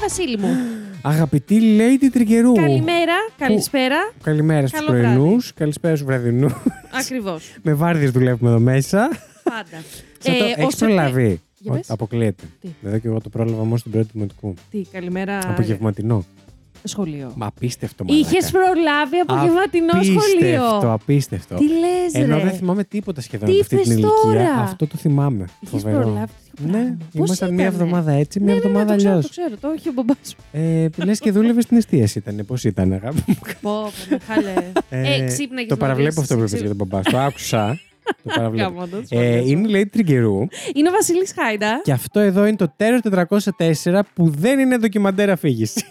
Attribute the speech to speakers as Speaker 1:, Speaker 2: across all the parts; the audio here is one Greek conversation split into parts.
Speaker 1: Βασίλη μου.
Speaker 2: Αγαπητή Lady Τρικερού.
Speaker 1: Καλημέρα, καλησπέρα.
Speaker 2: Καλημέρα στους
Speaker 1: Καλό βράδυ.
Speaker 2: πρωινούς, καλησπέρα στους βραδινούς.
Speaker 1: Ακριβώς.
Speaker 2: Με βάρδιε δουλεύουμε εδώ μέσα.
Speaker 1: Πάντα.
Speaker 2: Σαν
Speaker 1: Ε, ο
Speaker 2: το έχει
Speaker 1: Σεπτέμβρη-
Speaker 2: προλαβεί.
Speaker 1: Για
Speaker 2: Ο-
Speaker 1: πες.
Speaker 2: Αποκλείεται.
Speaker 1: Τι.
Speaker 2: Εδώ και εγώ το πρόλαβα μόνο στην πρώτη του δημοτικού.
Speaker 1: Τι, καλημέρα.
Speaker 2: Απογευματινό.
Speaker 1: Σχολείο.
Speaker 2: Μα απίστευτο μαλάκα.
Speaker 1: Είχες προλάβει απογευματινό
Speaker 2: Απίστευτο,
Speaker 1: σχολείο.
Speaker 2: απίστευτο.
Speaker 1: Τι λες,
Speaker 2: Ενώ δεν
Speaker 1: ρε.
Speaker 2: θυμάμαι τίποτα σχεδόν
Speaker 1: Τι
Speaker 2: από αυτή την
Speaker 1: είπες
Speaker 2: ηλικία.
Speaker 1: τώρα?
Speaker 2: Αυτό το θυμάμαι.
Speaker 1: Είχες
Speaker 2: Φοβερό.
Speaker 1: προλάβει. τέτοιο
Speaker 2: Ναι,
Speaker 1: πράγμα. Πώς
Speaker 2: ήμασταν μία
Speaker 1: ήτανε?
Speaker 2: εβδομάδα έτσι, μία
Speaker 1: Ναι, ναι, ναι,
Speaker 2: εβδομάδα
Speaker 1: το ξέρω,
Speaker 2: αλλιώς.
Speaker 1: Το ξέρω, το έχει ο μπαμπάς σου.
Speaker 2: Ε, Λες και δούλευε στην εστίαση, ήταν. Πώ ήταν, αγάπη μου.
Speaker 1: Πω, πω, Μιχάλε. Ε, ξύπνα και
Speaker 2: Το
Speaker 1: να
Speaker 2: παραβλέπω
Speaker 1: δεις,
Speaker 2: αυτό που είπες για
Speaker 1: ξύπνα.
Speaker 2: τον μπαμπάς σου. Το άκουσα. Το παραβλέπω.
Speaker 1: Γάμο το, τους
Speaker 2: Ε,
Speaker 1: παραβλέπω.
Speaker 2: είναι λέει τριγκερού
Speaker 1: Είναι ο Βασίλης Χάιντα.
Speaker 2: και αυτό εδώ είναι το τέρο 404 που δεν είναι ντοκιμαντέρ αφήγηση.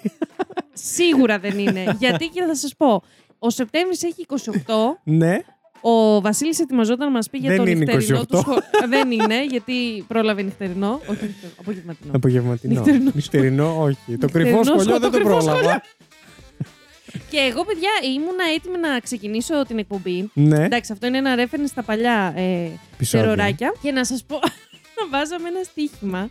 Speaker 1: Σίγουρα δεν είναι. Γιατί και θα σας πω. Ο Σεπτέμβρης έχει 28.
Speaker 2: ναι,
Speaker 1: Ο Βασίλης ετοιμαζόταν να μας πει για
Speaker 2: Δεν
Speaker 1: το
Speaker 2: είναι
Speaker 1: νυχτερινό
Speaker 2: 28.
Speaker 1: του σχολείο. δεν είναι, γιατί πρόλαβε νυχτερινό. Όχι, νυχτερινό, απογευματινό.
Speaker 2: απογευματινό.
Speaker 1: Νυχτερινό.
Speaker 2: Νυχτερινό, όχι. το
Speaker 1: Νυχτερινό
Speaker 2: κρυφό σχολείο
Speaker 1: σχολείο,
Speaker 2: δεν
Speaker 1: το
Speaker 2: το
Speaker 1: κρυφό
Speaker 2: πρόλαβα.
Speaker 1: και εγώ, παιδιά, ήμουνα έτοιμη να ξεκινήσω την εκπομπή.
Speaker 2: Ναι,
Speaker 1: Εντάξει, αυτό είναι ένα reference στα παλιά ε,
Speaker 2: Επεισόδιο.
Speaker 1: τεροράκια. Και να σας πω, να βάζαμε ένα στοίχημα.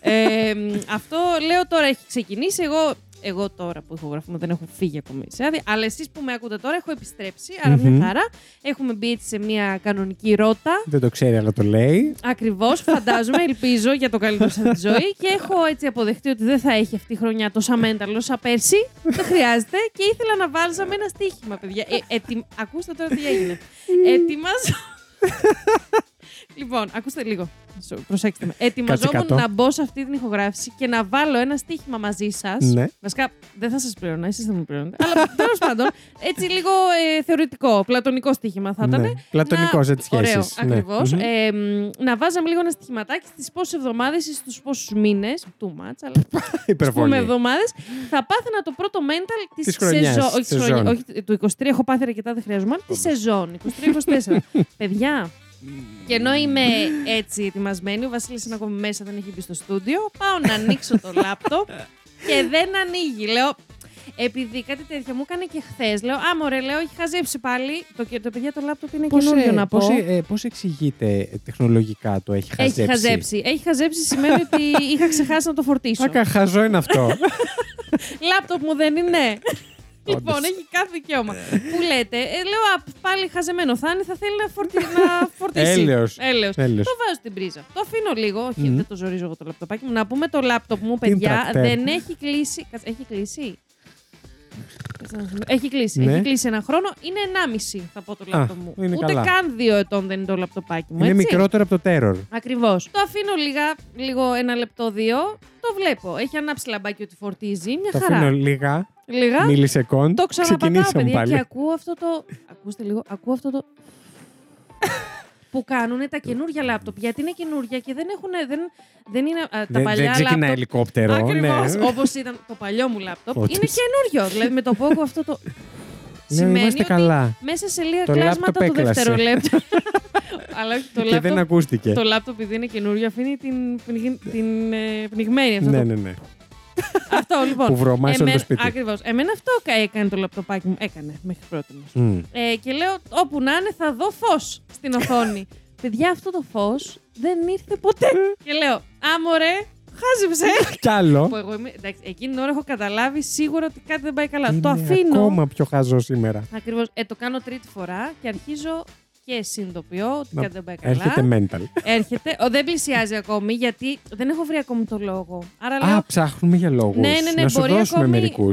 Speaker 1: ε, μ, αυτό λέω τώρα έχει ξεκινήσει. Εγώ, εγώ τώρα που ηχογραφούμε δεν έχω φύγει ακόμη σε άδεια. Αλλά εσείς που με ακούτε τώρα έχω επιστρέψει. άρα
Speaker 2: Μμμ.
Speaker 1: μια χαρά. Έχουμε μπει έτσι σε μια κανονική ρότα.
Speaker 2: δεν το ξέρει, αλλά το λέει.
Speaker 1: Ακριβώς, φαντάζομαι, ελπίζω για το καλύτερο σα τη ζωή. Και έχω έτσι αποδεχτεί ότι δεν θα έχει αυτή η χρονιά τόσα μένταλο σαν πέρσι. Δεν χρειάζεται. Και ήθελα να βάλσαμε ένα στοίχημα, παιδιά. Ε, ετοι- Ακούστε τώρα τι έγινε. Ετοιμάζω. λοιπόν, ακούστε λίγο. Σο- Προσέξτε με. Ετοιμαζόμουν
Speaker 2: κάτω.
Speaker 1: να μπω σε αυτή την ηχογράφηση και να βάλω ένα στοίχημα μαζί σας.
Speaker 2: Ναι.
Speaker 1: Βασικά, δεν θα σας πληρώνω, εσείς θα μου πληρώνετε. Αλλά τέλος πάντων, έτσι λίγο ε, θεωρητικό, πλατωνικό στοίχημα θα ήταν.
Speaker 2: Ναι. Πλατωνικό
Speaker 1: Να-
Speaker 2: έτσι Ναι. σχέσει.
Speaker 1: Ωραίο, ακριβώ. Ε, μ, να βάζαμε λίγο ένα στοιχηματάκι στις πόσες εβδομάδες ή στους πόσους μήνες. Too much, αλλά α πούμε
Speaker 2: Υπερβολή.
Speaker 1: εβδομάδες. Θα πάθαινα το πρώτο mental της
Speaker 2: Της χρονιάς,
Speaker 1: σεζόν. Όχι,
Speaker 2: της
Speaker 1: της χρονιάς,
Speaker 2: σεζόν.
Speaker 1: όχι, ε, του 23 έχω πάθει αρκετά, δεν χρειαζόμουν. Τη σεζόν, 23-24. Παιδιά, και ενώ είμαι έτσι ετοιμασμένη, ο Βασίλης είναι ακόμη μέσα, δεν έχει μπει στο στούντιο. Πάω να ανοίξω το λάπτοπ και δεν ανοίγει. Λέω, επειδή κάτι τέτοιο μου έκανε και χθες. Λέω, Α, μωρέ, λέω, έχει χαζέψει πάλι. Το, και- το παιδιά το λάπτοπ είναι
Speaker 2: Πώς,
Speaker 1: καινούριο
Speaker 2: ε,
Speaker 1: να πω.
Speaker 2: πώς, ε, πώς εξηγείται ε, τεχνολογικά το έχει χαζέψει.
Speaker 1: Έχει χαζέψει. Έχει χαζέψει σημαίνει ότι είχα ξεχάσει να το φορτίσω.
Speaker 2: Άκα, χαζό είναι αυτό.
Speaker 1: Λάπτοπ μου δεν είναι. λοιπόν,
Speaker 2: Όντως. Ναι.
Speaker 1: έχει κάθε δικαίωμα. Που λέτε, ε, λέω «Α, πάλι χαζεμένο θα είναι, θα θέλει να, φορτι... να φορτίσει.
Speaker 2: Έλεος.
Speaker 1: Έλεος.
Speaker 2: Έλεος.
Speaker 1: Το βάζω στην πρίζα. Το αφήνω λίγο. Όχι,
Speaker 2: Μμμ.
Speaker 1: δεν το ζορίζω εγώ το λαπτοπάκι μου. Να πούμε το λάπτοπ μου,
Speaker 2: Την
Speaker 1: παιδιά,
Speaker 2: τρακτέρ.
Speaker 1: δεν έχει κλείσει. Κάτσε, Έχει κλείσει. Κάτσε να θυμηθώ. Έχει κλείσει.
Speaker 2: Ναι.
Speaker 1: Έχει κλείσει ένα χρόνο. Είναι 1,5 θα πω το λάπτοπ μου.
Speaker 2: είναι
Speaker 1: Ούτε
Speaker 2: καλά.
Speaker 1: καν δύο ετών δεν είναι το λαπτοπάκι μου.
Speaker 2: είναι
Speaker 1: έτσι.
Speaker 2: μικρότερο από το τέρορ.
Speaker 1: Ακριβώς. Το αφήνω λίγα, λίγο ένα λεπτό, δύο. Το βλέπω. Έχει ανάψει λαμπάκι ότι φορτίζει. Μια
Speaker 2: Το
Speaker 1: χαρά.
Speaker 2: αφήνω λίγα.
Speaker 1: Λίγα.
Speaker 2: Μίλησε κοντ.
Speaker 1: Το ξαναπατάω,
Speaker 2: Ξεκινήσαμε
Speaker 1: παιδιά,
Speaker 2: πάλι.
Speaker 1: και ακούω αυτό το. Ακούστε λίγο, ακούω αυτό το. που κάνουν τα καινούργια λάπτοπ. Γιατί είναι καινούργια και δεν έχουν. Δεν, δεν είναι α, τα
Speaker 2: Δεν,
Speaker 1: παλιά
Speaker 2: δεν ξεκινά
Speaker 1: λάπτοπ.
Speaker 2: ελικόπτερο.
Speaker 1: Ακριβώς,
Speaker 2: ναι.
Speaker 1: Όπως ήταν το παλιό μου λάπτοπ.
Speaker 2: Όντως.
Speaker 1: Είναι καινούριο. δηλαδή με το που ακούω αυτό το.
Speaker 2: Ναι,
Speaker 1: σημαίνει
Speaker 2: είμαστε
Speaker 1: ότι
Speaker 2: καλά.
Speaker 1: μέσα σε λίγα
Speaker 2: Το λάπτοπ
Speaker 1: κλάσματα του
Speaker 2: έκλασε.
Speaker 1: δευτερολέπτου. Αλλά όχι, το
Speaker 2: Και
Speaker 1: λάπτοπ.
Speaker 2: δεν ακούστηκε.
Speaker 1: Το λάπτοπ, επειδή είναι καινούριο, αφήνει την, πνιγ- την ε, πνιγμένη αυτό.
Speaker 2: Ναι,
Speaker 1: το-
Speaker 2: ναι, ναι.
Speaker 1: Αυτό λοιπόν.
Speaker 2: Που βρωμάει σε όλο το σπίτι.
Speaker 1: Ακριβώς. Εμένα αυτό κα- έκανε το λαπτοπάκι μου. Έκανε μέχρι πρώτη μου.
Speaker 2: Μμ.
Speaker 1: Ε, και λέω, όπου να είναι, θα δω φως στην οθόνη. Παιδιά, αυτό το φως δεν ήρθε ποτέ. και λέω, άμορε, χάζεψε.
Speaker 2: Κι άλλο.
Speaker 1: που εγώ είμαι, εντάξει, εκείνη την ώρα έχω καταλάβει σίγουρα ότι κάτι δεν πάει καλά. το
Speaker 2: Είναι
Speaker 1: αφήνω.
Speaker 2: Ακόμα πιο χαζό σήμερα.
Speaker 1: Ακριβώς. Ε, το κάνω τρίτη φορά και αρχίζω και συνειδητοποιώ ότι
Speaker 2: Να-
Speaker 1: κάτι δεν πάει καλά.
Speaker 2: Έρχεται mental.
Speaker 1: Έρχεται. Ο, δεν πλησιάζει ακόμη γιατί δεν έχω βρει ακόμη το λόγο. Άρα λέω.
Speaker 2: Α, ψάχνουμε για λόγους.
Speaker 1: Ναι, ναι, ναι,
Speaker 2: Να σου
Speaker 1: μπορεί
Speaker 2: δώσουμε
Speaker 1: ακόμη-
Speaker 2: μερικούς.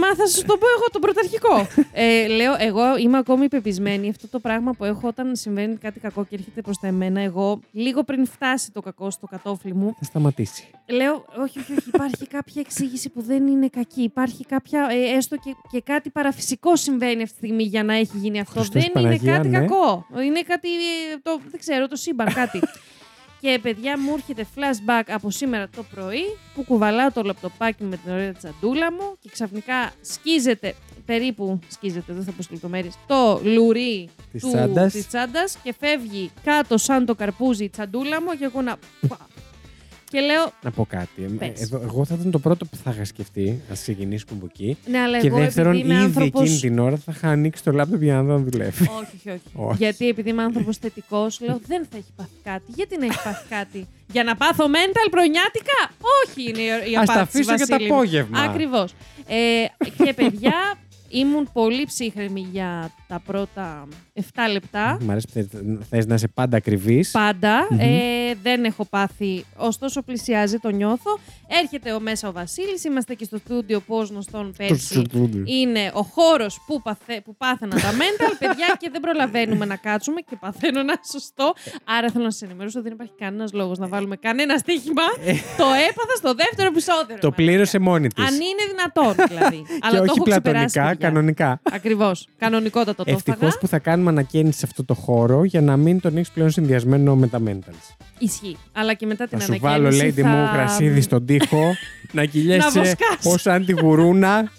Speaker 1: Μα θα σου το πω εγώ τον πρωταρχικό. ε, λέω, εγώ είμαι ακόμη πεπισμένη. Αυτό το πράγμα που έχω όταν συμβαίνει κάτι κακό και έρχεται προς τα εμένα, εγώ λίγο πριν φτάσει το κακό στο κατόφλι μου,
Speaker 2: Θα σταματήσει.
Speaker 1: λέω: Όχι, όχι, όχι υπάρχει κάποια εξήγηση που δεν είναι κακή. Υπάρχει κάποια. ε, έστω και, και κάτι παραφυσικό συμβαίνει αυτή τη στιγμή για να έχει γίνει αυτό.
Speaker 2: Χριστός
Speaker 1: δεν
Speaker 2: Παναγία,
Speaker 1: είναι κάτι
Speaker 2: ναι.
Speaker 1: κακό. Είναι κάτι. ε, Το, δεν ξέρω, το σύμπαν, κάτι. Και παιδιά μου έρχεται flashback από σήμερα το πρωί που κουβαλάω το λαπτοπάκι μου με την ωραία τσαντούλα μου και ξαφνικά σκίζεται, περίπου σκίζεται, δεν θα πω σε λεπτομέρειες, το λουρί
Speaker 2: Της
Speaker 1: του-
Speaker 2: τσάντας.
Speaker 1: της τσάντας και φεύγει κάτω σαν το καρπούζι η τσαντούλα μου και εγώ να... πουα. και λέω,
Speaker 2: Να πω κάτι. Ε,
Speaker 1: Πες.
Speaker 2: εδώ- εγώ θα ήταν το πρώτο που θα είχα σκεφτεί. Α ξεκινήσουμε από εκεί.
Speaker 1: ναι αλλά
Speaker 2: Και
Speaker 1: εγώ
Speaker 2: δεύτερον,
Speaker 1: επειδή
Speaker 2: ήδη
Speaker 1: είμαι άνθρωπος...
Speaker 2: εκείνη την ώρα θα είχα ανοίξει το λάπτοπ για να δω αν δουλεύει.
Speaker 1: Όχι, όχι, όχι.
Speaker 2: Όχι.
Speaker 1: Γιατί επειδή είμαι άνθρωπος θετικός, λέω δεν θα έχει πάθει κάτι. Γιατί να έχει πάθει κάτι. Για να πάθω mental προνιάτικα, όχι είναι η- η
Speaker 2: Ας τα
Speaker 1: απάντηση.
Speaker 2: αφήσω για το
Speaker 1: Βασίλη μου.
Speaker 2: απόγευμα.
Speaker 1: Ακριβώς. Ε, και παιδιά, ήμουν πολύ ψύχρεμη για τα πρώτα 7 λεπτά.
Speaker 2: Μ' αρέσει που θες να είσαι πάντα ακριβής.
Speaker 1: Πάντα.
Speaker 2: Μμμ.
Speaker 1: Ε, δεν έχω πάθει. Ωστόσο, πλησιάζει, το νιώθω. Έρχεται ο μέσα ο Βασίλης. Είμαστε και στο στούντιο, πώ γνωστόν πέρσι. Είναι ο χώρος που, παθε, που πάθαινα τα mental, παιδιά, και δεν προλαβαίνουμε να κάτσουμε και παθαίνω να σωστό. Άρα θέλω να σας ενημερώσω ότι δεν υπάρχει κανένας λόγος να βάλουμε κανένα στοίχημα. το έπαθα στο δεύτερο επεισόδιο. ρε
Speaker 2: Ε. Το
Speaker 1: μαλάκα.
Speaker 2: πλήρωσε μόνη της.
Speaker 1: Αν είναι δυνατόν, δηλαδή. Αλλά
Speaker 2: Και
Speaker 1: το
Speaker 2: όχι
Speaker 1: έχω
Speaker 2: πλατωνικά, κανονικά.
Speaker 1: Ακριβώς. Κανονικότατο το
Speaker 2: Ευτυχώς
Speaker 1: έφαγα.
Speaker 2: που θα κάνουμε ανακαίνιση σε αυτό το χώρο για να μην τον έχεις πλέον συνδυασμένο με τα mentals.
Speaker 1: Ισχύει. Αλλά και μετά την
Speaker 2: Θα σου
Speaker 1: ανακαίνιση
Speaker 2: βάλω, lady
Speaker 1: θα-
Speaker 2: μου, γρασίδι στον τοίχο, να
Speaker 1: Να
Speaker 2: κυλιέσαι
Speaker 1: βοσκάς.
Speaker 2: ως αν τη γουρούνα,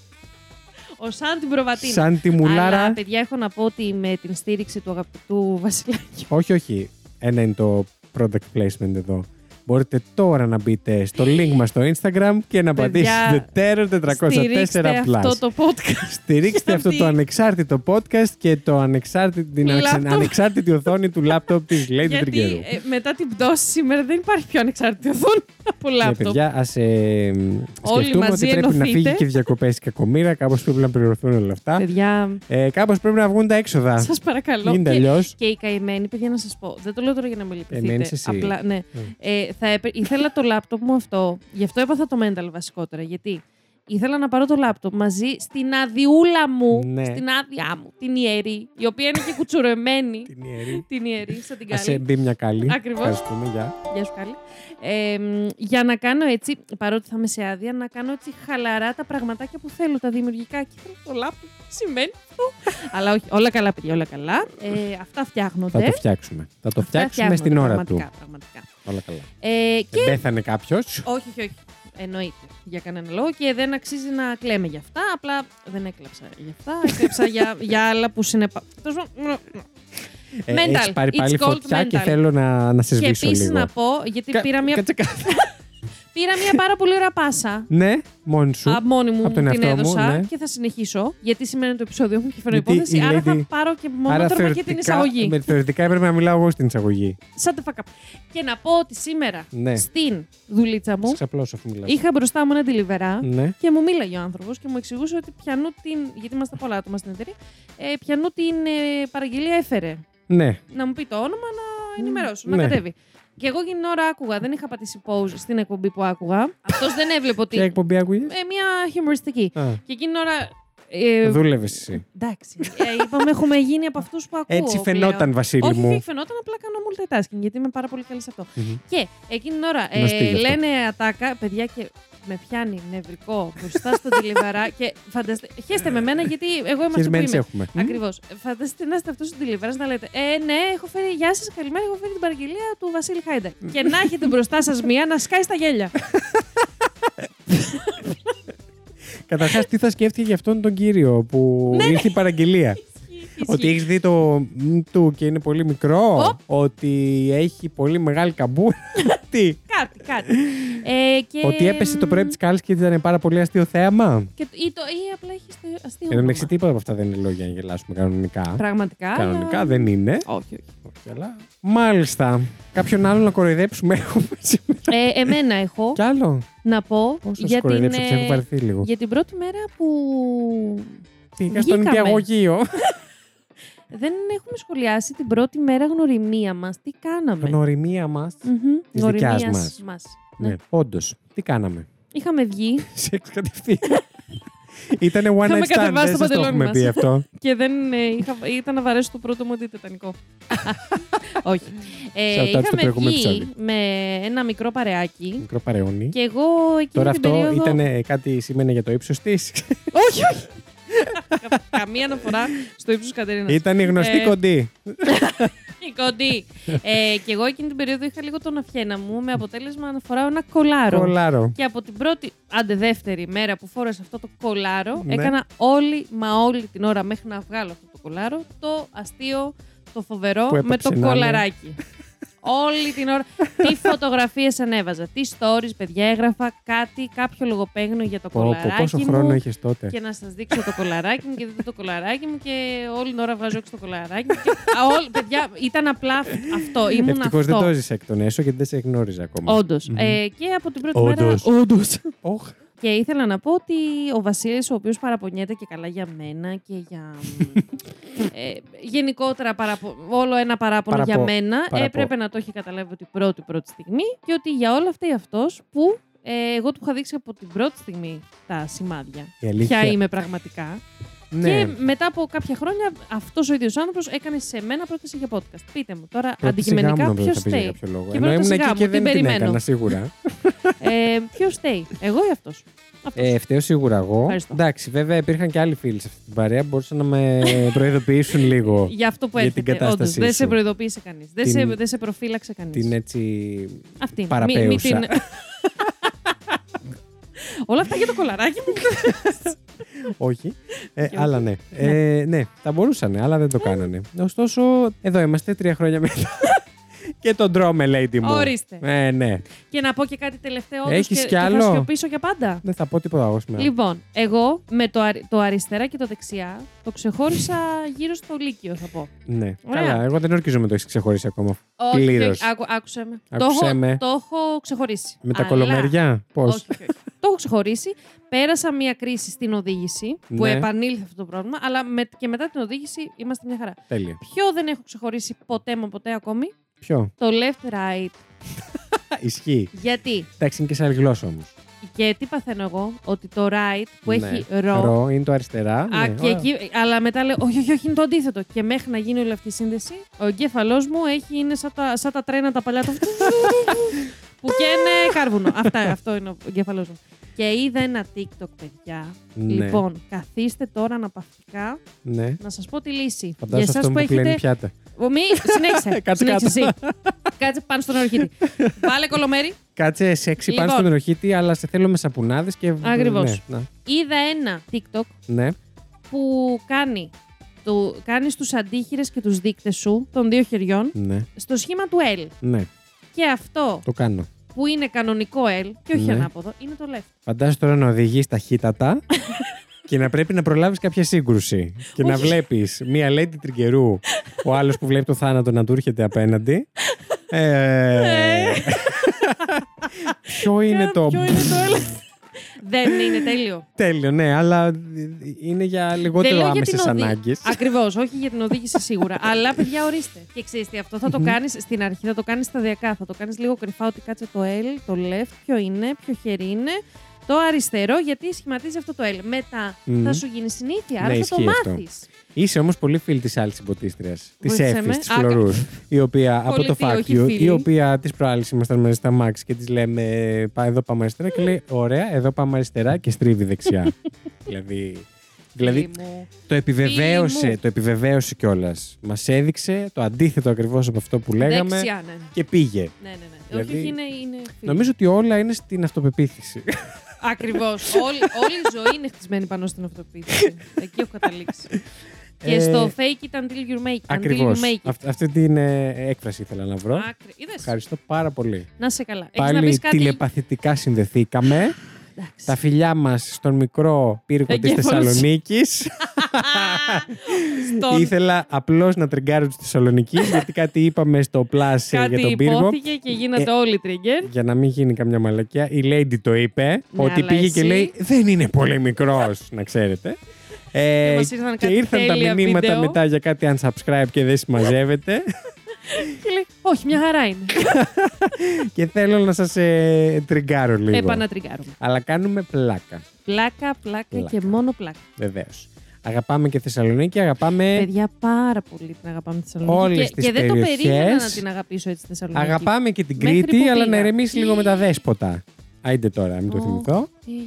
Speaker 1: Ο σαν την προβατίνα.
Speaker 2: σαν τη μουλάρα.
Speaker 1: Αλλά, παιδιά, έχω να πω ότι με την στήριξη του αγαπητού Βασιλάκη.
Speaker 2: Όχι, όχι. Ένα είναι το product placement εδώ. Μπορείτε τώρα να μπείτε στο link μας στο Instagram και να
Speaker 1: Παιδιά,
Speaker 2: πατήσετε Terror 404
Speaker 1: Στηρίξτε
Speaker 2: Plus.
Speaker 1: αυτό το podcast.
Speaker 2: Στηρίξτε αυτό
Speaker 1: Γιατί-
Speaker 2: το ανεξάρτητο podcast και το ανεξάρτητη, την
Speaker 1: Λάπτοπ.
Speaker 2: ανεξ- ανεξάρτητη οθόνη του λάπτοπ της Lady
Speaker 1: Γιατί
Speaker 2: Τριγκέρου.
Speaker 1: ε, μετά την πτώση σήμερα δεν υπάρχει πιο ανεξάρτητη οθόνη από
Speaker 2: Ναι,
Speaker 1: λάπτοπ.
Speaker 2: παιδιά, ας ε, μ, σκεφτούμε ότι
Speaker 1: μαζί
Speaker 2: πρέπει να
Speaker 1: ενωθείτε.
Speaker 2: φύγει και διακοπές η κακομήρα, κάπως πρέπει να πληρωθούν όλα αυτά.
Speaker 1: παιδιά
Speaker 2: Ε, κάπως πρέπει να βγουν τα έξοδα.
Speaker 1: σας παρακαλώ.
Speaker 2: Γίνεται
Speaker 1: Και-
Speaker 2: αλλιώ.
Speaker 1: Και οι καημένοι, παιδιά, να σας πω. Δεν το λέω τώρα για να με λυπηθείτε.
Speaker 2: Καημένης εσύ.
Speaker 1: Απλά, ναι.
Speaker 2: Mm.
Speaker 1: Ε, θα έπε- Ήθελα το λάπτοπ μου αυτό. Γι' αυτό έπαθα το mental βασικότερα. Γιατί ήθελα να πάρω το λάπτοπ μαζί στην αδιούλα μου,
Speaker 2: Ναι.
Speaker 1: στην άδειά μου, την ιερή, η οποία είναι και κουτσουρεμένη. την ιερή, σαν την
Speaker 2: Ας
Speaker 1: καλή.
Speaker 2: ε, μπει μια καλή.
Speaker 1: Ακριβώς.
Speaker 2: Ευχαριστούμε, γεια.
Speaker 1: Γεια σου, Κάλλη. Ε, μ, για να κάνω έτσι, παρότι θα είμαι σε άδεια, να κάνω έτσι χαλαρά τα πραγματάκια που θέλω, τα δημιουργικά. Και θέλω το λάπτοπ. τι Σημαίνει αυτό. Αλλά όχι, όλα καλά, παιδιά, όλα καλά. Ε, αυτά φτιάχνονται.
Speaker 2: Θα το φτιάξουμε. Θα το
Speaker 1: Αυτά
Speaker 2: φτιάξουμε στην ώρα
Speaker 1: φτιάχνονται,
Speaker 2: του.
Speaker 1: πραγματικά, Πραγματικά.
Speaker 2: Όλα καλά.
Speaker 1: Ε, και...
Speaker 2: Δεν πέθανε κάποιος.
Speaker 1: Όχι, όχι, όχι. Εννοείται για κανένα λόγο και δεν αξίζει να κλαίμε για αυτά. Απλά δεν έκλαψα για αυτά. Έκλαψα για, για άλλα που συνεπα... Τέλος πάντων, Mental.
Speaker 2: Έχει Ε, πάρει
Speaker 1: It's
Speaker 2: πάλι
Speaker 1: called
Speaker 2: φωτιά και
Speaker 1: mental.
Speaker 2: θέλω να, να σε
Speaker 1: Και
Speaker 2: σβήσω
Speaker 1: επίσης
Speaker 2: λίγο.
Speaker 1: να πω, γιατί
Speaker 2: Κα-
Speaker 1: πήρα, μια,
Speaker 2: κάτσε κάτω.
Speaker 1: πήρα μια πάρα πολύ ωραία πάσα
Speaker 2: ναι, μόνη σου.
Speaker 1: Α, μόνη μου
Speaker 2: Απ' τον
Speaker 1: την
Speaker 2: εαυτό μου,
Speaker 1: έδωσα
Speaker 2: ναι.
Speaker 1: και θα συνεχίσω. Γιατί σήμερα το επεισόδιο μου και φέρω
Speaker 2: Γιατί
Speaker 1: υπόθεση.
Speaker 2: η
Speaker 1: Άρα
Speaker 2: Lady-
Speaker 1: θα πάρω και μονότροφα και την εισαγωγή.
Speaker 2: με- ε, θεωρητικά έπρεπε να μιλάω εγώ στην εισαγωγή.
Speaker 1: Σαν τα fuck up. Και να πω ότι σήμερα
Speaker 2: Ναι.
Speaker 1: στην δουλίτσα μου
Speaker 2: Σε ξαπλώσω αφού μιλάς.
Speaker 1: είχα μπροστά μου ένα τηλεβερά
Speaker 2: Ναι.
Speaker 1: και μου μίλαγε ο άνθρωπος και μου εξηγούσε ότι πιανού την. Γιατί είμαστε πολλά άτομα στην εταιρεία. Ε, πιανού την ε, παραγγελία έφερε.
Speaker 2: ναι.
Speaker 1: Να μου πει το όνομα να ενημερώσω,
Speaker 2: Ναι.
Speaker 1: να κατέβει. Και εγώ εκείνη την ώρα άκουγα, δεν είχα πατήσει pause στην εκπομπή που άκουγα. Αυτός δεν έβλεπε ότι.
Speaker 2: Ποια
Speaker 1: ε,
Speaker 2: εκπομπή άκουγες.
Speaker 1: μια χιουμοριστική.
Speaker 2: Α,
Speaker 1: Και εκείνη την ώρα. ε,
Speaker 2: δούλευες εσύ.
Speaker 1: Εντάξει. Ε, είπαμε, έχουμε γίνει από αυτούς που ακούω.
Speaker 2: Έτσι
Speaker 1: πλέον.
Speaker 2: φαινόταν, Βασίλη
Speaker 1: Όχι,
Speaker 2: μου.
Speaker 1: όχι, φαινόταν, απλά κάνω multitasking γιατί είμαι πάρα πολύ καλή σε αυτό.
Speaker 2: Μμμ.
Speaker 1: Και εκείνη την ώρα ε,
Speaker 2: Γνωστή γι' αυτό.
Speaker 1: λένε ατάκα, παιδιά, και με πιάνει νευρικό μπροστά στον τηλεβαρά. και φανταστε... χέστε με μένα γιατί εγώ είμαι αυτό που
Speaker 2: Χεσμένες
Speaker 1: είμαι.
Speaker 2: έχουμε.
Speaker 1: Ακριβώς. Φανταστείτε να είστε αυτός στον τηλεβαρά να λέτε Ε, ναι, έχω φέρει. Γεια σας, καλημέρα. Έχω φέρει την παραγγελία του Βασίλη Χάιντα. και να έχετε μπροστά σας μία να σκάει στα γέλια.
Speaker 2: Καταρχάς, τι θα σκέφτηκε για αυτόν τον κύριο που
Speaker 1: Ναι,
Speaker 2: ήρθε η παραγγελία. Ότι έχεις δει το μ του και είναι πολύ μικρό.
Speaker 1: Οπ.
Speaker 2: Ότι έχει πολύ μεγάλη καμπούρα. τι.
Speaker 1: Κάτι, κάτι. Ε, και...
Speaker 2: Ότι έπεσε το πρωί της κάλης και ήταν πάρα πολύ αστείο θέαμα.
Speaker 1: Και, ή, το, ή απλά έχει αστείο- αστείο.
Speaker 2: Εν τω μεταξύ,
Speaker 1: όνομα.
Speaker 2: τίποτα από αυτά δεν είναι λόγια να γελάσουμε κανονικά.
Speaker 1: Πραγματικά. αλλά-
Speaker 2: Κανονικά δεν είναι.
Speaker 1: Όχι, όχι.
Speaker 2: Όχι, αλλά- Μάλιστα. Κάποιον άλλο να κοροϊδέψουμε έχουμε σήμερα.
Speaker 1: Ε, εμένα έχω
Speaker 2: Κι άλλο.
Speaker 1: να πω
Speaker 2: Πόσο
Speaker 1: για
Speaker 2: σα
Speaker 1: την,
Speaker 2: κοροϊδέψα,
Speaker 1: ε,
Speaker 2: έχω βαρεθεί λίγο.
Speaker 1: για την πρώτη μέρα που
Speaker 2: Πήγα στον
Speaker 1: βγήκαμε.
Speaker 2: νηπιαγωγείο.
Speaker 1: δεν έχουμε σχολιάσει την πρώτη μέρα γνωριμία μας. Τι κάναμε.
Speaker 2: Γνωριμία μας.
Speaker 1: Μμμ,
Speaker 2: Της
Speaker 1: γνωριμίας
Speaker 2: δικιάς μας.
Speaker 1: μας. Ναι.
Speaker 2: Ναι, όντως. Τι κάναμε.
Speaker 1: Είχαμε βγει
Speaker 2: Σεξ κατευθείαν. Ήταν one
Speaker 1: Είχαμε
Speaker 2: night stand,
Speaker 1: κατεβάσει το
Speaker 2: δεν σας το
Speaker 1: παντελόνι
Speaker 2: έχουμε
Speaker 1: μας.
Speaker 2: πει αυτό.
Speaker 1: και δεν, ε, είχα, ήταν να βαρέσω το πρώτο μου αντιτετανικό. Όχι. Ε,
Speaker 2: Shout out στο
Speaker 1: είχαμε
Speaker 2: προηγούμενο
Speaker 1: βγει
Speaker 2: επεισόδιο.
Speaker 1: με ένα μικρό παρεάκι
Speaker 2: Μικρό παρεώνι.
Speaker 1: και εγώ εκείνη
Speaker 2: Τώρα
Speaker 1: την
Speaker 2: αυτό
Speaker 1: περίοδο...
Speaker 2: ήταν κάτι σήμαινε για το ύψος της.
Speaker 1: Όχι, όχι. Κα- Καμία αναφορά στο ύψος Κατερίνας.
Speaker 2: ήταν η γνωστή
Speaker 1: Ε,
Speaker 2: κοντή.
Speaker 1: Η κοντή. ε, και εγώ εκείνη την περίοδο είχα λίγο τον αυχένα μου με αποτέλεσμα να φοράω ένα κολάρο.
Speaker 2: Κολάρο.
Speaker 1: Και από την πρώτη, άντε δεύτερη μέρα που φόρεσα αυτό το κολάρο,
Speaker 2: Ναι.
Speaker 1: έκανα όλη μα όλη την ώρα μέχρι να βγάλω αυτό το κολάρο το αστείο, το φοβερό
Speaker 2: Που
Speaker 1: με
Speaker 2: έπαψε
Speaker 1: το
Speaker 2: να είναι.
Speaker 1: κολαράκι. όλη την ώρα. τι φωτογραφίες ανέβαζα, τι stories, παιδιά, έγραφα κάτι, κάποιο λογοπαίγνιο για το
Speaker 2: Πω, πω,
Speaker 1: κολαράκι.
Speaker 2: πόσο
Speaker 1: μου
Speaker 2: χρόνο είχε τότε.
Speaker 1: και να σας δείξω το κολαράκι μου και δείτε το κολαράκι μου και όλη την ώρα βγάζω έξω το κολαράκι μου. Και... Α, όλη- παιδιά, ήταν απλά αυτό. Ήμουν
Speaker 2: Ευτυχώς δεν
Speaker 1: αυτό.
Speaker 2: το έζησε εκ των έσω γιατί δεν σε γνώριζα ακόμα.
Speaker 1: Όντως. Ε, και από την πρώτη
Speaker 2: Όντως.
Speaker 1: μέρα. Όντως.
Speaker 2: Οχ.
Speaker 1: Και ήθελα να πω ότι ο Βασίλης, ο οποίος παραπονιέται και καλά για μένα και για. ε, γενικότερα παραπο... όλο ένα παράπονο
Speaker 2: Παραπο-
Speaker 1: για μένα,
Speaker 2: παραπο-
Speaker 1: έπρεπε να το έχει καταλάβει ότι πρώτη πρώτη στιγμή και ότι για όλα αυτά είναι αυτός που ε, εγώ του είχα δείξει από την πρώτη στιγμή τα σημάδια.
Speaker 2: Η αλήθεια.
Speaker 1: Ποια είμαι πραγματικά.
Speaker 2: Ναι.
Speaker 1: Και μετά από κάποια χρόνια αυτός ο ίδιος άνθρωπος έκανε σε μένα πρόταση για podcast. Πείτε μου τώρα
Speaker 2: Πρώτη σιγά μου
Speaker 1: αντικειμενικά
Speaker 2: νόμιζα
Speaker 1: ποιος
Speaker 2: θα πεις για
Speaker 1: στέει.
Speaker 2: κάποιο λόγο.
Speaker 1: Και
Speaker 2: Ενώ
Speaker 1: πρώτη
Speaker 2: ήμουν
Speaker 1: σιγά
Speaker 2: εκεί
Speaker 1: μου,
Speaker 2: και
Speaker 1: την
Speaker 2: δεν την
Speaker 1: περιμένω.
Speaker 2: έκανα σίγουρα.
Speaker 1: Ε, ποιος στέει, εγώ ή αυτός.
Speaker 2: Ε, φταίω σίγουρα εγώ.
Speaker 1: Ευχαριστώ.
Speaker 2: Εντάξει, βέβαια υπήρχαν και άλλοι φίλοι σε αυτή την παρέα. Μπορούσαν να με προειδοποιήσουν λίγο.
Speaker 1: για αυτό που
Speaker 2: για
Speaker 1: έρχεται.
Speaker 2: την κατάστασή
Speaker 1: όντως, δεν
Speaker 2: σου.
Speaker 1: σε προειδοποίησε κανείς. Δεν,
Speaker 2: Την-
Speaker 1: σε, δεν σε προφύλαξε κανείς.
Speaker 2: την έτσι.
Speaker 1: Αυτή. Μη- μη
Speaker 2: παραπέουσα.
Speaker 1: την- Όλα αυτά για το κολαράκι μου.
Speaker 2: Όχι. Ε,
Speaker 1: όχι.
Speaker 2: αλλά ναι. Ε, ναι, θα μπορούσαν, αλλά δεν το κάνανε. Ωστόσο, εδώ είμαστε τρία χρόνια μετά. και τον τρώμε, lady μου.
Speaker 1: Ορίστε.
Speaker 2: Ε, ναι.
Speaker 1: και να πω και κάτι τελευταίο. όντως,
Speaker 2: Έχεις
Speaker 1: και,
Speaker 2: κι άλλο? Ναι.
Speaker 1: Θα σιωπήσω για πάντα.
Speaker 2: Δεν θα πω τίποτα εγώ σήμερα.
Speaker 1: Λοιπόν, εγώ με το, αρι- το αριστερά και το δεξιά το ξεχώρισα γύρω στο Λύκειο, θα πω.
Speaker 2: Ναι.
Speaker 1: Λοιπόν, Ωραία.
Speaker 2: Καλά, εγώ δεν ορκίζομαι το έχεις ξεχωρίσει ακόμα.
Speaker 1: Όχι,
Speaker 2: Πλήρως.
Speaker 1: όχι, άκου- άκουσε με.
Speaker 2: Άκουσε
Speaker 1: το, έχω,
Speaker 2: με.
Speaker 1: το έχω ξεχωρίσει.
Speaker 2: Με τα
Speaker 1: Αλλά-
Speaker 2: κολομεριά, πώς.
Speaker 1: Όχι, όχι, όχι. το έχω ξεχωρίσει. Πέρασα μία κρίση στην οδήγηση που
Speaker 2: Ναι.
Speaker 1: επανήλθε αυτό το πρόβλημα, αλλά με- και μετά την οδήγηση είμαστε μια χαρά.
Speaker 2: Τέλεια.
Speaker 1: Ποιο δεν έχω ξεχωρίσει ποτέ μα ποτέ ακόμη,
Speaker 2: Ποιο.
Speaker 1: το left-right.
Speaker 2: Α, Ισχύει.
Speaker 1: Γιατί,
Speaker 2: Εντάξει, είναι και σε άλλη γλώσσα όμως.
Speaker 1: και τι παθαίνω εγώ, ότι το right που
Speaker 2: Ναι.
Speaker 1: έχει ρο,
Speaker 2: είναι το αριστερά.
Speaker 1: Α,
Speaker 2: ναι,
Speaker 1: και
Speaker 2: ωραία.
Speaker 1: εκεί, αλλά μετά λέω, όχι, όχι, όχι, είναι το αντίθετο. Και μέχρι να γίνει όλη αυτή η σύνδεση, ο εγκέφαλός μου έχει, είναι σαν τα, σαν τα τρένα τα παλιά του. που καίνε κάρβουνο. Αυτά, αυτό είναι ο εγκέφαλός μου. Και είδα ένα TikTok, παιδιά.
Speaker 2: Ναι.
Speaker 1: Λοιπόν, καθίστε τώρα αναπαυτικά
Speaker 2: Ναι.
Speaker 1: να σας πω τη λύση.
Speaker 2: Φαντάζομαι
Speaker 1: εσάς
Speaker 2: αυτό που, κλείνει πιάτα.
Speaker 1: Ο, Μη, συνέχισε.
Speaker 2: Κάτσε
Speaker 1: συνέχισε
Speaker 2: κάτω.
Speaker 1: εσύ. Κάτσε πάνω στον ορχήτη. Βάλε κολομέρι.
Speaker 2: Κάτσε σεξι πάνω
Speaker 1: Λοιπόν.
Speaker 2: στον ενοχήτη, αλλά σε θέλω με σαπουνάδες και.
Speaker 1: Ακριβώς.
Speaker 2: Ναι, να.
Speaker 1: Είδα ένα TikTok
Speaker 2: ναι.
Speaker 1: που κάνει, του, κάνει στους αντίχειρες και τους δείκτες σου των δύο χεριών
Speaker 2: ναι,
Speaker 1: στο σχήμα του L.
Speaker 2: ναι,
Speaker 1: Και αυτό
Speaker 2: το κάνω.
Speaker 1: που είναι κανονικό L και όχι
Speaker 2: Ναι.
Speaker 1: ανάποδο είναι το left.
Speaker 2: Φαντάζεσαι τώρα να οδηγείς ταχύτατα και να πρέπει να προλάβεις κάποια σύγκρουση. Και να
Speaker 1: Όχι.
Speaker 2: βλέπεις μία lady τριγκερού, ο άλλος που βλέπει το θάνατο να του έρχεται απέναντι. Ε, ποιο είναι
Speaker 1: Κα-
Speaker 2: το.
Speaker 1: Ποιο είναι το L. Δεν είναι τέλειο.
Speaker 2: Τέλειο, ναι, αλλά είναι για λιγότερο άμεσε ανάγκες.
Speaker 1: Ακριβώς, όχι για την οδήγηση σίγουρα. αλλά παιδιά, ορίστε. Και ξέρει τι, αυτό θα το κάνεις στην αρχή, θα το κάνεις σταδιακά. Θα το κάνεις λίγο κρυφά ότι κάτσε το L, το left, ποιο είναι, ποιο χέρι είναι. Το αριστερό, γιατί σχηματίζει αυτό το L. Μετά
Speaker 2: Μμμ.
Speaker 1: θα σου γίνει συνήθεια,
Speaker 2: Ναι,
Speaker 1: άρα θα το
Speaker 2: ισχύει αυτό.
Speaker 1: μάθεις.
Speaker 2: Είσαι όμως πολύ φίλη της άλλη συμποτίστρια. Τη
Speaker 1: Βοήθησε
Speaker 2: Εφης,
Speaker 1: με.
Speaker 2: της
Speaker 1: Α,
Speaker 2: Φλωρούς. Η οποία από το
Speaker 1: Κολλητή,
Speaker 2: Fuck
Speaker 1: όχι
Speaker 2: You,
Speaker 1: φίλη.
Speaker 2: η οποία της προάλλη ήμασταν μαζί στα Max και της λέμε «Πά- Εδώ πάμε αριστερά. Και λέει Ωραία, εδώ πάμε αριστερά και στρίβει δεξιά. δηλαδή. Δηλαδή το
Speaker 1: Φίλη
Speaker 2: επιβεβαίωσε,
Speaker 1: μου.
Speaker 2: το επιβεβαίωσε κιόλας. Μας έδειξε το αντίθετο ακριβώς από αυτό που λέγαμε
Speaker 1: Δεξιά, ναι.
Speaker 2: και πήγε.
Speaker 1: Ναι, ναι, ναι.
Speaker 2: Δηλαδή,
Speaker 1: Όχι, όχι, είναι. είναι
Speaker 2: Νομίζω ότι όλα είναι στην αυτοπεποίθηση.
Speaker 1: Ακριβώς. όλη, όλη η ζωή είναι χτισμένη πάνω στην αυτοποίηση. Εκεί έχω καταλήξει.
Speaker 2: Ε,
Speaker 1: και στο fake it until you make it.
Speaker 2: Ακριβώ.
Speaker 1: Until you make it.
Speaker 2: Αυτή την ε, έκφραση ήθελα να βρω.
Speaker 1: Άκρη. Είδες?
Speaker 2: Ευχαριστώ πάρα πολύ.
Speaker 1: Να σε καλά. Έχεις να
Speaker 2: Πάλι
Speaker 1: πεις κάτι.
Speaker 2: τηλεπαθητικά συνδεθήκαμε.
Speaker 1: Εντάξει.
Speaker 2: Τα φιλιά μας στον μικρό πύργο τη
Speaker 1: Εγκέφαλος.
Speaker 2: Θεσσαλονίκης.
Speaker 1: Στον-
Speaker 2: Ήθελα απλώς να τριγκάρω τη Θεσσαλονίκης, γιατί κάτι είπαμε στο Plus ε,
Speaker 1: Κάτι
Speaker 2: για τον Ε. πύργο.
Speaker 1: υπόθηκε και γίνατε όλοι trigger.
Speaker 2: Για να μην γίνει καμιά μαλακιά, η Lady το είπε.
Speaker 1: Ναι,
Speaker 2: ότι
Speaker 1: αλλά
Speaker 2: πήγε και
Speaker 1: εσύ-
Speaker 2: λέει: Δεν είναι πολύ μικρός, να ξέρετε. Ε,
Speaker 1: Και μας ήρθαν
Speaker 2: και
Speaker 1: κάτι
Speaker 2: ήρθαν τα
Speaker 1: τέλεια
Speaker 2: μηνύματα
Speaker 1: βίντεο.
Speaker 2: μετά για κάτι unsubscribe και δεν συμμαζεύεται.
Speaker 1: Και λέει, όχι, μια χαρά είναι.
Speaker 2: και θέλω να σας ε, τριγκάρω λίγο.
Speaker 1: Επανατριγκάρουμε.
Speaker 2: Αλλά κάνουμε πλάκα.
Speaker 1: Πλάκα, πλάκα
Speaker 2: Πλάκα.
Speaker 1: και μόνο πλάκα.
Speaker 2: Βεβαίως. Αγαπάμε και Θεσσαλονίκη, αγαπάμε.
Speaker 1: Παιδιά, πάρα πολύ την αγαπάμε τη Θεσσαλονίκη.
Speaker 2: Ε. Όλες
Speaker 1: και,
Speaker 2: τις
Speaker 1: και δεν το
Speaker 2: περιοχές.
Speaker 1: περίμενα να την αγαπήσω έτσι τη Θεσσαλονίκη.
Speaker 2: Αγαπάμε και την
Speaker 1: Μέχρι
Speaker 2: Κρήτη,
Speaker 1: που
Speaker 2: αλλά να
Speaker 1: πήγα.
Speaker 2: ηρεμήσει λίγο με τα δέσποτα. Άιντε τώρα, μην το
Speaker 1: Ω,
Speaker 2: θυμηθώ.
Speaker 1: Τι έγινε.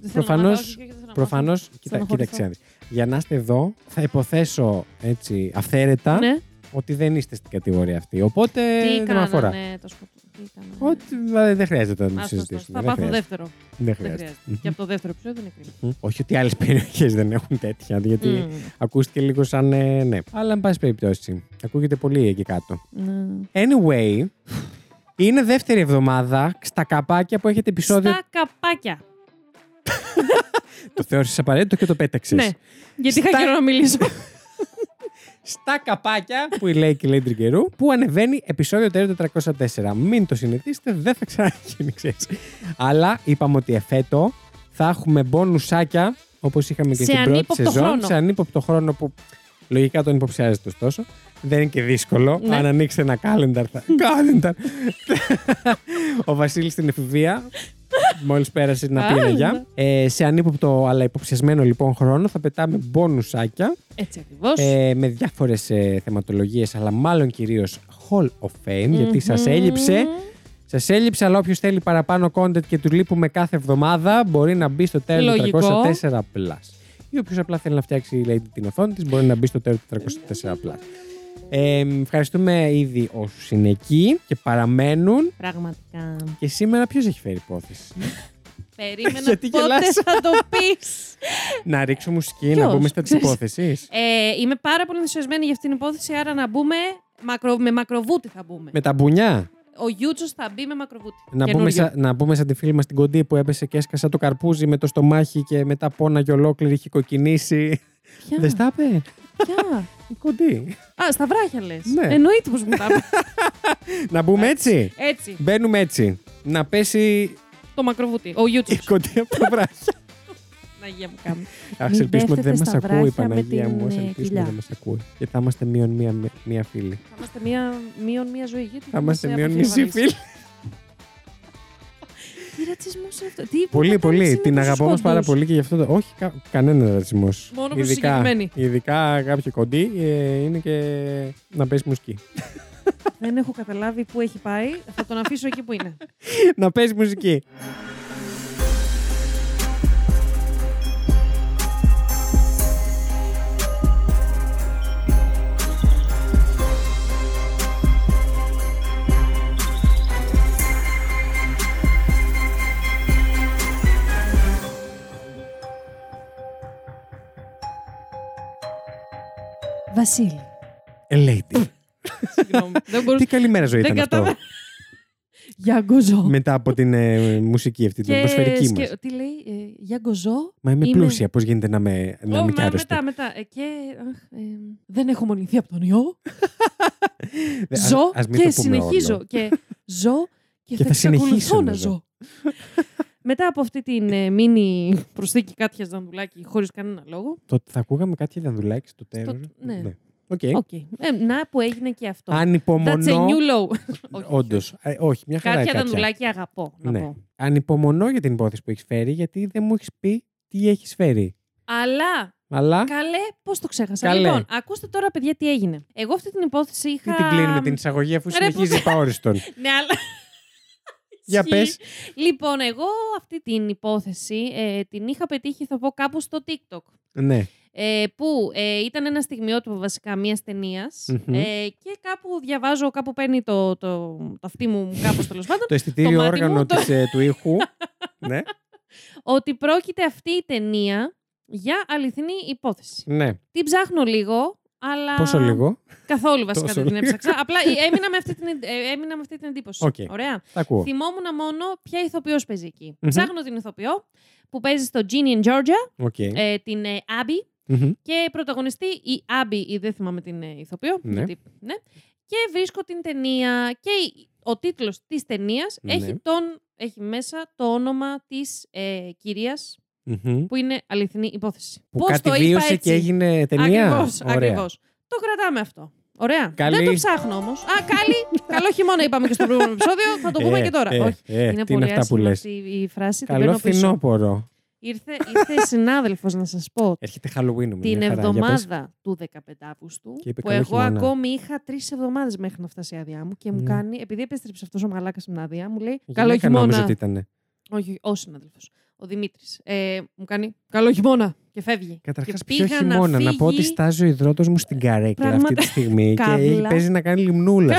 Speaker 1: Δεν θέλω να μάθω, όχι,
Speaker 2: Προφανώς,
Speaker 1: όχι, δεν θέλω να
Speaker 2: προφανώς, κοίτα,
Speaker 1: Στενοχωρηθώ.
Speaker 2: κοίταξε. να δεις. Για να είστε εδώ, θα υποθέσω έτσι αυθαίρετα
Speaker 1: μάθω. Ναι.
Speaker 2: Ότι δεν είστε στην κατηγορία αυτή. Οπότε
Speaker 1: Τι
Speaker 2: Ε, δεν με αφορά.
Speaker 1: κάνανε ναι, το σκοτεινό. Τι κάνανε.
Speaker 2: Ότι δηλαδή, δεν χρειάζεται να το
Speaker 1: Άστος, άστος.
Speaker 2: συζητήσουμε.
Speaker 1: Θα
Speaker 2: Δεν
Speaker 1: πάθω
Speaker 2: χρειάζεται.
Speaker 1: δεύτερο.
Speaker 2: Δεν
Speaker 1: Δεν
Speaker 2: χρειάζεται.
Speaker 1: χρειάζεται. Και από το δεύτερο επεισόδιο είναι κρίμα.
Speaker 2: Μμμ. Όχι ότι άλλες περιοχές δεν έχουν τέτοια, γιατί ακούστηκε λίγο σαν ε, ναι. Αλλά, εν πάση περιπτώσει, ακούγεται πολύ εκεί κάτω. Ναι.
Speaker 1: Μμ.
Speaker 2: Anyway, είναι δεύτερη εβδομάδα στα καπάκια που έχετε επεισόδιο.
Speaker 1: Στα καπάκια.
Speaker 2: Το θεώρησες απαραίτητο και το πέταξες.
Speaker 1: Ναι. Γιατί είχα
Speaker 2: Στα-
Speaker 1: καιρό να μιλήσω.
Speaker 2: Στα καπάκια που η λέει και λέει Τριγκερού, που ανεβαίνει επεισόδιο 404. Μην το συνηθίσετε, δεν θα ξαναγίνει, ξέρεις. Αλλά είπαμε ότι εφέτο θα έχουμε μπόνουσάκια, όπως είχαμε
Speaker 1: Σε
Speaker 2: και στην πρώτη
Speaker 1: ανύποπτο
Speaker 2: σεζόν,
Speaker 1: χρόνο.
Speaker 2: σε ανύποπτο χρόνο που λογικά τον υποψιάζεται ωστόσο. Δεν είναι και δύσκολο.
Speaker 1: Ναι.
Speaker 2: Αν ανοίξει ένα calendar. Θα... calendar. Ο Βασίλης στην εφηβεία. Μόλις πέρασε να πει
Speaker 1: Calendar.
Speaker 2: για. Ε, σε ανύποπτο αλλά υποψιασμένο λοιπόν χρόνο θα πετάμε μπόνουσάκια
Speaker 1: Έτσι ακριβώς.
Speaker 2: ε, με διάφορες ε, θεματολογίες, αλλά μάλλον κυρίως Hall of Fame, γιατί σας έλειψε. Σας έλειψε, αλλά όποιος θέλει παραπάνω content και του λείπουμε κάθε εβδομάδα, μπορεί να μπει στο Terra
Speaker 1: Λογικό.
Speaker 2: 404 Plus. Ή όποιος απλά θέλει να φτιάξει λέει, την οθόνη της, μπορεί να μπει στο Terra 404 Plus. Ε, ευχαριστούμε ήδη όσους είναι εκεί και παραμένουν.
Speaker 1: Πραγματικά.
Speaker 2: Και σήμερα ποιος έχει φέρει υπόθεση.
Speaker 1: Περίμενα
Speaker 2: Γιατί
Speaker 1: πότε
Speaker 2: γελάς?
Speaker 1: θα το πεις.
Speaker 2: να ρίξω μουσική, να
Speaker 1: Ποιος,
Speaker 2: μπούμε στα της
Speaker 1: ξέρεις.
Speaker 2: υπόθεσης.
Speaker 1: ε, είμαι πάρα πολύ ενθουσιασμένη για αυτήν την υπόθεση, άρα να μπούμε. Μακρο, με μακροβούτι θα μπούμε.
Speaker 2: Με τα μπουνιά.
Speaker 1: Ο Γιούτσος θα μπει με μακροβούτι.
Speaker 2: Να πούμε,
Speaker 1: Καινούριο.
Speaker 2: σαν, να πούμε σαν τη φίλη μας την κοντή που έπεσε και έσκασα το καρπούζι με το στομάχι και μετά πόναγε ολόκληρη, είχε κοκκινήσει.
Speaker 1: Ποια,
Speaker 2: Δεν στα είπε.
Speaker 1: ποια.
Speaker 2: Η κοντή.
Speaker 1: Α, στα βράχια λες.
Speaker 2: Ναι.
Speaker 1: Εννοείται πως μου τα είπε.
Speaker 2: να μπούμε έτσι.
Speaker 1: Έτσι.
Speaker 2: Μπαίνουμε έτσι. Να πέσει
Speaker 1: Το μακροβούτι. Ο Γιούτσο.
Speaker 2: η κοντή από τα βράχια.
Speaker 1: Παναγία μου κάνει.
Speaker 2: Ας
Speaker 1: Μην
Speaker 2: ελπίσουμε ότι δεν
Speaker 1: πέφτετε
Speaker 2: μας
Speaker 1: στα
Speaker 2: ακούει η
Speaker 1: βράχια με
Speaker 2: Παναγία
Speaker 1: την,
Speaker 2: μου. Ας
Speaker 1: ε,
Speaker 2: ελπίσουμε
Speaker 1: κοιλιά.
Speaker 2: ότι δεν μας ακούει. Και θα είμαστε μείον μία, μία φίλη.
Speaker 1: Θα είμαστε μία, μείον μία ζωή. Γιατί
Speaker 2: Θα είμαστε
Speaker 1: μας
Speaker 2: μείον
Speaker 1: αποφύγει
Speaker 2: μισή
Speaker 1: βαρύς.
Speaker 2: φίλη.
Speaker 1: Τι ρατσισμό είναι αυτό. Τι
Speaker 2: Πολύ,
Speaker 1: υποκατάσταση είναι
Speaker 2: πολύ. Την
Speaker 1: με τους
Speaker 2: αγαπώ όμως πάρα
Speaker 1: κοντούς.
Speaker 2: πολύ και γι' αυτό. το- Όχι, κα, κανένα ρατσισμός.
Speaker 1: Μόνο προς συγκεκριμένη.
Speaker 2: Ειδικά κάποιοι κοντοί ε, είναι και να πέσει μουσική.
Speaker 1: Δεν έχω καταλάβει πού έχει πάει. Θα τον αφήσω εκεί που είναι.
Speaker 2: να παίζει μουσική.
Speaker 1: Βασίλη.
Speaker 2: Ε, Lady.
Speaker 1: Συγγνώμη. Δεν
Speaker 2: Τι
Speaker 1: μπορούσα.
Speaker 2: καλημέρα ζωή
Speaker 1: Δεν
Speaker 2: ήταν αυτό.
Speaker 1: κατάλαβα. Γιαγκοζό.
Speaker 2: Μετά από την ε, μουσική αυτή, την
Speaker 1: Και,
Speaker 2: προσφαιρική
Speaker 1: σκε-
Speaker 2: μας.
Speaker 1: τι λέει, ε, Γιαγκοζό.
Speaker 2: Μα είμαι
Speaker 1: Είμαι-
Speaker 2: πλούσια, πώς γίνεται να με να είμαι και
Speaker 1: μα,
Speaker 2: άρρωστη.
Speaker 1: μετά, μετά. Ε, και, αχ, ε, δεν έχω μολυνθεί από τον ιό.
Speaker 2: Δε- ας-
Speaker 1: ζω
Speaker 2: Ε, ας μην το
Speaker 1: και
Speaker 2: πούμε όλο.
Speaker 1: συνεχίζω. Και ζω και,
Speaker 2: Και
Speaker 1: θα,
Speaker 2: θα συνεχίσω
Speaker 1: εξακολουθώ
Speaker 2: να
Speaker 1: να
Speaker 2: ζω.
Speaker 1: ζω. Μετά από αυτή την ε, μίνι προσθήκη κάποια δανδουλάκι χωρίς κανένα λόγο.
Speaker 2: Το ότι θα ακούγαμε κάτι δανδουλάκι στο τέλος.
Speaker 1: ναι.
Speaker 2: Οκ.
Speaker 1: Οκ. Ε, να που έγινε και αυτό.
Speaker 2: Αν
Speaker 1: That's a
Speaker 2: υπομονώ.
Speaker 1: new low. Όχι.
Speaker 2: Όντως. Όχι, μια χαρά.
Speaker 1: Κάποια
Speaker 2: είναι
Speaker 1: δανδουλάκια αγαπώ, να
Speaker 2: Ναι.
Speaker 1: πω.
Speaker 2: Αν υπομονώ για την υπόθεση που έχεις φέρει, γιατί δεν μου έχεις πει τι έχεις φέρει.
Speaker 1: Αλλά,
Speaker 2: Αλλά
Speaker 1: καλέ, πώς το ξέχασα.
Speaker 2: Καλέ.
Speaker 1: Λοιπόν, ακούστε τώρα, παιδιά, τι έγινε. Εγώ αυτή την υπόθεση είχα.
Speaker 2: τι την κλείνουμε την εισαγωγή αφού
Speaker 1: Ρε, που-
Speaker 2: συνεχίζει επαόριστον.
Speaker 1: Ναι, αλλά.
Speaker 2: Για
Speaker 1: Ισχύει.
Speaker 2: πες.
Speaker 1: Λοιπόν, εγώ αυτή την υπόθεση ε, την είχα πετύχει, θα πω, κάπου στο TikTok.
Speaker 2: Ναι.
Speaker 1: ε, που ε, ήταν ένα στιγμιότυπο βασικά μιας ταινίας.
Speaker 2: Μμμ.
Speaker 1: ε, και κάπου διαβάζω, κάπου παίρνει το, το, το αυτί μου, κάπως τέλος πάντων,
Speaker 2: Το αισθητήριο
Speaker 1: μάτι μου,
Speaker 2: όργανο
Speaker 1: το-
Speaker 2: της, ε, του ήχου. ναι.
Speaker 1: ότι πρόκειται αυτή η ταινία για αληθινή υπόθεση.
Speaker 2: ναι.
Speaker 1: Την ψάχνω λίγο, αλλά.
Speaker 2: Πόσο λίγο.
Speaker 1: Καθόλου βασικά
Speaker 2: Τόσο
Speaker 1: δεν την
Speaker 2: λίγο.
Speaker 1: έψαξα. Απλά ε, έμεινα με αυτή την, εν- ε, έμεινα με αυτή την εντύπωση.
Speaker 2: Οκ.
Speaker 1: Ωραία.
Speaker 2: Τα ακούω.
Speaker 1: Θυμόμουν μόνο ποια ηθοποιός παίζει εκεί.
Speaker 2: Μμμ.
Speaker 1: Ψάχνω την ηθοποιό που παίζει στο Genie and Georgia,
Speaker 2: Οκ.
Speaker 1: ε, την ε, Abby,
Speaker 2: Μμμ.
Speaker 1: Και πρωταγωνιστεί η Άμπι, ή δεν θυμάμαι την ε, ηθοποιό.
Speaker 2: Ναι.
Speaker 1: γιατί, ναι. Και βρίσκω την ταινία και η- ο τίτλος της ταινίας
Speaker 2: Ναι.
Speaker 1: έχει, τον, έχει μέσα το όνομα της ε, κυρίας
Speaker 2: Μμμ.
Speaker 1: που είναι αληθινή υπόθεση.
Speaker 2: Που
Speaker 1: Πώς
Speaker 2: κάτι
Speaker 1: το είπα
Speaker 2: βίωσε
Speaker 1: έτσι?
Speaker 2: και έγινε ταινία.
Speaker 1: Ακριβώς,
Speaker 2: Ωραία.
Speaker 1: ακριβώς. Το κρατάμε αυτό. Ωραία.
Speaker 2: Καλή-
Speaker 1: Δεν το ψάχνω όμως. Α, καλή, καλό χειμώνα είπαμε και στο προηγούμενο επεισόδιο. Θα το πούμε
Speaker 2: Ε,
Speaker 1: και τώρα.
Speaker 2: ε,
Speaker 1: Όχι.
Speaker 2: ε,
Speaker 1: είναι
Speaker 2: τι είναι
Speaker 1: πολύ
Speaker 2: αυτά που
Speaker 1: άσχημη
Speaker 2: λες.
Speaker 1: αυτή η φράση. την
Speaker 2: Καλό
Speaker 1: παίρνω πίσω.
Speaker 2: φθινόπωρο.
Speaker 1: Ήρθε, ήρθε συνάδελφος να σας πω.
Speaker 2: Έρχεται Halloween μου.
Speaker 1: την
Speaker 2: μια χαρά. Για πες.
Speaker 1: εβδομάδα του 15 Αύγουστου,
Speaker 2: Και είπε
Speaker 1: που
Speaker 2: καλό
Speaker 1: εγώ
Speaker 2: χειμώνα.
Speaker 1: ακόμη είχα τρεις εβδομάδες μέχρι να φτάσει η άδειά μου και μου
Speaker 2: Ναι.
Speaker 1: κάνει, επειδή επέστρεψε αυτός ο μαλάκας στην άδεια, μου λέει
Speaker 2: Η
Speaker 1: Καλό
Speaker 2: γυναίκα νόμιζε
Speaker 1: χειμώνα.
Speaker 2: ότι ήταν.
Speaker 1: Όχι, ο συνάδελφος. ο Δημήτρης. Ε, μου κάνει καλό χειμώνα και φεύγει.
Speaker 2: Καταρχάς,
Speaker 1: Και
Speaker 2: πιο
Speaker 1: πήγα
Speaker 2: χειμώνα. Να, πω ότι
Speaker 1: φύγει-
Speaker 2: στάζει ο υδρότος μου στην καρέκλα αυτή
Speaker 1: Πράγματα-
Speaker 2: τη στιγμή και
Speaker 1: Καύλα.
Speaker 2: παίζει να κάνει λιμνούλα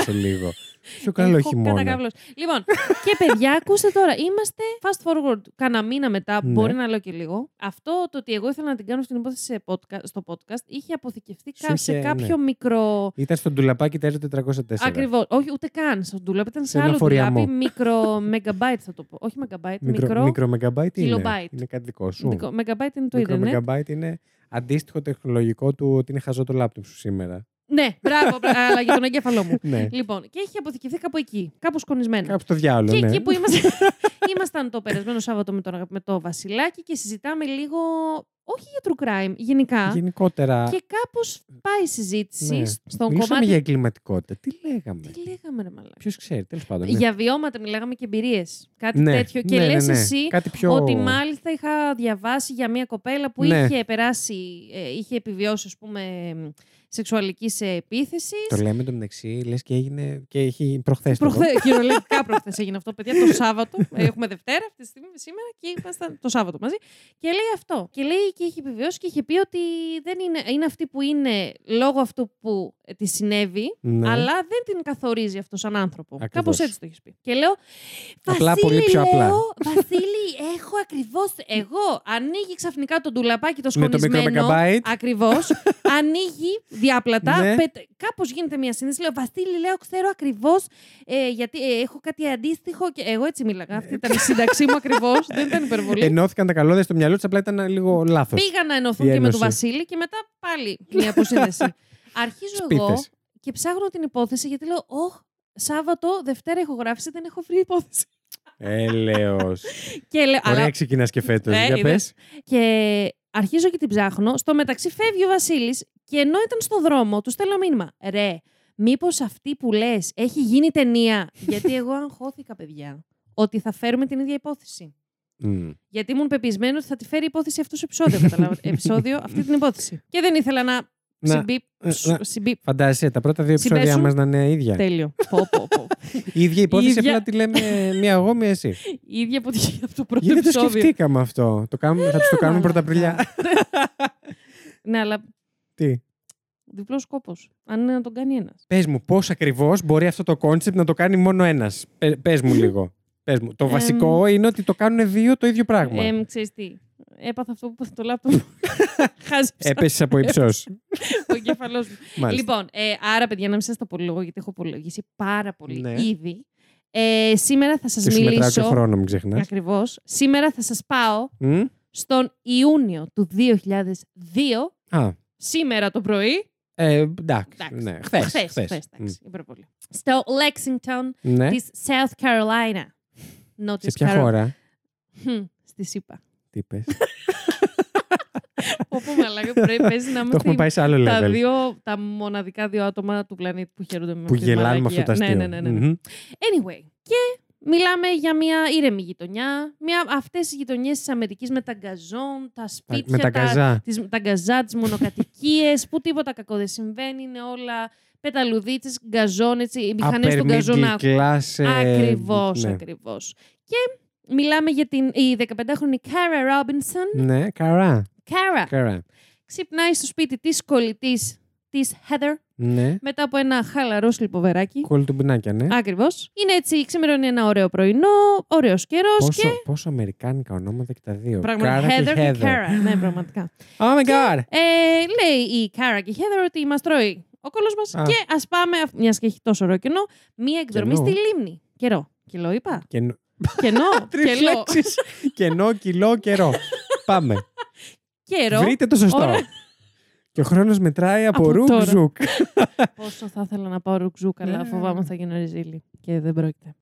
Speaker 2: σε λίγο. Πιο καλό
Speaker 1: Έχω
Speaker 2: χειμώνα.
Speaker 1: κατακαβλώσει. Λοιπόν, και παιδιά, ακούστε τώρα. Είμαστε fast forward. Κάνα μήνα μετά,
Speaker 2: Ναι.
Speaker 1: μπορεί να λέω και λίγο. Αυτό το ότι εγώ ήθελα να την κάνω στην υπόθεση σε podcast, στο podcast είχε αποθηκευτεί
Speaker 2: Σου
Speaker 1: κα- σε
Speaker 2: είχε, ναι.
Speaker 1: κάποιο μικρό.
Speaker 2: Ήταν στο ντουλαπάκι τα 404.
Speaker 1: Ακριβώς. Όχι, ούτε καν στον ντουλάπ. Ήταν
Speaker 2: Σε
Speaker 1: σε
Speaker 2: ένα
Speaker 1: άλλο ντουλάπι.
Speaker 2: φοριαμό.
Speaker 1: Μικρό megabyte θα το πω. Όχι megabyte,
Speaker 2: Μικρο,
Speaker 1: μικρό.
Speaker 2: μικρο megabyte τι είναι.
Speaker 1: Kilobyte.
Speaker 2: Είναι κάτι δικό σου.
Speaker 1: Μικρό- Megabyte είναι το
Speaker 2: Μικρο
Speaker 1: Ιντερνετ.
Speaker 2: megabyte είναι αντίστοιχο τεχνολογικό του ότι είναι χαζό το λάπτοπ σου σήμερα.
Speaker 1: Ναι, μπράβο, μπρα- αλλά για τον εγκέφαλό μου.
Speaker 2: ναι.
Speaker 1: Λοιπόν, και έχει αποθηκευθεί κάπου εκεί, κάπου σκονισμένα.
Speaker 2: Κάπου στο διάολο,
Speaker 1: Και
Speaker 2: ναι.
Speaker 1: εκεί που είμαστε, ήμασταν το περασμένο Σάββατο με τον, αγα- με το Βασιλάκι και συζητάμε λίγο, όχι για true crime, γενικά.
Speaker 2: Γενικότερα.
Speaker 1: Και κάπως πάει η συζήτηση
Speaker 2: Ναι.
Speaker 1: στον
Speaker 2: Μιλούσαμε
Speaker 1: κομμάτι.
Speaker 2: για εγκληματικότητα. Τι λέγαμε.
Speaker 1: Τι λέγαμε, ρε μαλάκα.
Speaker 2: Ποιος ξέρει, τέλος πάντων. ναι.
Speaker 1: Για βιώματα μιλάγαμε και εμπειρίες. Κάτι
Speaker 2: Ναι,
Speaker 1: τέτοιο. και
Speaker 2: ναι, ναι,
Speaker 1: λες
Speaker 2: ναι.
Speaker 1: εσύ
Speaker 2: Κάτι πιο...
Speaker 1: ότι μάλιστα είχα διαβάσει για μια κοπέλα που
Speaker 2: Ναι.
Speaker 1: είχε περάσει, ε, είχε επιβιώσει, ας πούμε, σεξουαλική επίθεσης.
Speaker 2: Το λέμε το μεταξύ, λες και έγινε. και έχει προχθές.
Speaker 1: Προχθέ, κυριολεκτικά προχθές έγινε αυτό, παιδιά. Το Σάββατο. Ε, Έχουμε Δευτέρα αυτή τη στιγμή, σήμερα και ήμασταν το Σάββατο μαζί. Και λέει αυτό. Και λέει και είχε επιβιώσει και είχε πει ότι δεν είναι, είναι αυτή που είναι λόγω αυτού που ε, της συνέβη,
Speaker 2: Ναι.
Speaker 1: αλλά δεν την καθορίζει αυτό σαν άνθρωπο.
Speaker 2: Ακριβώς.
Speaker 1: Κάπως έτσι το έχεις πει. Και λέω.
Speaker 2: Απλά,
Speaker 1: Βασίλη,
Speaker 2: πολύ πιο
Speaker 1: λέω,
Speaker 2: απλά».
Speaker 1: Βασίλη, έχω ακριβώς. Εγώ ανοίγει ξαφνικά το ντουλαπάκι το
Speaker 2: Με το μικρό
Speaker 1: σκονισμένο.
Speaker 2: megabyte.
Speaker 1: Ακριβώς. ανοίγει διάπλατα.
Speaker 2: Ναι.
Speaker 1: Πετ... Κάπως γίνεται μια σύνδεση. Λέω, Βασίλη, λέω, ξέρω ακριβώς. Ε, γιατί ε, έχω κάτι αντίστοιχο. Και... Εγώ έτσι μίλαγα. Αυτή ήταν η σύνταξή μου ακριβώς. δεν ήταν υπερβολή.
Speaker 2: Ενώθηκαν τα καλώδια στο μυαλό τη, απλά ήταν λίγο λάθος.
Speaker 1: Πήγα να ενωθούν
Speaker 2: Η
Speaker 1: και με
Speaker 2: ένωση.
Speaker 1: τον Βασίλη και μετά πάλι μια αποσύνδεση. Αρχίζω εγώ
Speaker 2: Σπίθε.
Speaker 1: και ψάχνω την υπόθεση γιατί λέω, Ωχ, Σάββατο, Δευτέρα ηχογράφηση, δεν έχω βρει υπόθεση.
Speaker 2: Έλεω.
Speaker 1: Και λέω,
Speaker 2: Ε, Ωραία,
Speaker 1: αλλά
Speaker 2: ξεκινάς και φέτος.
Speaker 1: Ναι,
Speaker 2: Για πε.
Speaker 1: είδες. Και αρχίζω και την ψάχνω. Στο μεταξύ φεύγει ο Βασίλης και ενώ ήταν στο δρόμο, τους στέλνω μήνυμα. Ρε, μήπως αυτή που λες έχει γίνει ταινία. Γιατί εγώ αγχώθηκα, παιδιά, ότι θα φέρουμε την ίδια υπόθεση. Γιατί ήμουν πεπισμένη ότι θα τη φέρει η υπόθεση αυτό το επεισόδιο. καταλάβατε. επεισόδιο αυτή την υπόθεση. Και δεν ήθελα να.
Speaker 2: Να,
Speaker 1: Συμπίπ.
Speaker 2: ε,
Speaker 1: ψ-
Speaker 2: να-
Speaker 1: συμπίπ.
Speaker 2: φαντάζεσαι, τα πρώτα δύο επεισόδια
Speaker 1: Συμπέσουν.
Speaker 2: μας να είναι ίδια.
Speaker 1: Τέλειο. Πω, πω, πω.
Speaker 2: Η ίδια υπόθεση,
Speaker 1: ίδια-
Speaker 2: απλά τη λέμε μία εγώ, μία εσύ.
Speaker 1: Η ίδια αποτυχία από το πρώτο
Speaker 2: Γιατί το
Speaker 1: επεισόδιο.
Speaker 2: σκεφτήκαμε αυτό. Το κάνουμε, θα τους το κάνουμε
Speaker 1: μαλάκα.
Speaker 2: πρωταπριλιά.
Speaker 1: Ναι, αλλά
Speaker 2: Τι.
Speaker 1: διπλός κόπο. Αν είναι να τον κάνει ένας.
Speaker 2: Πες μου, πώς ακριβώς μπορεί αυτό το κόνσεπτ να το κάνει μόνο ένας. Πε μου λίγο. Πες μου. Το
Speaker 1: Εμ.
Speaker 2: βασικό είναι ότι το κάνουν δύο το ίδιο πράγμα.
Speaker 1: Ε, ξέρεις τι, έπαθα αυτό που έπαθε το λάπτοπ. Χάζεψα
Speaker 2: Έπεσες από υψός.
Speaker 1: ο εγκεφαλός μου. λοιπόν, ε, άρα παιδιά, να μην σας τα πολυλογώ, γιατί έχω απολογήσει πάρα πολύ
Speaker 2: Ναι.
Speaker 1: ήδη. Ε, σήμερα θα σας
Speaker 2: Και σου μετράω και
Speaker 1: μιλήσω...
Speaker 2: χρόνο, μην ξεχνάς.
Speaker 1: Ακριβώς. Σήμερα θα σας πάω στον Ιούνιο του 2002,
Speaker 2: Α,
Speaker 1: σήμερα το πρωί.
Speaker 2: ε, εντάξει.
Speaker 1: Εντάξει.
Speaker 2: Ναι, χθες.
Speaker 1: χθες, χθες, εντάξει, υπερβολή. Στο Lexington
Speaker 2: Ναι.
Speaker 1: της South Carolina.
Speaker 2: Σε
Speaker 1: Νότιας
Speaker 2: ποια
Speaker 1: Καρο-
Speaker 2: χώρα.
Speaker 1: Χμ, Στη ΣΥΠΑ.
Speaker 2: Τι είπες.
Speaker 1: Όπου μαλάκα πρέπει παίζει να
Speaker 2: Το έχουμε
Speaker 1: είμαστε
Speaker 2: πάει σε άλλο
Speaker 1: τα,
Speaker 2: level.
Speaker 1: δύο, τα μοναδικά δύο άτομα του πλανήτη που χαίρονται με
Speaker 2: Που
Speaker 1: αυτή τη
Speaker 2: γελάνε με
Speaker 1: μαλακία.
Speaker 2: αυτό το αστείο.
Speaker 1: Ναι, ναι, ναι. ναι.
Speaker 2: Μμμ.
Speaker 1: Anyway, και μιλάμε για μια ήρεμη γειτονιά. Μια, αυτές οι γειτονιές της Αμερικής με τα γκαζόν, τα
Speaker 2: Τα-
Speaker 1: σπίτια,
Speaker 2: Με τα καζά.
Speaker 1: τις, τα γκαζά, τις μονοκατοικίες, που τίποτα κακό δεν συμβαίνει, είναι όλα πεταλουδίτσες, γκαζόν, έτσι, οι μηχανές των γκαζόν να
Speaker 2: Upper middle class, ε,
Speaker 1: Ακριβώς,
Speaker 2: ναι.
Speaker 1: ακριβώς. Και μιλάμε για την η 15χρονη Κάρα Ρόμπινσον.
Speaker 2: Ναι, καρά.
Speaker 1: Κάρα
Speaker 2: καρά.
Speaker 1: ξυπνάει στο σπίτι της κολλητής της Heather
Speaker 2: Ναι.
Speaker 1: μετά από ένα χαλαρό σλιποβεράκι.
Speaker 2: Κολτουμπινάκια, ναι.
Speaker 1: Ακριβώς. Είναι έτσι, ξημερώνει ένα ωραίο πρωινό, ωραίος καιρός
Speaker 2: Πόσο,
Speaker 1: και.
Speaker 2: πόσο αμερικάνικα ονόματα και τα δύο.
Speaker 1: Πραγματικά.
Speaker 2: Κάρα
Speaker 1: Heather και Kara. ναι, πραγματικά.
Speaker 2: Oh my god!
Speaker 1: Ε, λέει η Κάρα και η Heather ότι μας τρώει ο κόλος μας
Speaker 2: Α.
Speaker 1: και ας πάμε, μιας και έχει τόσο ωραίο κενό, μία εκδρομή
Speaker 2: Κενό.
Speaker 1: στη λίμνη. Καιρό. Κιλό είπα.
Speaker 2: Κενό.
Speaker 1: Κενό.
Speaker 2: Τρεις
Speaker 1: Κελό.
Speaker 2: λέξεις. Κενό, κιλό, καιρό. Πάμε.
Speaker 1: Καιρό.
Speaker 2: Βρείτε το σωστό.
Speaker 1: Ωραία.
Speaker 2: Και ο χρόνος μετράει από,
Speaker 1: Από
Speaker 2: ρουκ
Speaker 1: τώρα.
Speaker 2: ζουκ.
Speaker 1: Πόσο θα ήθελα να πάω ρουκζούκ, αλλά
Speaker 2: Ναι.
Speaker 1: φοβάμαι θα γίνω ρεζίλη. Και δεν πρόκειται.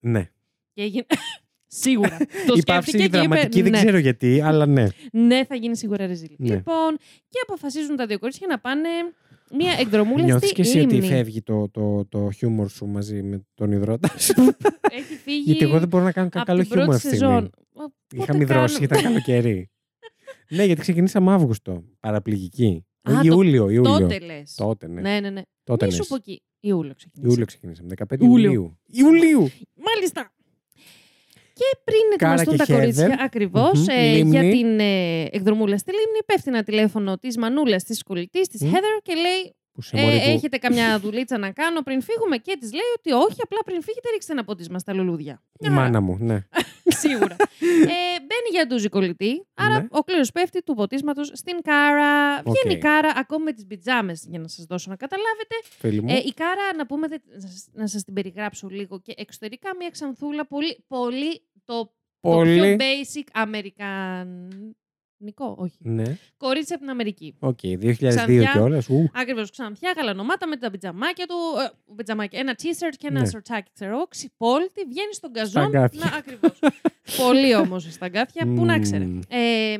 Speaker 2: Ναι.
Speaker 1: Και έγινε. Σίγουρα. Το
Speaker 2: Η πάυση
Speaker 1: σκέφτηκε
Speaker 2: η
Speaker 1: και
Speaker 2: δραματική
Speaker 1: είπε,
Speaker 2: δεν
Speaker 1: ναι.
Speaker 2: ξέρω γιατί, αλλά ναι.
Speaker 1: Ναι, θα γίνει σίγουρα ρεζίλη.
Speaker 2: Ναι.
Speaker 1: Λοιπόν, και αποφασίζουν τα δύο κορίτσια να πάνε μια εκδρομούλα
Speaker 2: Νιώθεις
Speaker 1: στη
Speaker 2: και εσύ
Speaker 1: λίμνη.
Speaker 2: ότι φεύγει το, το, το χιούμορ σου μαζί με τον υδρότα σου.
Speaker 1: Έχει φύγει
Speaker 2: γιατί εγώ δεν μπορώ να κάνω
Speaker 1: από
Speaker 2: καλό
Speaker 1: την πρώτη
Speaker 2: χιούμορ αυτή. τη
Speaker 1: σεζόν.
Speaker 2: στιγμή.
Speaker 1: Μα πότε
Speaker 2: Είχαμε υδρώσει
Speaker 1: κάνω-
Speaker 2: και ήταν καλοκαίρι. ναι, γιατί ξεκινήσαμε Αύγουστο. Παραπληγική. Ε,
Speaker 1: Α, το-
Speaker 2: Ιούλιο, Ιούλιο.
Speaker 1: Τότε λες.
Speaker 2: Τότε, ναι.
Speaker 1: Ναι, ναι, ναι.
Speaker 2: Τότε
Speaker 1: Μη
Speaker 2: ναι.
Speaker 1: σου πω εκεί. Ιούλιο ξεκινήσε.
Speaker 2: Ιούλιο ξεκινήσαμε. 15
Speaker 1: Ιούλιο.
Speaker 2: Ιουλίου. Ιουλίου.
Speaker 1: Μάλιστα. Και πριν
Speaker 2: Κάρα
Speaker 1: ετοιμαστούν τα
Speaker 2: και χέδερ.
Speaker 1: κορίτσια, ακριβώς
Speaker 2: Μμμ. Λίμνη.
Speaker 1: για την ε, εκδρομούλα στη λίμνη, πέφτει ένα τηλέφωνο της Μανούλας, της κολλητής, της
Speaker 2: Μμ.
Speaker 1: Heather και λέει:
Speaker 2: Που σε μόλι
Speaker 1: ε,
Speaker 2: που-
Speaker 1: Έχετε καμιά δουλίτσα να κάνω πριν φύγουμε. Και της λέει ότι όχι, απλά πριν φύγετε, ρίξτε ένα ποτίσμα στα λουλούδια.
Speaker 2: Η μάνα μου, ναι.
Speaker 1: Σίγουρα. ε, μπαίνει για ντουζι κολλητή. Άρα
Speaker 2: Ναι.
Speaker 1: ο κλήρος πέφτει του ποτίσματο στην Κάρα. Βγαίνει η
Speaker 2: Οκ.
Speaker 1: Κάρα ακόμη με τις μπιτζάμες για να σας δώσω να καταλάβετε.
Speaker 2: Φίλη μου.
Speaker 1: Ε, η Κάρα, να, πούμε, δε- να σας- να σας την περιγράψω λίγο και εξωτερικά μια ξανθούλα πολύ, πολύ το, το πιο
Speaker 2: Πολύ.
Speaker 1: basic αμερικανικό. Όχι.
Speaker 2: Ναι.
Speaker 1: Κορίτσι από την Αμερική.
Speaker 2: Οκ, 2002
Speaker 1: Ξανθιά.
Speaker 2: κιόλας.
Speaker 1: Ακριβώς ξανθιά, γαλανομάτα με τα πιτζαμάκια του. ε, πιτζαμάκια, ένα t-shirt και ένα
Speaker 2: Ναι.
Speaker 1: σορτσάκι ξέρω. Ξυπόλυτη, βγαίνει στον καζόν.
Speaker 2: αγκάθια.
Speaker 1: Να, ακριβώς. Πολύ όμως στα αγκάθια, που να ξέρε.
Speaker 2: Μμμ.
Speaker 1: Ε,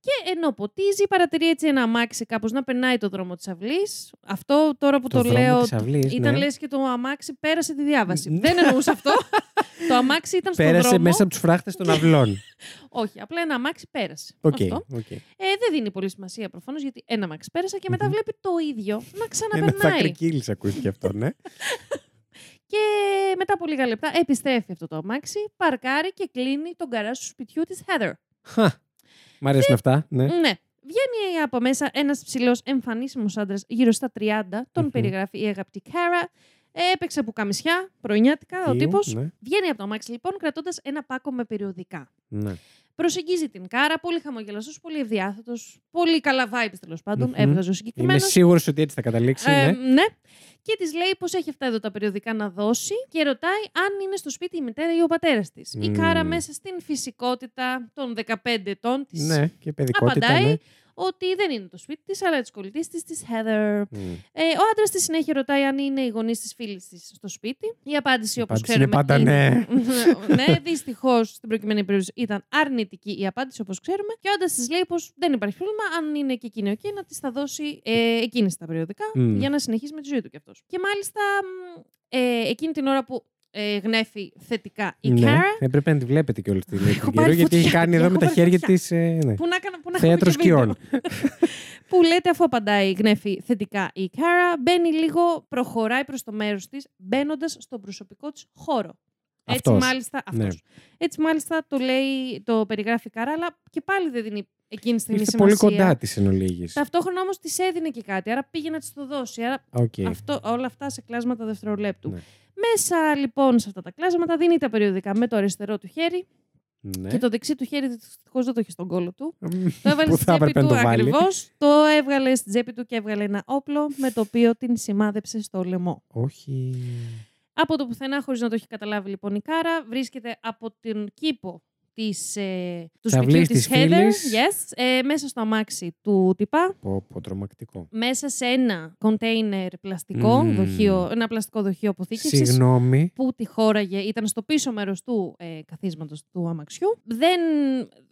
Speaker 1: και ενώ ποτίζει, παρατηρεί έτσι ένα αμάξι κάπως να περνάει το δρόμο της αυλής. Αυτό τώρα που το, λέω. Ήταν λες και το αμάξι πέρασε τη διάβαση.
Speaker 2: Ναι.
Speaker 1: Δεν εννοούσα αυτό. το αμάξι ήταν στον
Speaker 2: Πέρασε
Speaker 1: δρόμο.
Speaker 2: μέσα από τους φράχτες των αυλών.
Speaker 1: Όχι, απλά ένα αμάξι πέρασε.
Speaker 2: Οκ.
Speaker 1: Αυτό.
Speaker 2: οκ.
Speaker 1: Ε, δεν δίνει πολύ σημασία προφανώς γιατί ένα αμάξι πέρασε και μετά
Speaker 2: Μμμ. Ε, ναι,
Speaker 1: βλέπει το ίδιο να
Speaker 2: Ένα
Speaker 1: ξαναπερνάει.
Speaker 2: δάκρυ κύλης ακούστηκε αυτό, ναι.
Speaker 1: και μετά από λίγα λεπτά επιστρέφει αυτό το αμάξι, παρκάρει και κλείνει τον καράζ του σπιτιού της Heather.
Speaker 2: Χα. Μ' αρέσουν αυτά, ναι.
Speaker 1: Ναι. Βγαίνει από μέσα ένας ψηλός εμφανίσιμος άντρας γύρω στα 30, τον
Speaker 2: Μμμ.
Speaker 1: περιγράφει η αγαπητή Κάρα. Έπαιξε που καμισιά, πρωινιάτικα ο
Speaker 2: Ή,
Speaker 1: τύπος.
Speaker 2: ναι,
Speaker 1: Βγαίνει από το αμάξι λοιπόν κρατώντας ένα πάκο με περιοδικά.
Speaker 2: ναι.
Speaker 1: Προσεγγίζει την Κάρα, πολύ χαμογελαστός, πολύ ευδιάθετος, πολύ καλά vibes τέλος πάντων.
Speaker 2: Μμμ.
Speaker 1: Έβγαζε ο
Speaker 2: Είμαι
Speaker 1: συγκεκριμένο.
Speaker 2: σίγουρος ότι έτσι θα καταλήξει.
Speaker 1: Ε,
Speaker 2: ναι.
Speaker 1: ναι. Και της λέει πω έχει αυτά εδώ τα περιοδικά να δώσει και ρωτάει αν είναι στο σπίτι η μητέρα ή ο πατέρας της. Η
Speaker 2: Μμ.
Speaker 1: Κάρα μέσα στην φυσικότητα των 15 ετών της
Speaker 2: ναι, και παιδικότητα.
Speaker 1: απαντάει
Speaker 2: ναι.
Speaker 1: ότι δεν είναι το σπίτι της, αλλά της κολλητής της, της Heather.
Speaker 2: Μμ.
Speaker 1: Ε, ο άντρας στη συνέχεια ρωτάει αν είναι οι γονείς της φίλης της στο σπίτι. Η απάντηση,
Speaker 2: Η
Speaker 1: όπως
Speaker 2: απάντηση
Speaker 1: ξέρουμε.
Speaker 2: είναι πάντα ναι.
Speaker 1: ναι, δυστυχώς στην προκειμένη περίπτωση ήταν αρνητική η απάντηση, όπως ξέρουμε. Και ο άντρας της λέει πως δεν υπάρχει πρόβλημα. Αν είναι και εκείνη εκεί, να της τα δώσει ε, εκείνη στα περιοδικά
Speaker 2: Μμ.
Speaker 1: για να συνεχίσει με τη ζωή του κι αυτός. Και μάλιστα μ, ε, εκείνη την ώρα που ε, γνέφει θετικά η
Speaker 2: ναι.
Speaker 1: Κάρα.
Speaker 2: Έπρεπε να τη βλέπετε και όλη αυτή την
Speaker 1: Έχω
Speaker 2: την καιρό,
Speaker 1: πάρει
Speaker 2: γιατί έχει
Speaker 1: φωτιά,
Speaker 2: κάνει εδώ
Speaker 1: έχω
Speaker 2: με τα
Speaker 1: πάρει
Speaker 2: χέρια τη.
Speaker 1: φωτιά. Που να, κάνα- που να
Speaker 2: Θέατρο
Speaker 1: έχουμε και βίντεο.
Speaker 2: σκιών.
Speaker 1: που λέτε αφού απαντάει γνέφει θετικά η Κάρα, μπαίνει λίγο, προχωράει προς το μέρος της, μπαίνοντας στον προσωπικό της χώρο. Έτσι
Speaker 2: Αυτός.
Speaker 1: μάλιστα, αυτός.
Speaker 2: Ναι.
Speaker 1: Έτσι μάλιστα το λέει, το περιγράφει η Κάρα, αλλά και πάλι δεν δίνει εκείνη τη στιγμή
Speaker 2: Ήρθε πολύ
Speaker 1: σημασία.
Speaker 2: κοντά της εν ολίγης.
Speaker 1: Ταυτόχρονα όμως της έδινε και κάτι, άρα πήγε να της το δώσει. Άρα αυτό, όλα αυτά σε κλάσματα δευτερολέπτου.
Speaker 2: Ναι.
Speaker 1: Μέσα λοιπόν σε αυτά τα κλάσματα δίνει τα περιοδικά με το αριστερό του χέρι
Speaker 2: Ναι.
Speaker 1: και το δεξί του χέρι δυστυχώς δεν το είχε στον κόλο του. Το έβαλε
Speaker 2: Που
Speaker 1: στην
Speaker 2: θα
Speaker 1: τσέπη
Speaker 2: έπρεπε να
Speaker 1: του
Speaker 2: το βάλει.
Speaker 1: ακριβώς. Το έβγαλε στην τσέπη του και έβγαλε ένα όπλο με το οποίο την σημάδεψε στο λαιμό.
Speaker 2: Όχι.
Speaker 1: Από το πουθενά, χωρίς να το έχει καταλάβει λοιπόν η Κάρα, βρίσκεται από τον κήπο της, ε, του
Speaker 2: Της
Speaker 1: σπιτιού
Speaker 2: αυλής
Speaker 1: της
Speaker 2: της
Speaker 1: Heather
Speaker 2: φίλης.
Speaker 1: yes, ε, μέσα στο αμάξι του τυπά,
Speaker 2: Πω, πω, τρομακτικό.
Speaker 1: μέσα σε ένα κοντέινερ πλαστικό,
Speaker 2: Μμμ.
Speaker 1: δοχείο, ένα πλαστικό δοχείο αποθήκευσης
Speaker 2: Συγγνώμη.
Speaker 1: που τη χώραγε, ήταν στο πίσω μέρος του ε, καθίσματος του αμαξιού. Δεν,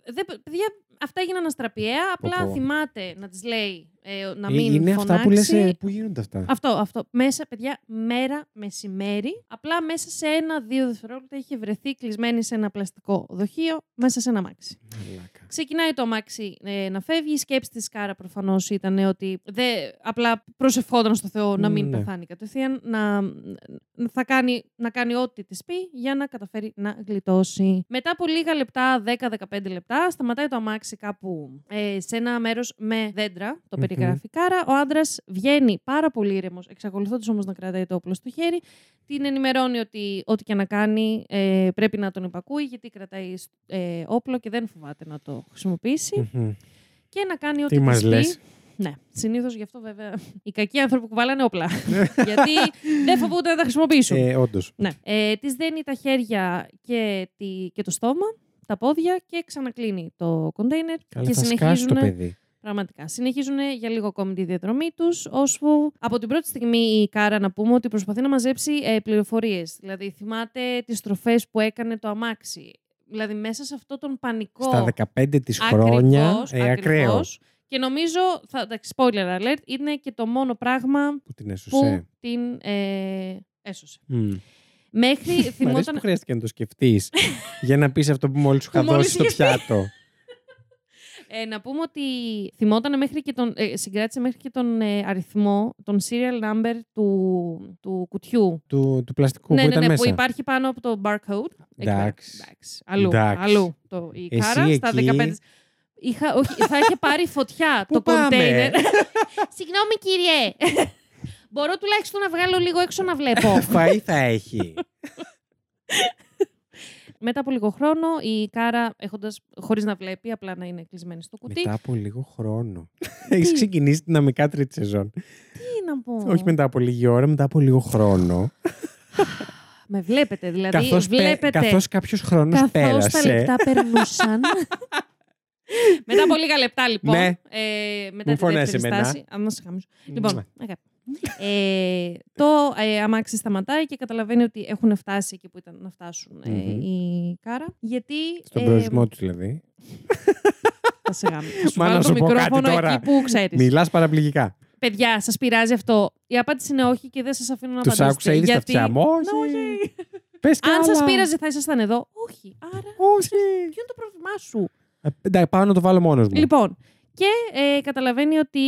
Speaker 1: δεν, παιδιά, αυτά έγιναν αστραπιαία, απλά
Speaker 2: Πω, πω.
Speaker 1: θυμάται να της λέει ε, να
Speaker 2: Ε,
Speaker 1: μην
Speaker 2: Είναι
Speaker 1: φωνάξει.
Speaker 2: αυτά που λες, ε, πού γίνονται αυτά.
Speaker 1: Αυτό, αυτό. Μέσα, παιδιά, μέρα, μεσημέρι. Απλά μέσα σε ένα-δύο δευτερόλεπτα είχε βρεθεί κλεισμένη σε ένα πλαστικό δοχείο, μέσα σε ένα μάξι.
Speaker 2: Μαλάκα.
Speaker 1: Ξεκινάει το αμάξι ε, να φεύγει. Η σκέψη της Κάρα προφανώς ήταν ότι δε, απλά προσευχόταν στο Θεό να μην
Speaker 2: Ναι.
Speaker 1: πεθάνει κατευθείαν, να, θα κάνει, να κάνει ό,τι της πει για να καταφέρει να γλιτώσει. Μετά από λίγα λεπτά, 10-15 λεπτά, σταματάει το αμάξι κάπου ε, σε ένα μέρος με δέντρα. Το
Speaker 2: Μμμ.
Speaker 1: περιγράφει η Κάρα. Ο άντρας βγαίνει πάρα πολύ ήρεμος, εξακολουθώντας όμως να κρατάει το όπλο στο χέρι. Την ενημερώνει ότι ό,τι και να κάνει ε, πρέπει να τον υπακούει γιατί κρατάει ε, όπλο και δεν φοβάται να το χρησιμοποιήσει
Speaker 2: Μμμ.
Speaker 1: και να κάνει ό,τι
Speaker 2: Τι μας
Speaker 1: της πει.
Speaker 2: λες.
Speaker 1: Ναι, συνήθως γι' αυτό βέβαια οι κακοί άνθρωποι κουβαλάνε όπλα. γιατί δεν φοβούνται να τα χρησιμοποιήσουν.
Speaker 2: Ε, Όντως.
Speaker 1: Ναι. Ε, της δένει τα χέρια και, τη, και το στόμα, τα πόδια και ξανακλίνει το κοντέινερ.
Speaker 2: Καλά,
Speaker 1: και
Speaker 2: θα σκάσει το παιδί.
Speaker 1: Πραγματικά. Συνεχίζουν για λίγο ακόμη τη διαδρομή τους, ώσπου από την πρώτη στιγμή η Κάρα να πούμε ότι προσπαθεί να μαζέψει ε, πληροφορίες. Δηλαδή, θυμάται τις στροφές που έκανε το αμάξι. Δηλαδή, μέσα σε αυτό τον πανικό.
Speaker 2: Στα 15 της
Speaker 1: Ακριβώς,
Speaker 2: χρόνια.
Speaker 1: ακριβώς.
Speaker 2: Ε, ακραίο.
Speaker 1: Και νομίζω, θα, εντάξει, spoiler alert, είναι και το μόνο πράγμα
Speaker 2: Που την
Speaker 1: που
Speaker 2: έσωσε.
Speaker 1: την ε, έσωσε.
Speaker 2: Μμ.
Speaker 1: Μέχρι
Speaker 2: Μ' αρέσει που
Speaker 1: θυμόταν...
Speaker 2: χρειάστηκε να το σκεφτείς για να πεις αυτό που μόλις σου είχα
Speaker 1: Που μόλις
Speaker 2: δώσει στο
Speaker 1: είχες πει.
Speaker 2: πιάτο.
Speaker 1: Ε, να πούμε ότι θυμόταν μέχρι και τον, ε, συγκράτησε μέχρι και τον ε, αριθμό, τον serial number του, του κουτιού.
Speaker 2: Του, του πλαστικού
Speaker 1: ναι,
Speaker 2: που
Speaker 1: ναι,
Speaker 2: ήταν
Speaker 1: ναι,
Speaker 2: μέσα.
Speaker 1: που υπάρχει πάνω από το barcode. Εκεί πέρα.
Speaker 2: Εντάξει.
Speaker 1: Εντάξει. Αλλού,
Speaker 2: Εντάξει.
Speaker 1: αλλού το, η
Speaker 2: Εσύ
Speaker 1: κάρα στα
Speaker 2: εκεί-
Speaker 1: 15. Είχα, όχι, θα είχε πάρει φωτιά
Speaker 2: Πού
Speaker 1: το
Speaker 2: πάμε?
Speaker 1: κοντέινερ. Συγγνώμη κύριε. Μπορώ τουλάχιστον να βγάλω λίγο έξω να βλέπω.
Speaker 2: Φαΐ θα έχει.
Speaker 1: Μετά από λίγο χρόνο η Κάρα, έχοντας, χωρίς να βλέπει, απλά να είναι κλεισμένη στο κουτί.
Speaker 2: μετά από λίγο χρόνο. Έχεις ξεκινήσει δυναμικά τρίτη σεζόν.
Speaker 1: Τι να πω.
Speaker 2: Όχι μετά από λίγη ώρα, μετά από λίγο χρόνο.
Speaker 1: Με βλέπετε, δηλαδή.
Speaker 2: καθώς πε-
Speaker 1: βλέπετε.
Speaker 2: καθώς κάποιος χρόνος
Speaker 1: καθώς τα
Speaker 2: πέρασε.
Speaker 1: λεπτά περνούσαν. μετά από λίγα λεπτά, λοιπόν.
Speaker 2: Ναι.
Speaker 1: Ε, μετά
Speaker 2: Μου
Speaker 1: τη
Speaker 2: φωνάζει
Speaker 1: δεύτερη
Speaker 2: εμένα.
Speaker 1: στάση. Αν να σε χαμίσω.
Speaker 2: Μουα.
Speaker 1: Λοιπόν, αγάπη. ε, το ε, αμάξι σταματάει και καταλαβαίνει ότι έχουν φτάσει εκεί που ήταν να φτάσουν ε,
Speaker 2: Μμμ.
Speaker 1: η Κάρα. Γιατί.
Speaker 2: Στον
Speaker 1: ε,
Speaker 2: προορισμό τους δηλαδή.
Speaker 1: Θα σε γάμω. Θα σου
Speaker 2: Μα να
Speaker 1: βάλω το
Speaker 2: σου πω κάτι
Speaker 1: μικρόφωνο
Speaker 2: τώρα.
Speaker 1: εκεί που ξέρεις.
Speaker 2: Μιλάς παραπληγικά.
Speaker 1: Παιδιά, σας πειράζει αυτό. Η απάντηση είναι όχι και δεν σας αφήνω να
Speaker 2: Τους
Speaker 1: απαντήσετε.
Speaker 2: άκουσα ήδη στα
Speaker 1: γιατί...
Speaker 2: αυτιά μου. Όχι. Πες κι
Speaker 1: Αν σα
Speaker 2: άλλα.
Speaker 1: πείραζε, θα ήσασταν εδώ. Όχι. Άρα,
Speaker 2: Όχι.
Speaker 1: ποιο είναι το πρόβλημά σου.
Speaker 2: Ε, εντάξει, Πάω να το βάλω μόνος μου.
Speaker 1: Λοιπόν, και ε, καταλαβαίνει ότι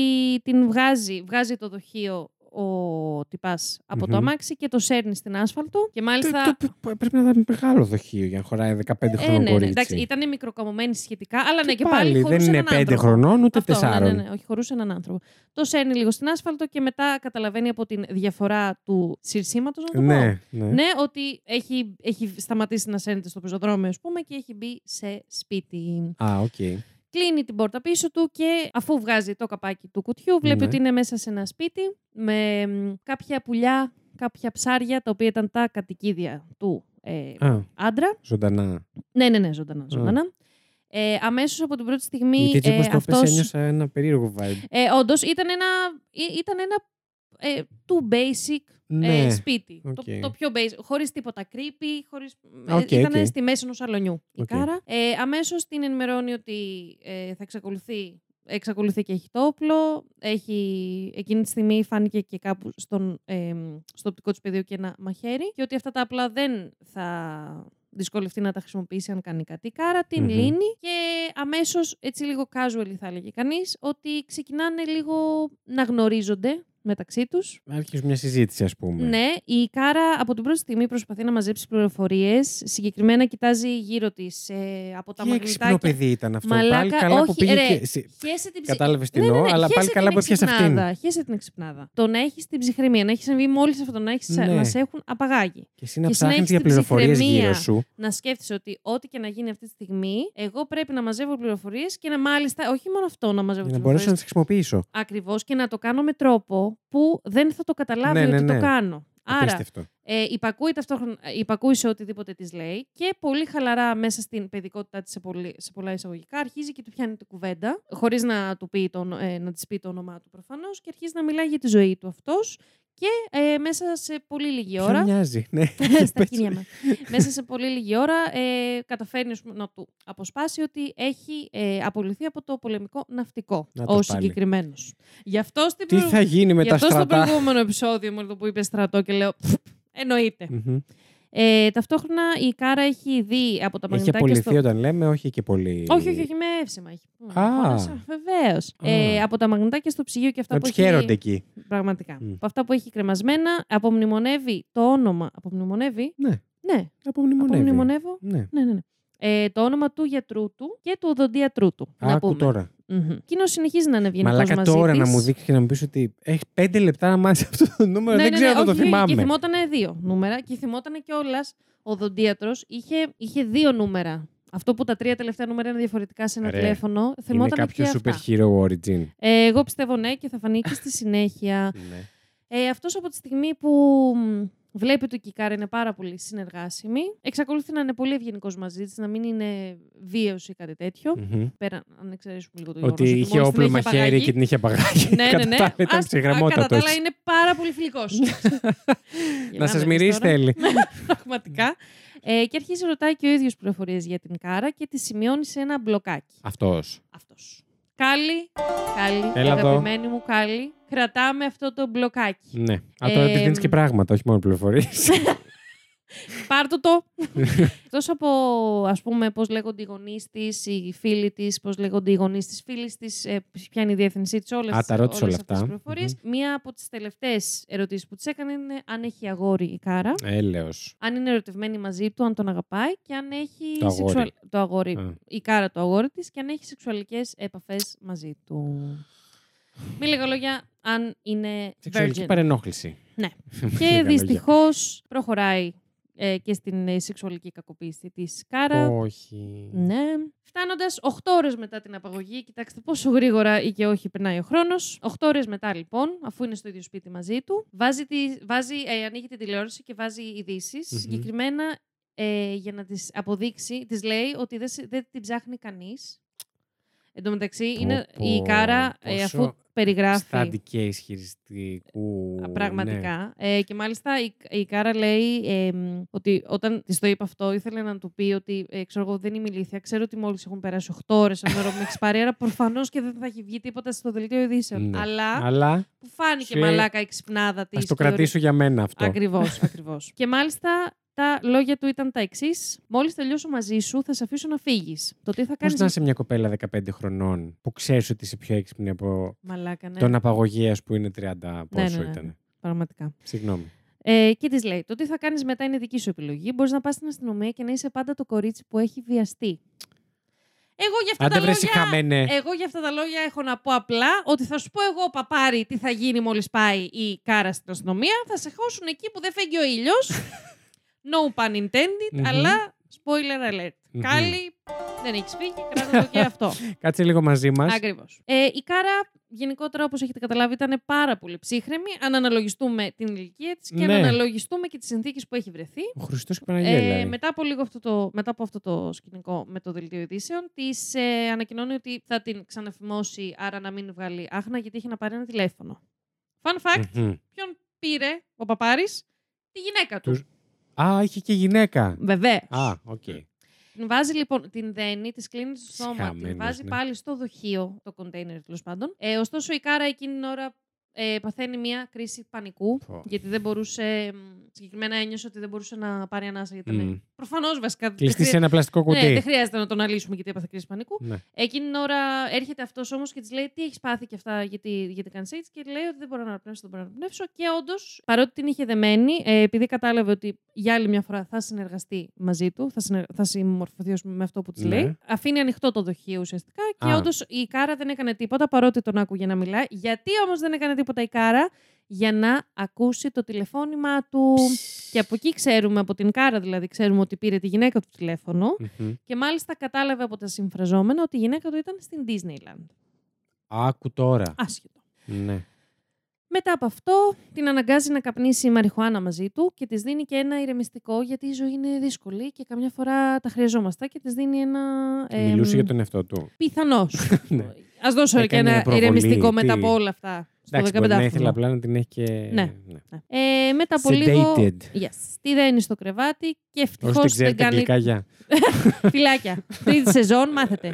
Speaker 1: την βγάζει, βγάζει το δοχείο ο τυπάς απο
Speaker 2: Μμμ.
Speaker 1: το αμάξι και το σέρνει στην άσφαλτο. Και
Speaker 2: Το-
Speaker 1: μάλιστα.
Speaker 2: το- π- Πρέπει να ήταν μεγάλο δοχείο για να χωράει 15
Speaker 1: Ε,
Speaker 2: χρονών
Speaker 1: ναι, ναι,
Speaker 2: κορίτσι.
Speaker 1: εντάξει, ήταν μικροκαμωμένη σχετικά, αλλά ναι, και πάλι,
Speaker 2: Πάλι δεν
Speaker 1: χωρούσε
Speaker 2: είναι
Speaker 1: έναν
Speaker 2: 5
Speaker 1: άνθρωπο.
Speaker 2: χρονών ούτε
Speaker 1: Αυτό,
Speaker 2: 4.
Speaker 1: ναι, ναι, ναι, όχι, χωρούσε έναν άνθρωπο. Το σέρνει λίγο στην άσφαλτο και μετά καταλαβαίνει από την διαφορά του συρσήματος, να το πω.
Speaker 2: Ναι, ναι.
Speaker 1: Ναι, ότι έχει, έχει σταματήσει να σέρνεται στο πεζοδρόμιο, ας πούμε, και έχει μπει σε σπίτι.
Speaker 2: Α, οκ.
Speaker 1: Ε. Κλείνει την πόρτα πίσω του και αφού βγάζει το καπάκι του κουτιού, βλέπει
Speaker 2: Ναι.
Speaker 1: ότι είναι μέσα σε ένα σπίτι με μ, κάποια πουλιά, κάποια ψάρια, τα οποία ήταν τα κατοικίδια του ε,
Speaker 2: Α,
Speaker 1: άντρα.
Speaker 2: ζωντανά.
Speaker 1: Ναι, ναι, ναι, ζωντανά. ζωντανά. Ε, Αμέσως από την πρώτη στιγμή.
Speaker 2: Γιατί έτσι
Speaker 1: ε,
Speaker 2: όπω το
Speaker 1: αυτός-
Speaker 2: πες ένιωσα ένα περίεργο vibe.
Speaker 1: ε, Όντως ήταν ένα, ή- ήταν ένα ε, too basic
Speaker 2: Ναι.
Speaker 1: ε, σπίτι. Το,
Speaker 2: Οκ.
Speaker 1: το πιο basic. Χωρίς τίποτα creepy, χωρίς...
Speaker 2: Οκ,
Speaker 1: ήταν
Speaker 2: οκ.
Speaker 1: στη μέση ενός σαλονιού η
Speaker 2: Οκ.
Speaker 1: Κάρα. Ε, Αμέσως την ενημερώνει ότι ε, θα εξακολουθεί εξακολουθεί και έχει το όπλο. Έχει, εκείνη τη στιγμή φάνηκε και κάπου στον, ε, στο οπτικό του πεδίο και ένα μαχαίρι και ότι αυτά τα απλά δεν θα δυσκολευτεί να τα χρησιμοποιήσει αν κάνει κάτι. Η Κάρα την
Speaker 2: Μμμ.
Speaker 1: λύνει και αμέσως, έτσι λίγο casual θα έλεγε κανείς, ότι ξεκινάνε λίγο να γνωρίζονται μεταξύ τους.
Speaker 2: Άρχισε μια συζήτηση, ας πούμε.
Speaker 1: Ναι, η Κάρα από την πρώτη στιγμή προσπαθεί να μαζέψει πληροφορίες. Συγκεκριμένα κοιτάζει γύρω της από τα
Speaker 2: Τι έξυπνο
Speaker 1: μαγνητάκια.
Speaker 2: παιδί ήταν αυτό.
Speaker 1: Μαλάκα,
Speaker 2: πάλι καλά που
Speaker 1: όχι,
Speaker 2: πήγε
Speaker 1: ρε. Ναι,
Speaker 2: και. σε-
Speaker 1: Χέσε την ψυχή.
Speaker 2: Κατάλαβες τι εννοώ, αλλά πάλι καλά που έπιασε αυτήν.
Speaker 1: Χέσε την εξυπνάδα. Το να έχει την ψυχραιμία, να έχει συμβεί μόλις αυτό, να, έχεις,
Speaker 2: Ναι.
Speaker 1: να σε έχουν απαγάγει.
Speaker 2: Και εσύ να
Speaker 1: Και
Speaker 2: ψάχνεις
Speaker 1: συνέχισε
Speaker 2: για
Speaker 1: την
Speaker 2: πληροφορίες
Speaker 1: ψυχραιμία.
Speaker 2: γύρω σου.
Speaker 1: Να σκέφτεσαι ότι ό,τι και να γίνει αυτή τη στιγμή, εγώ πρέπει να μαζεύω πληροφορίες και να μάλιστα, όχι μόνο αυτό να μαζεύω
Speaker 2: Για να
Speaker 1: πληροφορίε.
Speaker 2: μπορέσω να τις χρησιμοποιήσω.
Speaker 1: Ακριβώς και να το κάνω με τρόπο που δεν θα το καταλάβει
Speaker 2: Ναι, ναι,
Speaker 1: ότι
Speaker 2: ναι.
Speaker 1: το κάνω. Άρα,
Speaker 2: Απίστευτο.
Speaker 1: Ε, υπακούει, ταυτόχρονα, ε, υπακούει σε οτιδήποτε της λέει και πολύ χαλαρά μέσα στην παιδικότητά της σε, πολύ- σε πολλά εισαγωγικά αρχίζει και του πιάνει την κουβέντα, χωρίς να, του πει το, ονο- ε, να της πει το όνομά του προφανώς και αρχίζει να μιλάει για τη ζωή του αυτός και ε, μέσα σε πολύ λίγη
Speaker 2: Ποιον
Speaker 1: ώρα.
Speaker 2: μοιάζει, ναι.
Speaker 1: στα χίλια μας. μέσα σε πολύ λίγη ώρα ε, καταφέρνεις ας πούμε, να του αποσπάσει ότι έχει ε, απολυθεί από το πολεμικό ναυτικό
Speaker 2: Να το
Speaker 1: ο
Speaker 2: πάλι.
Speaker 1: συγκεκριμένος. Γι' αυτό στην
Speaker 2: Τι
Speaker 1: προηγου-
Speaker 2: θα γίνει με
Speaker 1: γι'
Speaker 2: τα
Speaker 1: αυτό στο
Speaker 2: στρατά.
Speaker 1: προηγούμενο επεισόδιο μόνο που είπε στρατό και λέω «Πφ, εννοείται.
Speaker 2: Μμμ.
Speaker 1: Ε, ταυτόχρονα η Κάρα έχει δει από τα
Speaker 2: Έχει
Speaker 1: μαγνητάκια
Speaker 2: απολυθεί
Speaker 1: στο...
Speaker 2: όταν λέμε, όχι και πολύ.
Speaker 1: Όχι, όχι, όχι, με εύσημα έχει.
Speaker 2: Α.
Speaker 1: Βεβαίω. Ε,
Speaker 2: Α.
Speaker 1: από τα μαγνητάκια στο ψυγείο και αυτά
Speaker 2: Να
Speaker 1: που
Speaker 2: τους
Speaker 1: έχει.
Speaker 2: χαίρονται εκεί.
Speaker 1: Πραγματικά.
Speaker 2: Μμ.
Speaker 1: Από αυτά που έχει κρεμασμένα, απομνημονεύει το όνομα. Απομνημονεύει.
Speaker 2: Ναι,
Speaker 1: Ναι,
Speaker 2: απομνημονεύει.
Speaker 1: απομνημονεύω.
Speaker 2: Ναι.
Speaker 1: Ναι, ναι, ναι. Ε, το όνομα του γιατρού του και του οδοντίατρού του. να
Speaker 2: Άκου
Speaker 1: πούμε.
Speaker 2: τώρα.
Speaker 1: Μμμ. Εκείνος συνεχίζει να είναι ευγενικός μαζί
Speaker 2: Μαλάκα τώρα να
Speaker 1: της.
Speaker 2: μου δείξει και να μου πεις ότι έχει πέντε λεπτά να μάθει αυτό το νούμερο.
Speaker 1: Ναι, ναι,
Speaker 2: δεν ξέρω
Speaker 1: ναι,
Speaker 2: αν θα
Speaker 1: όχι,
Speaker 2: το
Speaker 1: όχι, Και
Speaker 2: θυμάμαι.
Speaker 1: θυμότανε δύο νούμερα και θυμότανε κιόλας ο δοντίατρος. Είχε, είχε δύο νούμερα. Αυτό που τα τρία τελευταία νούμερα είναι διαφορετικά σε ένα
Speaker 2: Ρε,
Speaker 1: τηλέφωνο.
Speaker 2: Είναι
Speaker 1: Θυμότανε και
Speaker 2: κάποιος super
Speaker 1: αυτά.
Speaker 2: hero origin.
Speaker 1: Ε, εγώ πιστεύω ναι και θα φανεί και στη συνέχεια.
Speaker 2: Ναι.
Speaker 1: Ε, Αυτός από τη στιγμή που μ, βλέπει ότι η Κικάρα είναι πάρα πολύ συνεργάσιμη, εξακολουθεί να είναι πολύ ευγενικός μαζί της, να μην είναι βίαιος ή κάτι τέτοιο.
Speaker 2: Μμμ.
Speaker 1: Πέρα, αν εξαιρέσουμε λίγο το γεγονός.
Speaker 2: Ναι. Ότι είχε όπλο μαχαίρι και την είχε απαγάγει.
Speaker 1: Ναι, ναι, ναι.
Speaker 2: Κατά τα άλλα
Speaker 1: Ας-
Speaker 2: Ήταν
Speaker 1: Κατά τα
Speaker 2: ψυχραιμότατος.
Speaker 1: άλλα είναι πάρα πολύ φιλικός.
Speaker 2: Να σα μυρίσει θέλει.
Speaker 1: Πραγματικά. Ε, και αρχίζει ρωτάει και ο ίδιος πληροφορίες για την Κάρα και τη σημειώνει σε ένα μπλοκάκι.
Speaker 2: Αυτός.
Speaker 1: Αυτός. Κάλλη, κάλλη,
Speaker 2: Έλα εδώ.
Speaker 1: αγαπημένη μου κάλλη, κρατάμε αυτό το μπλοκάκι.
Speaker 2: Ναι. Α, τώρα
Speaker 1: Ε,
Speaker 2: τη δίνεις και πράγματα, όχι μόνο πληροφορίες.
Speaker 1: πάρτο το. Εκτός από, ας πούμε, πώς λέγονται οι γονείς της, οι φίλοι της, πώς λέγονται οι γονείς της φίλης της, ε, ποια είναι η διεύθυνσή της, όλες
Speaker 2: Α, τα ρώτησε όλα αυτά.
Speaker 1: τις πληροφορίες. Μία από τις τελευταίες ερωτήσεις που της έκανε είναι αν έχει αγόρι η Κάρα,
Speaker 2: Έλεος.
Speaker 1: αν είναι ερωτευμένη μαζί του, αν τον αγαπάει και αν έχει
Speaker 2: Το αγόρι.
Speaker 1: σεξουαλ- το αγόρι
Speaker 2: Α.
Speaker 1: η Κάρα το αγόρι της και αν έχει σεξουαλικές επαφές μαζί του. Με λίγα λόγια, αν είναι
Speaker 2: Σεξουαλική
Speaker 1: virgin.
Speaker 2: παρενόχληση.
Speaker 1: Ναι.
Speaker 2: Με λίγα
Speaker 1: Και
Speaker 2: λόγια.
Speaker 1: δυστυχώς προχωράει ε, και στην ε, σεξουαλική κακοποίηση της Κάρα.
Speaker 2: Όχι.
Speaker 1: Ναι. Φτάνοντας 8 ώρες μετά την απαγωγή, κοιτάξτε πόσο γρήγορα ή και όχι περνάει ο χρόνος. 8 ώρες μετά, λοιπόν, αφού είναι στο ίδιο σπίτι μαζί του, βάζει τη, βάζει, ε, ανοίγει την τηλεόραση και βάζει ειδήσεις.
Speaker 2: Μμμ.
Speaker 1: Συγκεκριμένα ε, για να τη αποδείξει, της λέει ότι δεν, σε- δεν την ψάχνει κανείς. Εν τω μεταξύ,
Speaker 2: Πω,
Speaker 1: είναι
Speaker 2: πω,
Speaker 1: η Κάρα, ε,
Speaker 2: πόσο
Speaker 1: αφού περιγράφει.
Speaker 2: Στάντη και ισχυριστικού.
Speaker 1: Α,
Speaker 2: ναι.
Speaker 1: Πραγματικά. Ε, και μάλιστα η, η Κάρα λέει ε, μ, ότι όταν της το είπα αυτό, ήθελε να του πει ότι ε, ξέρω εγώ, δεν είμαι ηλίθια. Ξέρω ότι μόλις έχουν περάσει 8 ώρες από το ώρα που με έχει πάρει. Άρα προφανώς και δεν θα έχει βγει τίποτα στο δελτίο ειδήσεων.
Speaker 2: Ναι.
Speaker 1: Αλλά
Speaker 2: Αλλά
Speaker 1: που φάνηκε
Speaker 2: σου λέει,
Speaker 1: μαλάκα η ξυπνάδα της.
Speaker 2: ας το κρατήσω για μένα αυτό.
Speaker 1: Ακριβώς, ακριβώς. και μάλιστα τα λόγια του ήταν τα εξής. Μόλις τελειώσω μαζί σου, θα σε αφήσω να φύγεις. Το τι θα
Speaker 2: Πώς
Speaker 1: κάνει.
Speaker 2: να είσαι μια κοπέλα 15 χρονών που ξέρεις ότι είσαι πιο έξυπνη από
Speaker 1: Μαλάκα, ναι.
Speaker 2: τον απαγωγέα που είναι 30 πόσο
Speaker 1: ναι, ναι.
Speaker 2: ήταν.
Speaker 1: Πραγματικά.
Speaker 2: Συγγνώμη.
Speaker 1: Ε, και της λέει: Το τι θα κάνεις μετά είναι δική σου επιλογή. Μπορείς να πας στην αστυνομία και να είσαι πάντα το κορίτσι που έχει βιαστεί. Εγώ για αυτά
Speaker 2: Αν
Speaker 1: τα
Speaker 2: δεν βρεις
Speaker 1: λόγια.
Speaker 2: χαμένε.
Speaker 1: Εγώ για αυτά τα λόγια έχω να πω απλά ότι θα σου πω εγώ, παπάρι, τι θα γίνει μόλις πάει η κάρα στην αστυνομία. Θα σε χώσουν εκεί που δεν φέγγει ο ήλιος. no pun intended,
Speaker 2: Μμμ.
Speaker 1: αλλά spoiler alert.
Speaker 2: Μμμ.
Speaker 1: Κάλλη, δεν έχεις φύγει, κράτα το και αυτό.
Speaker 2: Κάτσε λίγο μαζί μας.
Speaker 1: Ακριβώς. Ε, η Κάρα, γενικότερα, όπως έχετε καταλάβει, ήταν πάρα πολύ ψύχρεμη. Αν αναλογιστούμε την ηλικία της και
Speaker 2: Ναι.
Speaker 1: αν αναλογιστούμε και τις συνθήκες που έχει βρεθεί.
Speaker 2: Ο Χριστός και
Speaker 1: Ε,
Speaker 2: Παναγία.
Speaker 1: μετά, από λίγο αυτό το, μετά από αυτό το σκηνικό με το δελτίο ειδήσεων, της ε, ανακοινώνει ότι θα την ξαναφημώσει, άρα να μην βγάλει άχνα, γιατί είχε να πάρει ένα τηλέφωνο. Fun
Speaker 2: Ναι.
Speaker 1: fact, ποιον πήρε ο παπάρης, τη γυναίκα του.
Speaker 2: Τους- Α, είχε και γυναίκα.
Speaker 1: Βεβαίως.
Speaker 2: Α, οκ.
Speaker 1: Την βάζει λοιπόν, την δένει, τη κλείνει στο σώμα,
Speaker 2: Χαμένος,
Speaker 1: την βάζει
Speaker 2: ναι.
Speaker 1: πάλι στο δοχείο, το κοντέινερ τέλος πάντων. Ε, ωστόσο η Κάρα εκείνη την ώρα ε, παθαίνει μια κρίση πανικού,
Speaker 2: Πω.
Speaker 1: γιατί δεν μπορούσε. μ, Συγκεκριμένα ένιωσε ότι δεν μπορούσε να πάρει ανάσα γιατί ήταν.
Speaker 2: Μμ.
Speaker 1: Προφανώς βασικά. δεν
Speaker 2: Κλειστή σε
Speaker 1: χρεια-
Speaker 2: ένα πλαστικό
Speaker 1: ναι, δεν
Speaker 2: κουτί.
Speaker 1: χρειάζεται να τον αναλύσουμε γιατί έπαθε κρίση πανικού.
Speaker 2: Ναι.
Speaker 1: Εκείνη την ώρα έρχεται αυτός όμως και της λέει: Τι έχεις πάθει και αυτά, γιατί, γιατί κάνεις έτσι. Και λέει ότι δεν μπορώ να αναπνεύσω, δεν μπορώ να αναπνεύσω. Και όντως, παρότι την είχε δεμένη, ε, επειδή κατάλαβε ότι για άλλη μια φορά θα συνεργαστεί μαζί του, θα, συνε... θα συμμορφωθεί ως με αυτό που της
Speaker 2: Ναι.
Speaker 1: λέει, αφήνει ανοιχτό το δοχείο ουσιαστικά. Και
Speaker 2: Α.
Speaker 1: όντως η Κάρα δεν έκανε τίποτα, παρότι τον άκουγε να μιλάει. Γιατί όμως δεν έκανε τίποτα η Κάρα, για να ακούσει το τηλεφώνημά του. Και από εκεί ξέρουμε, από την Κάρα δηλαδή, ξέρουμε ότι πήρε τη γυναίκα του τηλέφωνο.
Speaker 2: Μμμ.
Speaker 1: Και μάλιστα κατάλαβε από τα συμφραζόμενα ότι η γυναίκα του ήταν στην Disneyland.
Speaker 2: Άκου τώρα.
Speaker 1: Άσχετο.
Speaker 2: Ναι.
Speaker 1: Μετά από αυτό, την αναγκάζει να καπνίσει η μαριχουάνα μαζί του και της δίνει και ένα ηρεμιστικό, γιατί η ζωή είναι δύσκολη και καμιά φορά τα χρειαζόμαστε. Και της δίνει ένα.
Speaker 2: Μιλούσε για τον εαυτό του.
Speaker 1: Πιθανώ.
Speaker 2: Ναι.
Speaker 1: Ας δώσω και
Speaker 2: Έκανε
Speaker 1: ένα
Speaker 2: προβολή,
Speaker 1: ηρεμιστικό μετά
Speaker 2: τι.
Speaker 1: από όλα αυτά. Στο
Speaker 2: Εντάξει,
Speaker 1: 15
Speaker 2: μπορεί να ήθελα απλά να την έχει και.
Speaker 1: Ναι. ε, Μετά από λίγο.
Speaker 2: Sedated.
Speaker 1: Yes. Τη δένει στο κρεβάτι και
Speaker 2: Όσο
Speaker 1: ευτυχώ
Speaker 2: δεν
Speaker 1: δεν,
Speaker 2: ξέρετε
Speaker 1: κάνει.
Speaker 2: αγγλικά, γεια.
Speaker 1: Φιλάκια. Τρίτη σεζόν, μάθετε.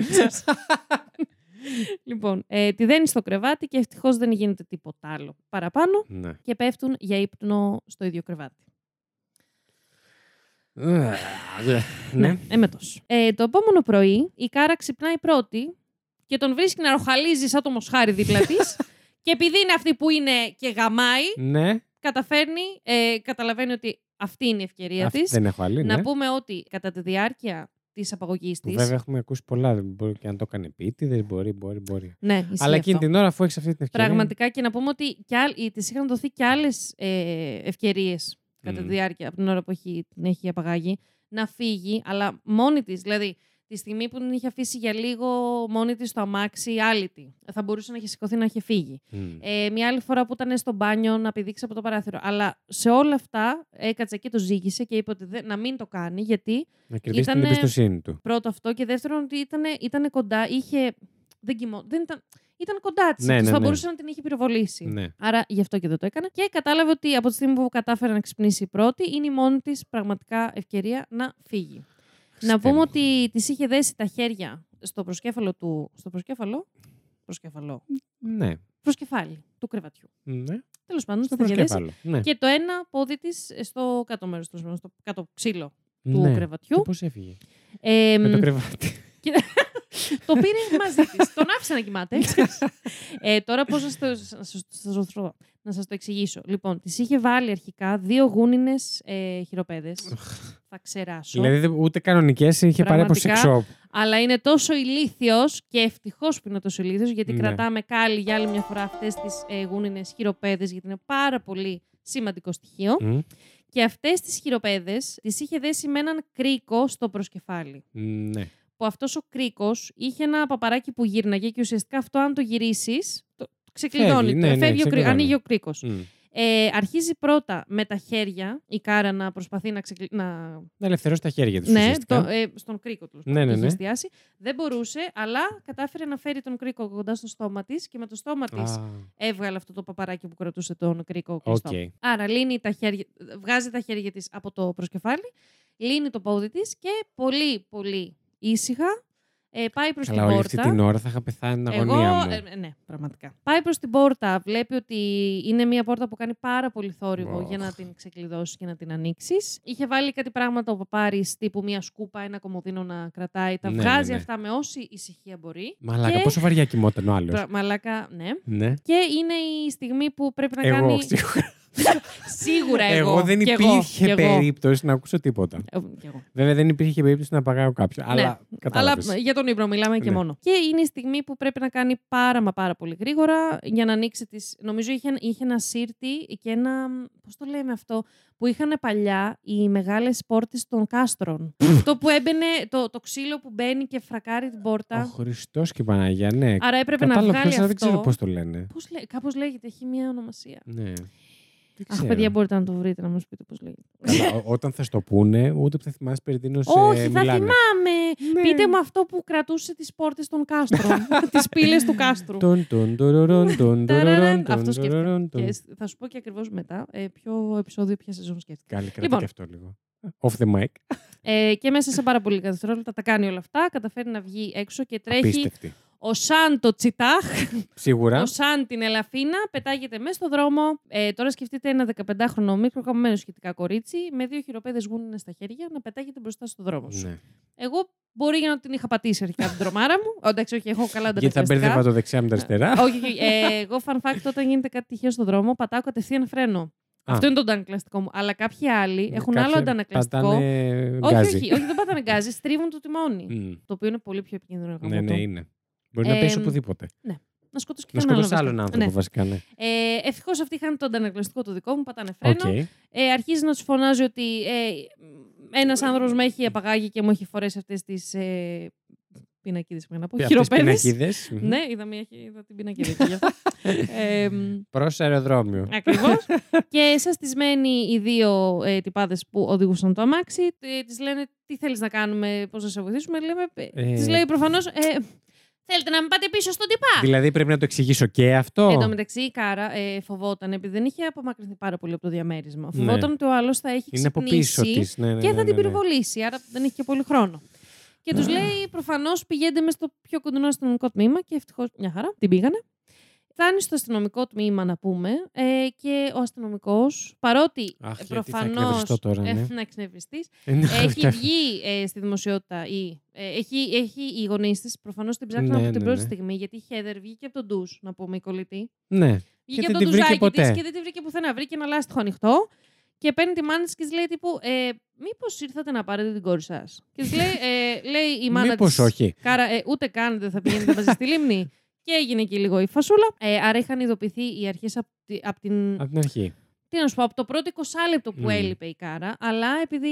Speaker 1: λοιπόν, ε, τη δένεις στο κρεβάτι και ευτυχώς δεν γίνεται τίποτα άλλο παραπάνω
Speaker 2: Ναι.
Speaker 1: και πέφτουν για ύπνο στο ίδιο κρεβάτι.
Speaker 2: Ναι.
Speaker 1: εμέτος. Ε, το επόμενο πρωί η Κάρα ξυπνάει πρώτη και τον βρίσκει να ροχαλίζει σαν το μοσχάρι δίπλα της. και επειδή είναι αυτή που είναι και γαμάει,
Speaker 2: Ναι.
Speaker 1: καταφέρνει, ε, καταλαβαίνει ότι αυτή είναι η ευκαιρία
Speaker 2: Αυτή
Speaker 1: της.
Speaker 2: Δεν έχω άλλη.
Speaker 1: Να
Speaker 2: ναι.
Speaker 1: πούμε ότι κατά τη διάρκεια της απαγωγής
Speaker 2: Που
Speaker 1: της.
Speaker 2: Βέβαια έχουμε ακούσει πολλά. Δεν μπορεί και αν το έκανε επίτηδε. Μπορεί, μπορεί, μπορεί.
Speaker 1: Ναι, ισχύει
Speaker 2: Αλλά
Speaker 1: αυτό.
Speaker 2: εκείνη την ώρα, αφού έχεις αυτή την ευκαιρία.
Speaker 1: Πραγματικά και να πούμε ότι της είχαν δοθεί και άλλες ε, ευκαιρίες κατά
Speaker 2: Μμμ.
Speaker 1: τη διάρκεια από την ώρα που έχει, την έχει απαγάγει να φύγει, αλλά μόνη της. Δηλαδή, τη στιγμή που την είχε αφήσει για λίγο μόνη της στο αμάξι, άλλη τη. Θα μπορούσε να είχε σηκωθεί να είχε φύγει.
Speaker 2: Μμ.
Speaker 1: Ε, μια άλλη φορά που ήταν στο μπάνιο να πηδήξει από το παράθυρο. Αλλά σε όλα αυτά έκατσε και το ζήγησε και είπε ότι δεν- να μην το κάνει, γιατί
Speaker 2: Να κερδίσει την
Speaker 1: ήτανε-
Speaker 2: εμπιστοσύνη του.
Speaker 1: πρώτο αυτό και δεύτερον ότι ήταν, ήτανε κοντά, είχε. Δεν κοιμό, δεν ήταν, ήταν κοντά της.
Speaker 2: Ναι, ναι,
Speaker 1: Θα
Speaker 2: ναι.
Speaker 1: μπορούσε να την είχε πυροβολήσει.
Speaker 2: Ναι.
Speaker 1: Άρα γι' αυτό και δεν το έκανε. Και κατάλαβε ότι από τη στιγμή που κατάφερε να ξυπνήσει η πρώτη, είναι η μόνη της πραγματικά ευκαιρία να φύγει.
Speaker 2: Χριστέ
Speaker 1: να πούμε
Speaker 2: μου.
Speaker 1: ότι της είχε δέσει τα χέρια στο προσκέφαλο του. Στο προσκέφαλο. Προσκέφαλο.
Speaker 2: Ναι.
Speaker 1: Προσκεφάλι του κρεβατιού.
Speaker 2: Ναι.
Speaker 1: Τέλος πάντων,
Speaker 2: Στο
Speaker 1: στα διαδέσει.
Speaker 2: προσκέφαλο. Ναι.
Speaker 1: Και το ένα πόδι της στο κάτω μέρος, στο κάτω ξύλο του
Speaker 2: Ναι.
Speaker 1: κρεβατιού.
Speaker 2: Και πώς έφυγε.
Speaker 1: Ε,
Speaker 2: Με το κρεβάτι.
Speaker 1: το πήρε μαζί της. Τον άφησε να κοιμάται. ε, τώρα πώς να σας το- να σας- σας το θρω- να σας το εξηγήσω. Λοιπόν, τη είχε βάλει αρχικά δύο γούνινες ε, χειροπέδες. θα ξεράσω.
Speaker 2: δηλαδή δεν- ούτε κανονικές είχε πάρει από sex
Speaker 1: Πραγματικά.
Speaker 2: shop.
Speaker 1: Αλλά είναι τόσο ηλίθιος και ευτυχώς που είναι τόσο ηλίθιος, γιατί
Speaker 2: Ναι.
Speaker 1: κρατάμε κάλλη για άλλη μια φορά αυτές τις ε, γούνινες χειροπέδες, γιατί είναι πάρα πολύ σημαντικό στοιχείο.
Speaker 2: Μμ.
Speaker 1: Και αυτές τις χειροπέδες τις είχε δέσει με έναν κρίκο στο προσκεφάλι.
Speaker 2: Ναι.
Speaker 1: Που αυτός ο κρίκος είχε ένα παπαράκι που γύρναγε και ουσιαστικά αυτό, αν το γυρίσεις, το ξεκλειδώνει.
Speaker 2: Φεύγει, ναι,
Speaker 1: το- φεύγει
Speaker 2: ναι,
Speaker 1: ο κρί-
Speaker 2: ξεκλειδώνει.
Speaker 1: ανοίγει ο κρίκος.
Speaker 2: Μ.
Speaker 1: Ε, αρχίζει πρώτα με τα χέρια η κάρα να προσπαθεί να, ξεκλει... να
Speaker 2: Να ελευθερώσει τα χέρια του.
Speaker 1: ναι, το, ε, στον κρίκο του.
Speaker 2: Ναι, ναι, ναι.
Speaker 1: εστιάσει. Δεν μπορούσε, αλλά κατάφερε να φέρει τον κρίκο κοντά στο στόμα της και με το στόμα της έβγαλε αυτό το παπαράκι που κρατούσε τον κρίκο
Speaker 2: Οκ.
Speaker 1: κλειστό. Άρα λύνει τα χέρια, βγάζει τα χέρια της από το προσκεφάλι, λύνει το πόδι της και πολύ, πολύ ήσυχα ε, πάει προς την
Speaker 2: Καλά, όλη αυτή
Speaker 1: πόρτα.
Speaker 2: την ώρα θα είχα πεθάνει την αγωνία
Speaker 1: Εγώ,
Speaker 2: μου.
Speaker 1: ε, ναι, πραγματικά. Πάει προς την πόρτα, βλέπει ότι είναι μια πόρτα που κάνει πάρα πολύ θόρυβο
Speaker 2: Ωχ.
Speaker 1: για να την ξεκλειδώσεις και να την ανοίξεις. Είχε βάλει κάτι πράγματα ο παπάρης τύπου μια σκούπα, ένα κομμωδίνο να κρατάει. Τα
Speaker 2: Ναι, ναι,
Speaker 1: βγάζει
Speaker 2: ναι.
Speaker 1: αυτά με όση ησυχία μπορεί.
Speaker 2: Μαλάκα,
Speaker 1: και-
Speaker 2: πόσο βαριά κοιμόταν ο άλλος.
Speaker 1: Πρα- Μαλάκα, ναι.
Speaker 2: Ναι.
Speaker 1: Και είναι η στιγμή που πρέπει να
Speaker 2: Εγώ,
Speaker 1: κάνει.
Speaker 2: σίγουρα.
Speaker 1: Σίγουρα εγώ.
Speaker 2: εγώ δεν
Speaker 1: κι εγώ, κι
Speaker 2: υπήρχε
Speaker 1: εγώ.
Speaker 2: περίπτωση να ακούσω τίποτα.
Speaker 1: Ε, κι εγώ.
Speaker 2: Βέβαια, δεν υπήρχε περίπτωση να παγάω κάποιον. Αλλά
Speaker 1: Ναι. Αλλά
Speaker 2: κατάλαβες.
Speaker 1: για τον ύπνο μιλάμε και
Speaker 2: Ναι.
Speaker 1: μόνο. Και είναι η στιγμή που πρέπει να κάνει πάρα μα πάρα πολύ γρήγορα για να ανοίξει τις... Νομίζω είχε, είχε ένα σύρτη και ένα... Πώς το λέμε αυτό... Που είχαν παλιά οι μεγάλες πόρτες των κάστρων. αυτό που έμπαινε, το, το ξύλο που μπαίνει και φρακάρει την πόρτα.
Speaker 2: Ο Χριστός και η Παναγία, ναι.
Speaker 1: Άρα έπρεπε να
Speaker 2: Κατάλαβα
Speaker 1: βγάλει
Speaker 2: ποιος, αλλά
Speaker 1: αυτό.
Speaker 2: δεν ξέρω πώς το λένε.
Speaker 1: Πώς λέ... Κάπως λέγεται, έχει μια ονομασία.
Speaker 2: Ναι. Δεν
Speaker 1: Αχ,
Speaker 2: ξέρω.
Speaker 1: παιδιά, μπορείτε να το βρείτε να μας πείτε πώς λέγεται.
Speaker 2: Καλά, ό- όταν θα στο πούνε, ούτε που θα θυμάσαι περί τίνος
Speaker 1: Όχι, θα
Speaker 2: μιλάνε.
Speaker 1: θυμάμαι.
Speaker 2: Ναι.
Speaker 1: Πείτε μου αυτό που κρατούσε τις πόρτες των κάστρων. τις πύλες του κάστρου.
Speaker 2: Τον, τον, τορορον, τον, τορορον,
Speaker 1: Ταραραν.
Speaker 2: τον,
Speaker 1: Αυτό σκέφτηκα.
Speaker 2: τορορον, τον.
Speaker 1: Και σ- θα σου πω και ακριβώς μετά ε, ποιο επεισόδιο, ποια σεζόν σκέφτηκα.
Speaker 2: Καλή, κρατά
Speaker 1: Λοιπόν.
Speaker 2: και αυτό λίγο. Off the mic.
Speaker 1: Ε, και μέσα σε πάρα πολύ δευτερόλεπτα τα κάνει όλα αυτά. Καταφέρει να βγει έξω και τρέχει
Speaker 2: Απίστευτη.
Speaker 1: ο Σαν το Τσιτάχ,
Speaker 2: Σίγουρα.
Speaker 1: ο Σαν την Ελαφίνα, πετάγεται μέσα στο δρόμο. Ε, τώρα σκεφτείτε ένα 15χρονο μικροκαμμένο σχετικά κορίτσι με δύο χειροπέδες γούνινε στα χέρια να πετάγεται μπροστά στο δρόμο σου.
Speaker 2: Ναι.
Speaker 1: Εγώ μπορεί για να την είχα πατήσει αρχικά την τρομάρα μου. Ε, Εντάξει, όχι, έχω καλά
Speaker 2: Γιατί θα
Speaker 1: αντανακλαστικά.
Speaker 2: μπέρδευα το δεξιά με το αριστερά.
Speaker 1: Όχι, όχι, όχι. Ε, εγώ, fun fact, όταν γίνεται κάτι τυχαίο στον δρόμο, πατάω κατευθείαν φρένο. Αυτό είναι το αντανακλαστικό μου. Αλλά κάποιοι άλλοι έχουν
Speaker 2: Ε, Κάποιοι
Speaker 1: άλλο αντανακλαστικό.
Speaker 2: Πατάνε
Speaker 1: όχι,
Speaker 2: γκάζι.
Speaker 1: όχι, όχι, δεν πατάνε γκάζι, στρίβουν το τιμόνι.
Speaker 2: Μμ.
Speaker 1: Το οποίο είναι πολύ πιο επικίνδυνο γάμο
Speaker 2: Ναι,
Speaker 1: του.
Speaker 2: ναι, είναι. Μπορεί
Speaker 1: Ε,
Speaker 2: να πέσει οπουδήποτε.
Speaker 1: Να σκοτώσει και
Speaker 2: Να
Speaker 1: κανέναν
Speaker 2: σκοτώσει άλλον
Speaker 1: βασικά.
Speaker 2: άνθρωπο, βασικά. Ναι.
Speaker 1: Ναι. Ε, Ευτυχώς αυτοί είχαν το αντανακλαστικό το δικό μου, πατάνε φρένο.
Speaker 2: Οκ.
Speaker 1: Ε, αρχίζει να τους φωνάζει ότι ε, ένας άνδρο με έχει απαγάγει και μου έχει φορέσει αυτές τις ε, πινακίδες. να πω. Χειροπέδες.
Speaker 2: πινακίδες. Μμμ.
Speaker 1: Ναι, είδα, μία, είδα την πινακίδα. γι' αυτό. ε, μ,
Speaker 2: Προς αεροδρόμιο.
Speaker 1: Ακριβώς. και σαστισμένοι οι δύο ε, τυπάδες που οδηγούσαν το αμάξι, τη λένε τι θέλεις να κάνουμε, πώς να σε βοηθήσουμε. Λέμε,
Speaker 2: Ε.
Speaker 1: Τη λέει προφανώς. Ε, θέλετε να μην πάτε πίσω στον τυπά.
Speaker 2: Δηλαδή πρέπει να το εξηγήσω και
Speaker 1: Εν τω
Speaker 2: αυτό.
Speaker 1: μεταξύ η Κάρα ε, φοβόταν, επειδή δεν είχε απομακρυνθεί πάρα πολύ από το διαμέρισμα.
Speaker 2: Ναι.
Speaker 1: Φοβόταν ότι ο άλλος θα έχει
Speaker 2: Είναι από
Speaker 1: ξυπνήσει
Speaker 2: πίσω της. Ναι, ναι,
Speaker 1: και
Speaker 2: ναι,
Speaker 1: θα
Speaker 2: ναι,
Speaker 1: την
Speaker 2: ναι.
Speaker 1: πυροβολήσει, άρα δεν έχει και πολύ χρόνο. Και τους λέει προφανώς πηγαίνετε μες στο πιο κοντινό αστυνομικό τμήμα και ευτυχώς μια χαρά την πήγανε. Φτάνει στο αστυνομικό τμήμα, να πούμε, ε, και ο αστυνομικός, παρότι
Speaker 2: Αχ, γιατί θα
Speaker 1: προφανώς.
Speaker 2: εκνευριστώ τώρα, ναι.
Speaker 1: να εκνευριστείς.
Speaker 2: Είναι
Speaker 1: έχει
Speaker 2: χάρηκα.
Speaker 1: βγει ε, στη δημοσιότητα ή. ε, έχει, έχει, οι γονείς της προφανώς την ψάχνουν
Speaker 2: Ναι,
Speaker 1: από την
Speaker 2: ναι,
Speaker 1: πρώτη
Speaker 2: ναι.
Speaker 1: στιγμή, γιατί η Χέδερ βγήκε από τον ντους, να πούμε, η κολλητή.
Speaker 2: Ναι.
Speaker 1: Βγήκε
Speaker 2: δεν
Speaker 1: από
Speaker 2: τη
Speaker 1: τον
Speaker 2: βρήκε
Speaker 1: ντουζάκι τη
Speaker 2: ποτέ.
Speaker 1: και δεν τη βρήκε πουθενά. Βρήκε ένα λάστιχο ανοιχτό και παίρνει τη μάνα της και της λέει τύπου. Ε, Μήπως ήρθατε να πάρετε την κόρη σας. Και της λέει, ε, λέει η μάνα τη.
Speaker 2: Μήπως όχι.
Speaker 1: Κάρα, ε, ούτε καν δεν θα πηγαίνετε μαζί στη λίμνη. Και έγινε και λίγο η φασούλα. Ε, άρα είχαν ειδοποιηθεί οι αρχές από την.
Speaker 2: Από την αρχή.
Speaker 1: Τι να σου πω, από το πρώτο 20 λεπτό που
Speaker 2: Μμμ.
Speaker 1: έλειπε η Κάρα, αλλά επειδή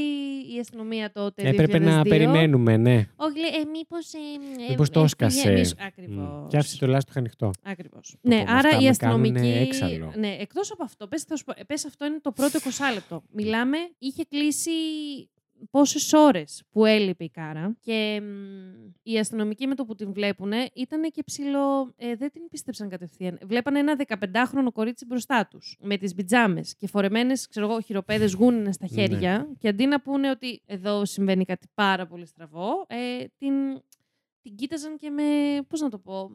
Speaker 1: η αστυνομία τότε.
Speaker 2: Έπρεπε Ε, να
Speaker 1: 2002,
Speaker 2: περιμένουμε, ναι.
Speaker 1: Όχι, λέει, ε, μήπως. Ε, ε,
Speaker 2: Μήπως το
Speaker 1: ε,
Speaker 2: όσκασε.
Speaker 1: πηγαίνει-
Speaker 2: Μμ.
Speaker 1: Ακριβώς.
Speaker 2: Και άφησε το λάστιχο ανοιχτό.
Speaker 1: Ακριβώς.
Speaker 2: Πω,
Speaker 1: Ναι,
Speaker 2: πω,
Speaker 1: άρα
Speaker 2: αυτά
Speaker 1: η
Speaker 2: με
Speaker 1: αστυνομική.
Speaker 2: κάνουνε έξαλλο.
Speaker 1: Ναι, εκτός από αυτό, πες, θα σου πω- πες αυτό είναι το πρώτο 20 λεπτό.
Speaker 2: Ναι.
Speaker 1: Μιλάμε, είχε κλείσει πόσες ώρες που έλειπε η κάρα και μ, οι αστυνομικοί με το που την βλέπουν ήταν και ψηλό. ε, δεν την πίστεψαν κατευθείαν. Βλέπανε ένα 15χρονο κορίτσι μπροστά τους με τις μπιτζάμες και φορεμένες, ξέρω εγώ, χειροπέδες γούνινες στα
Speaker 2: Ναι.
Speaker 1: χέρια. Και αντί να πούνε ότι εδώ συμβαίνει κάτι πάρα πολύ στραβό, ε, την, την κοίταζαν και με. Πώς να το πω.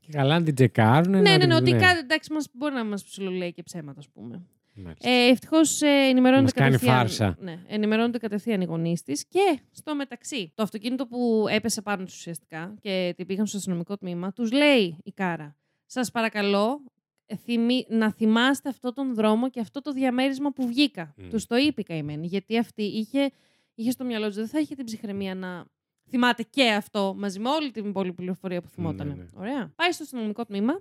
Speaker 2: Και καλά να την τσεκάρουν.
Speaker 1: Ναι, ναι, ναι, ότι κάτι εντάξει, μας, μπορεί να μας ψιλολέει και ψέματα, ας πούμε.
Speaker 2: Μάλιστα.
Speaker 1: Ε, Ευτυχώς ενημερώνονται
Speaker 2: Μας κάνει
Speaker 1: κατευθείαν.
Speaker 2: φάρσα.
Speaker 1: Ναι, ενημερώνονται κατευθείαν οι γονείς της. Και στο μεταξύ, το αυτοκίνητο που έπεσε πάνω τους ουσιαστικά και την πήγαν στο αστυνομικό τμήμα, τους λέει η Κάρα, Σας παρακαλώ θυμη- να θυμάστε αυτό τον δρόμο και αυτό το διαμέρισμα που βγήκα.
Speaker 2: Μμ.
Speaker 1: Τους το είπε η καημένη, γιατί αυτή είχε, είχε στο μυαλό της, δεν θα είχε την ψυχραιμία να θυμάται και αυτό μαζί με όλη την υπόλοιπη πληροφορία που θυμόταν.
Speaker 2: Ναι, ναι.
Speaker 1: Ωραία. Πάει στο αστυνομικό τμήμα.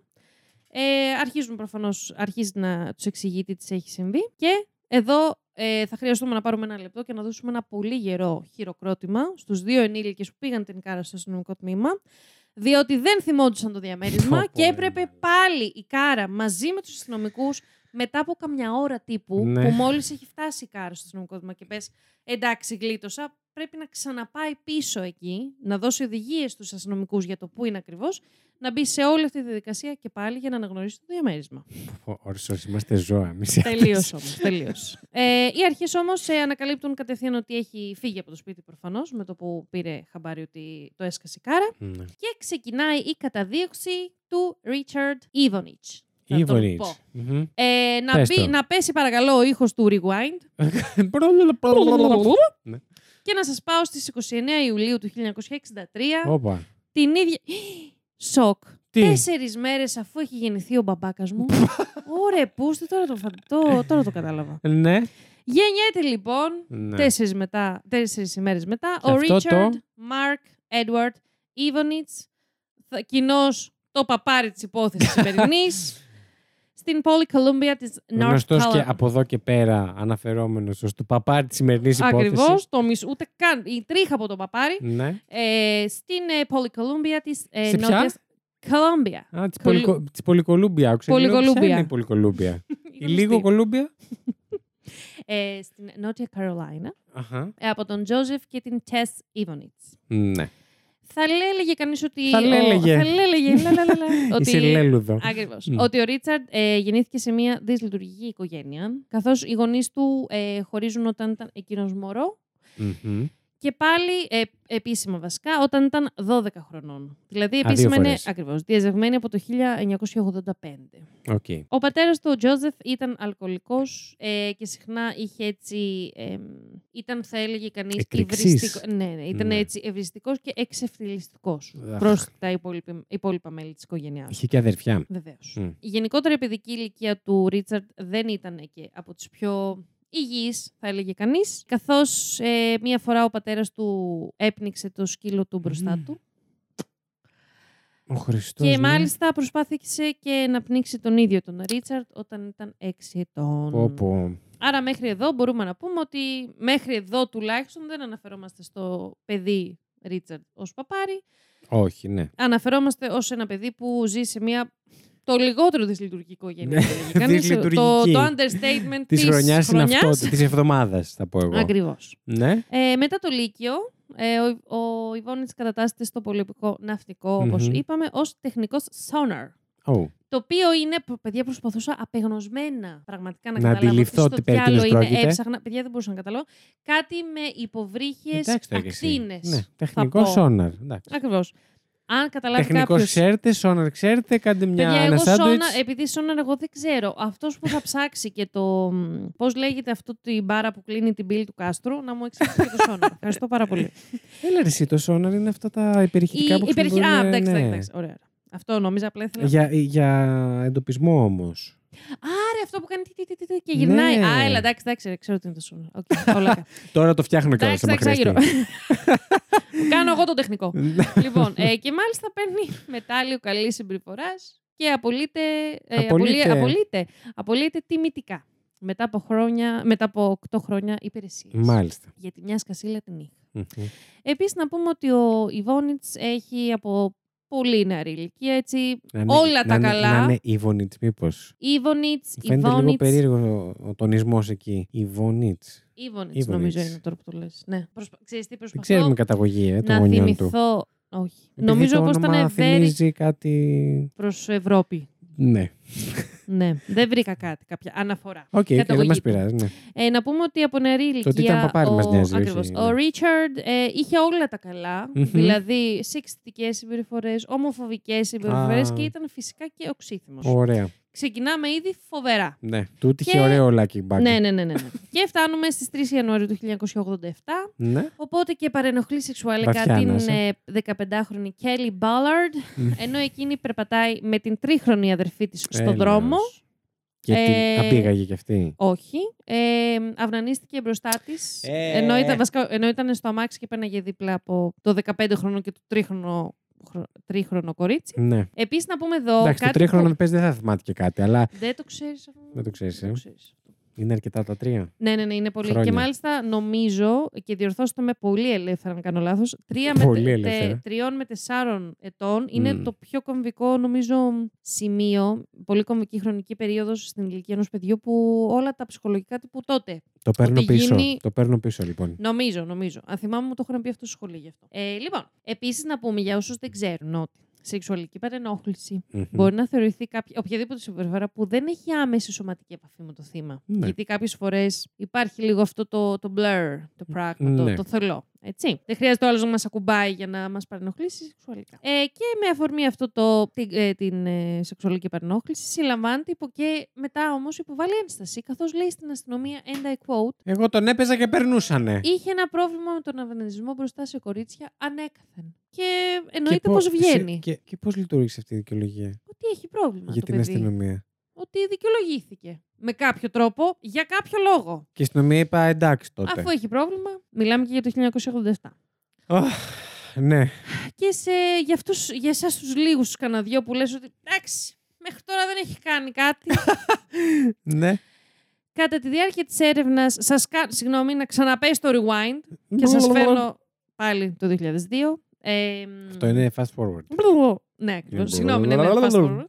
Speaker 1: Ε, αρχίζουν προφανώς, αρχίζει να τους εξηγεί τι της έχει συμβεί και εδώ ε, θα χρειαστούμε να πάρουμε ένα λεπτό και να δώσουμε ένα πολύ γερό χειροκρότημα στους δύο ενήλικες που πήγαν την κάρα στο αστυνομικό τμήμα διότι δεν θυμόντουσαν το
Speaker 2: Πω,
Speaker 1: διαμέρισμα
Speaker 2: πω,
Speaker 1: και
Speaker 2: ρε,
Speaker 1: έπρεπε
Speaker 2: μαλάκα.
Speaker 1: πάλι η κάρα μαζί με τους αστυνομικούς μετά από καμιά ώρα τύπου
Speaker 2: Ναι.
Speaker 1: που μόλις έχει φτάσει η κάρα στο αστυνομικό τμήμα και πες εντάξει γλίτωσα πρέπει να ξαναπάει πίσω εκεί, να δώσει οδηγίες στους αστυνομικούς για το πού είναι ακριβώς να μπει σε όλη αυτή τη διαδικασία και πάλι για να αναγνωρίσει το διαμέρισμα.
Speaker 2: Όρις, όρις, είμαστε ζώα. εμείς.
Speaker 1: τελείω όμως. Τελείως. Ε, οι αρχές όμως ανακαλύπτουν κατευθείαν ότι έχει φύγει από το σπίτι προφανώς, με το που πήρε χαμπάρι ότι το έσκασε η κάρα.
Speaker 2: Ναι.
Speaker 1: Και ξεκινάει η καταδίωξη του Richard Ivanich. Θα τον
Speaker 2: Evil
Speaker 1: πω.
Speaker 2: Eats. Μμμ.
Speaker 1: Ε, να,
Speaker 2: Πες
Speaker 1: μπει-
Speaker 2: το.
Speaker 1: να πέσει παρακαλώ ο ήχος του Rewind και να σας πάω στις 29 Ιουλίου του 1963
Speaker 2: Όπα.
Speaker 1: την ίδια. Σοκ.
Speaker 2: Τι?
Speaker 1: Τέσσερις μέρες αφού έχει γεννηθεί ο μπαμπάκας μου. Ωρε, πούστη, τώρα το, φα... το, τώρα το κατάλαβα.
Speaker 2: Ναι.
Speaker 1: Γεννιέται λοιπόν
Speaker 2: ναι.
Speaker 1: τέσσερις μετά, τέσσερις ημέρες μετά
Speaker 2: Και
Speaker 1: ο
Speaker 2: αυτό
Speaker 1: Ρίτσαρντ
Speaker 2: το-
Speaker 1: Μαρκ Έντουαρτ Ιβονιτς, κοινώ το παπάρι της υπόθεσης σημερινή. στην πόλη Columbia της North
Speaker 2: Γνωστός και
Speaker 1: Carolina.
Speaker 2: από εδώ και πέρα αναφερόμενος ως του παπάρι της σημερινής υπόθεση.
Speaker 1: Ακριβώς, το μισ... ούτε καν η τρίχα από το παπάρι.
Speaker 2: Ναι.
Speaker 1: Ε, στην ε, πόλη Columbia της ε,
Speaker 2: Σε ποια?
Speaker 1: Νότιας... Columbia.
Speaker 2: Α, της
Speaker 1: Κολου-
Speaker 2: πολυκο... της Πολυκολούμπια. άκουσα και λέω,
Speaker 1: Πολυκολούμπια.
Speaker 2: ποια Είναι η Πολυκολούμπια. η λίγο κολούμπια.
Speaker 1: ε, στην Νότια Καρολάινα
Speaker 2: Αχα.
Speaker 1: ε, από τον Τζόζεφ και την Τες Ιβονιτς.
Speaker 2: Ναι.
Speaker 1: Θα έλεγε κανείς ότι...
Speaker 2: Θα
Speaker 1: ο-
Speaker 2: λέλεγε.
Speaker 1: Θα λέλεγε, λα, λα, λα, λα,
Speaker 2: Η Σιλέλουδο.
Speaker 1: Ακριβώς.
Speaker 2: Μμ.
Speaker 1: Ότι ο Ρίτσαρντ ε, γεννήθηκε σε μια δυσλειτουργική οικογένεια, καθώς οι γονείς του ε, χωρίζουν όταν ήταν εκείνος μωρό
Speaker 2: Μμμ.
Speaker 1: και πάλι ε, επίσημα βασικά όταν ήταν 12 χρονών. Δηλαδή
Speaker 2: δύο
Speaker 1: επίσημα είναι
Speaker 2: φορές.
Speaker 1: ακριβώς διαζευμένη από το 1985.
Speaker 2: Οκ.
Speaker 1: Ο πατέρας του, ο Τζόζεφ, ήταν αλκοολικός ε, και συχνά είχε έτσι... ε, ήταν, θα έλεγε κανείς,
Speaker 2: Εκρηξής.
Speaker 1: ευριστικό- Ναι, ναι, ήταν
Speaker 2: Ναι.
Speaker 1: έτσι ευριστικός και εξευθυλιστικός
Speaker 2: Αχ.
Speaker 1: προς τα υπόλοιπα, υπόλοιπα μέλη της οικογένειάς του.
Speaker 2: Είχε και αδερφιά.
Speaker 1: Βεβαίως.
Speaker 2: Μμ.
Speaker 1: Η γενικότερη παιδική ηλικία του Ρίτσαρντ δεν ήταν και από τις πιο υγιείς, θα έλεγε κανείς, καθώς ε, μία φορά ο πατέρας του έπνιξε το σκύλο του μπροστά
Speaker 2: Μμμ.
Speaker 1: του
Speaker 2: Ο ναι. Χριστός.
Speaker 1: και μάλιστα προσπάθησε και να πνίξει τον ίδιο τον Ρίτσαρντ όταν ήταν 6 ετών.
Speaker 2: Όπω.
Speaker 1: Άρα μέχρι εδώ μπορούμε να πούμε ότι μέχρι εδώ τουλάχιστον δεν αναφερόμαστε στο παιδί Ρίτσαρντ ως παπάρι,
Speaker 2: Όχι, ναι.
Speaker 1: αναφερόμαστε ως ένα παιδί που ζει σε μια το λιγότερο δυσλειτουργική οικογένεια.
Speaker 2: Ναι,
Speaker 1: θα έλεγε κανείς. το,
Speaker 2: δυσλειτουργική.
Speaker 1: το understatement
Speaker 2: Της
Speaker 1: της
Speaker 2: χρονιάς
Speaker 1: χρονιάς.
Speaker 2: είναι αυτό. Της εβδομάδας, θα πω εγώ.
Speaker 1: Ακριβώς.
Speaker 2: Ναι.
Speaker 1: Ε, μετά το Λύκειο, ε, ο, ο Ιβόνιτς κατατάσσεται στο πολεμικό ναυτικό, όπως
Speaker 2: Μμμ.
Speaker 1: είπαμε, ως τεχνικός sonar.
Speaker 2: Ω.
Speaker 1: Το οποίο είναι, π- παιδιά, προσπαθούσα απεγνωσμένα πραγματικά να,
Speaker 2: Να
Speaker 1: καταλάβω
Speaker 2: αντιληφθώ
Speaker 1: τι στο
Speaker 2: τι περί
Speaker 1: διάλογο
Speaker 2: τίνος
Speaker 1: είναι.
Speaker 2: πρόκειται.
Speaker 1: Έψαχνα, παιδιά, δεν μπορούσα να καταλάβω. Κάτι με υποβρύχιες
Speaker 2: Εντάξει τώρα και εσύ.
Speaker 1: ακτίνες.
Speaker 2: Ναι. Τεχνικό
Speaker 1: πω.
Speaker 2: σόναρ. εντάξει.
Speaker 1: Ακριβώς. Αν καταλάβει
Speaker 2: Τεχνικός
Speaker 1: κάποιος...
Speaker 2: ξέρετε, σόναρ ξέρετε, κάντε μια
Speaker 1: Παιδιά,
Speaker 2: ένα
Speaker 1: εγώ
Speaker 2: σάντουιτς.
Speaker 1: σόνα, επειδή σόνα εγώ δεν ξέρω. Αυτός που θα ψάξει και το. μ, πώς λέγεται αυτό τη μπάρα που κλείνει την πύλη του κάστρου, να μου εξηγήσει και το σόνα. Ευχαριστώ πάρα πολύ.
Speaker 2: Έλα ρε εσύ, το σόναρ είναι αυτά τα υπερηχητικά που
Speaker 1: υπερχε-
Speaker 2: χρησιμοποιούν.
Speaker 1: Α, εντάξει, εντάξει, εντάξει. Ωραία. ωραία. Αυτό νόμιζα απλά ήθελα.
Speaker 2: ναι, Για, για εντοπισμό όμως.
Speaker 1: Άρε, αυτό που κάνει τι, τι, τι, τι, τι, και γυρνάει.
Speaker 2: Ναι.
Speaker 1: Α, έλα, εντάξει, εντάξει, ρε, ξέρω τι είναι το σόνα. Οκ, όλα καλά.
Speaker 2: Τώρα το φτιάχνω κιόλας.
Speaker 1: Εντάξει, εντάξει, άγυρο. Κάνω εγώ τον τεχνικό. λοιπόν, ε, και μάλιστα παίρνει μετάλλιο καλή συμπεριφοράς και απολύεται, ε, απολύ-
Speaker 2: Απολύεται.
Speaker 1: απολύεται, απολύεται τιμητικά. Μετά από, χρόνια, μετά από 8 χρόνια υπηρεσία.
Speaker 2: Μάλιστα.
Speaker 1: Γιατί μια σκασίλα την είχε.
Speaker 2: Μμμ.
Speaker 1: Επίσης, να πούμε ότι ο Ιβόνιτ έχει από πολύ νεαρή ηλικία. Έτσι,
Speaker 2: Να είναι-
Speaker 1: Όλα τα
Speaker 2: να είναι-
Speaker 1: καλά.
Speaker 2: Να είναι Ιβονίτ, μήπως.
Speaker 1: Ιβόνιτ,
Speaker 2: Φαίνεται λίγο
Speaker 1: Ιβόνιτ.
Speaker 2: περίεργο ο τονισμός εκεί. Ιβονίτ. Ιβόνιτς.
Speaker 1: Ιβόνιτ, νομίζω είναι τώρα που το λες. Ναι. Προσπα... Ξέρεις τι,
Speaker 2: Δεν
Speaker 1: προσπαθώ
Speaker 2: ξέρουμε καταγωγή ε, των
Speaker 1: να
Speaker 2: γονιών του.
Speaker 1: θυμηθώ. Όχι.
Speaker 2: Επειδή
Speaker 1: νομίζω
Speaker 2: το
Speaker 1: πως ήταν
Speaker 2: όνομα
Speaker 1: ευέρη
Speaker 2: θυμίζει κάτι.
Speaker 1: προς Ευρώπη.
Speaker 2: Ναι.
Speaker 1: ναι, δεν βρήκα κάτι, κάποια αναφορά.
Speaker 2: Οκ, και δεν
Speaker 1: Καταγωγή
Speaker 2: μας
Speaker 1: του.
Speaker 2: πειράζει. Ναι.
Speaker 1: Ε, να πούμε ότι από νεαρή ηλικία.
Speaker 2: ότι ήταν παπάρι μας νοιάζει, όχι,
Speaker 1: ακριβώς.
Speaker 2: ναι.
Speaker 1: Ο Ρίτσαρντ ε, είχε όλα τα καλα
Speaker 2: Μμμ.
Speaker 1: Δηλαδή, σεξιστικές συμπεριφορές, ομοφοβικές συμπεριφορές
Speaker 2: Α.
Speaker 1: και ήταν φυσικά και οξύθυμος.
Speaker 2: Ωραία.
Speaker 1: Ξεκινάμε ήδη φοβερά.
Speaker 2: Ναι. Του είχε
Speaker 1: Και-
Speaker 2: ωραίο λάκι μπάκι.
Speaker 1: Ναι, ναι, ναι, ναι. ναι. και φτάνουμε στις 3 Ιανουαρίου του 1987.
Speaker 2: Ναι.
Speaker 1: Οπότε και παρενοχλεί σεξουαλικά
Speaker 2: Βαθιά
Speaker 1: την
Speaker 2: ανάσα.
Speaker 1: ε, 15χρονη Kelly Ballard,
Speaker 2: Μμ.
Speaker 1: ενώ εκείνη περπατάει με την τρίχρονη αδερφή της στον
Speaker 2: Έλεος.
Speaker 1: δρόμο.
Speaker 2: Και
Speaker 1: Ε,
Speaker 2: την απήγαγε κι αυτή.
Speaker 1: Όχι. Ε, αυνανίστηκε μπροστά της.
Speaker 2: Ε.
Speaker 1: Ενώ, ήταν, βασικά, ενώ ήταν στο αμάξι και πέρναγε δίπλα από το 15χρονο και το τρίχρονο, χρο- τρίχρονο κορίτσι.
Speaker 2: Ναι.
Speaker 1: Επίσης, να πούμε εδώ.
Speaker 2: Εντάξει, το
Speaker 1: κάτι
Speaker 2: τρίχρονο
Speaker 1: που-
Speaker 2: πες δεν θα θυμάται και κάτι, αλλά
Speaker 1: Δεν το ξέρεις αυτό.
Speaker 2: Δεν το ξέρεις, ε.
Speaker 1: ξέρεις.
Speaker 2: είναι αρκετά τα τρία.
Speaker 1: Ναι, ναι, ναι, είναι πολύ.
Speaker 2: Χρόνια.
Speaker 1: Και μάλιστα νομίζω, και διορθώστε με πολύ ελεύθερα, αν κάνω λάθος,
Speaker 2: Πολύ
Speaker 1: με, τε-
Speaker 2: ελεύθερα.
Speaker 1: τε- τριών με τεσσάρων ετών είναι
Speaker 2: Μμμ.
Speaker 1: το πιο κομβικό, νομίζω, σημείο, πολύ κομβική χρονική περίοδος στην ηλικία ενός παιδιού που όλα τα ψυχολογικά του τότε.
Speaker 2: Το παίρνω
Speaker 1: Ότι
Speaker 2: πίσω.
Speaker 1: γίνει-
Speaker 2: Το παίρνω πίσω λοιπόν.
Speaker 1: Νομίζω, νομίζω. Αν θυμάμαι, μου το είχαν πει αυτό στο σχολείο γι' αυτό. Ε, λοιπόν, επίσης να πούμε για όσους δεν ξέρουν ότι σεξουαλική παρενόχληση
Speaker 2: Μμμ.
Speaker 1: Μπορεί να θεωρηθεί κάποια, οποιαδήποτε συμπεριφορά που δεν έχει άμεση σωματική επαφή με το θύμα.
Speaker 2: Ναι.
Speaker 1: Γιατί κάποιες φορές υπάρχει λίγο αυτό το, το blur, το πράγμα,
Speaker 2: Ναι.
Speaker 1: το, το θολό. Έτσι. Δεν χρειάζεται ο άλλος να μας ακουμπάει για να μας παρενοχλήσει σεξουαλικά. Ε, και με αφορμή αυτό το, την, ε, την ε, σεξουαλική παρενόχληση, συλλαμβάνεται υπο, και μετά όμως υποβάλλει ένσταση, καθώς λέει στην αστυνομία, and I quote,
Speaker 2: Εγώ τον έπαιζα και περνούσανε.
Speaker 1: είχε ένα πρόβλημα με τον αυνανισμό μπροστά σε κορίτσια ανέκαθεν. Και
Speaker 2: Και
Speaker 1: εννοείται πω
Speaker 2: σε-
Speaker 1: βγαίνει.
Speaker 2: Και, και πώς λειτουργήσε αυτή η δικαιολογία
Speaker 1: Ότι έχει πρόβλημα.
Speaker 2: για
Speaker 1: το
Speaker 2: την
Speaker 1: παιδί.
Speaker 2: αστυνομία.
Speaker 1: ότι δικαιολογήθηκε. Με κάποιο τρόπο, για κάποιο λόγο.
Speaker 2: Και η αστυνομία είπα εντάξει τότε.
Speaker 1: Αφού έχει πρόβλημα, μιλάμε και για το 1987.
Speaker 2: Αχ, ναι.
Speaker 1: Και σε, για, αυτούς, για εσάς τους λίγους τους καναδιό που λες ότι εντάξει, μέχρι τώρα δεν έχει κάνει κάτι.
Speaker 2: ναι.
Speaker 1: Κατά τη διάρκεια της έρευνας, σας κα... συγγνώμη, να ξαναπέσει το rewind και σας φέρνω πάλι το 2002. Ε,
Speaker 2: Αυτό είναι fast forward.
Speaker 1: Ναι, ακριβώς. Συγγνώμη, ναι, ναι, fast forward.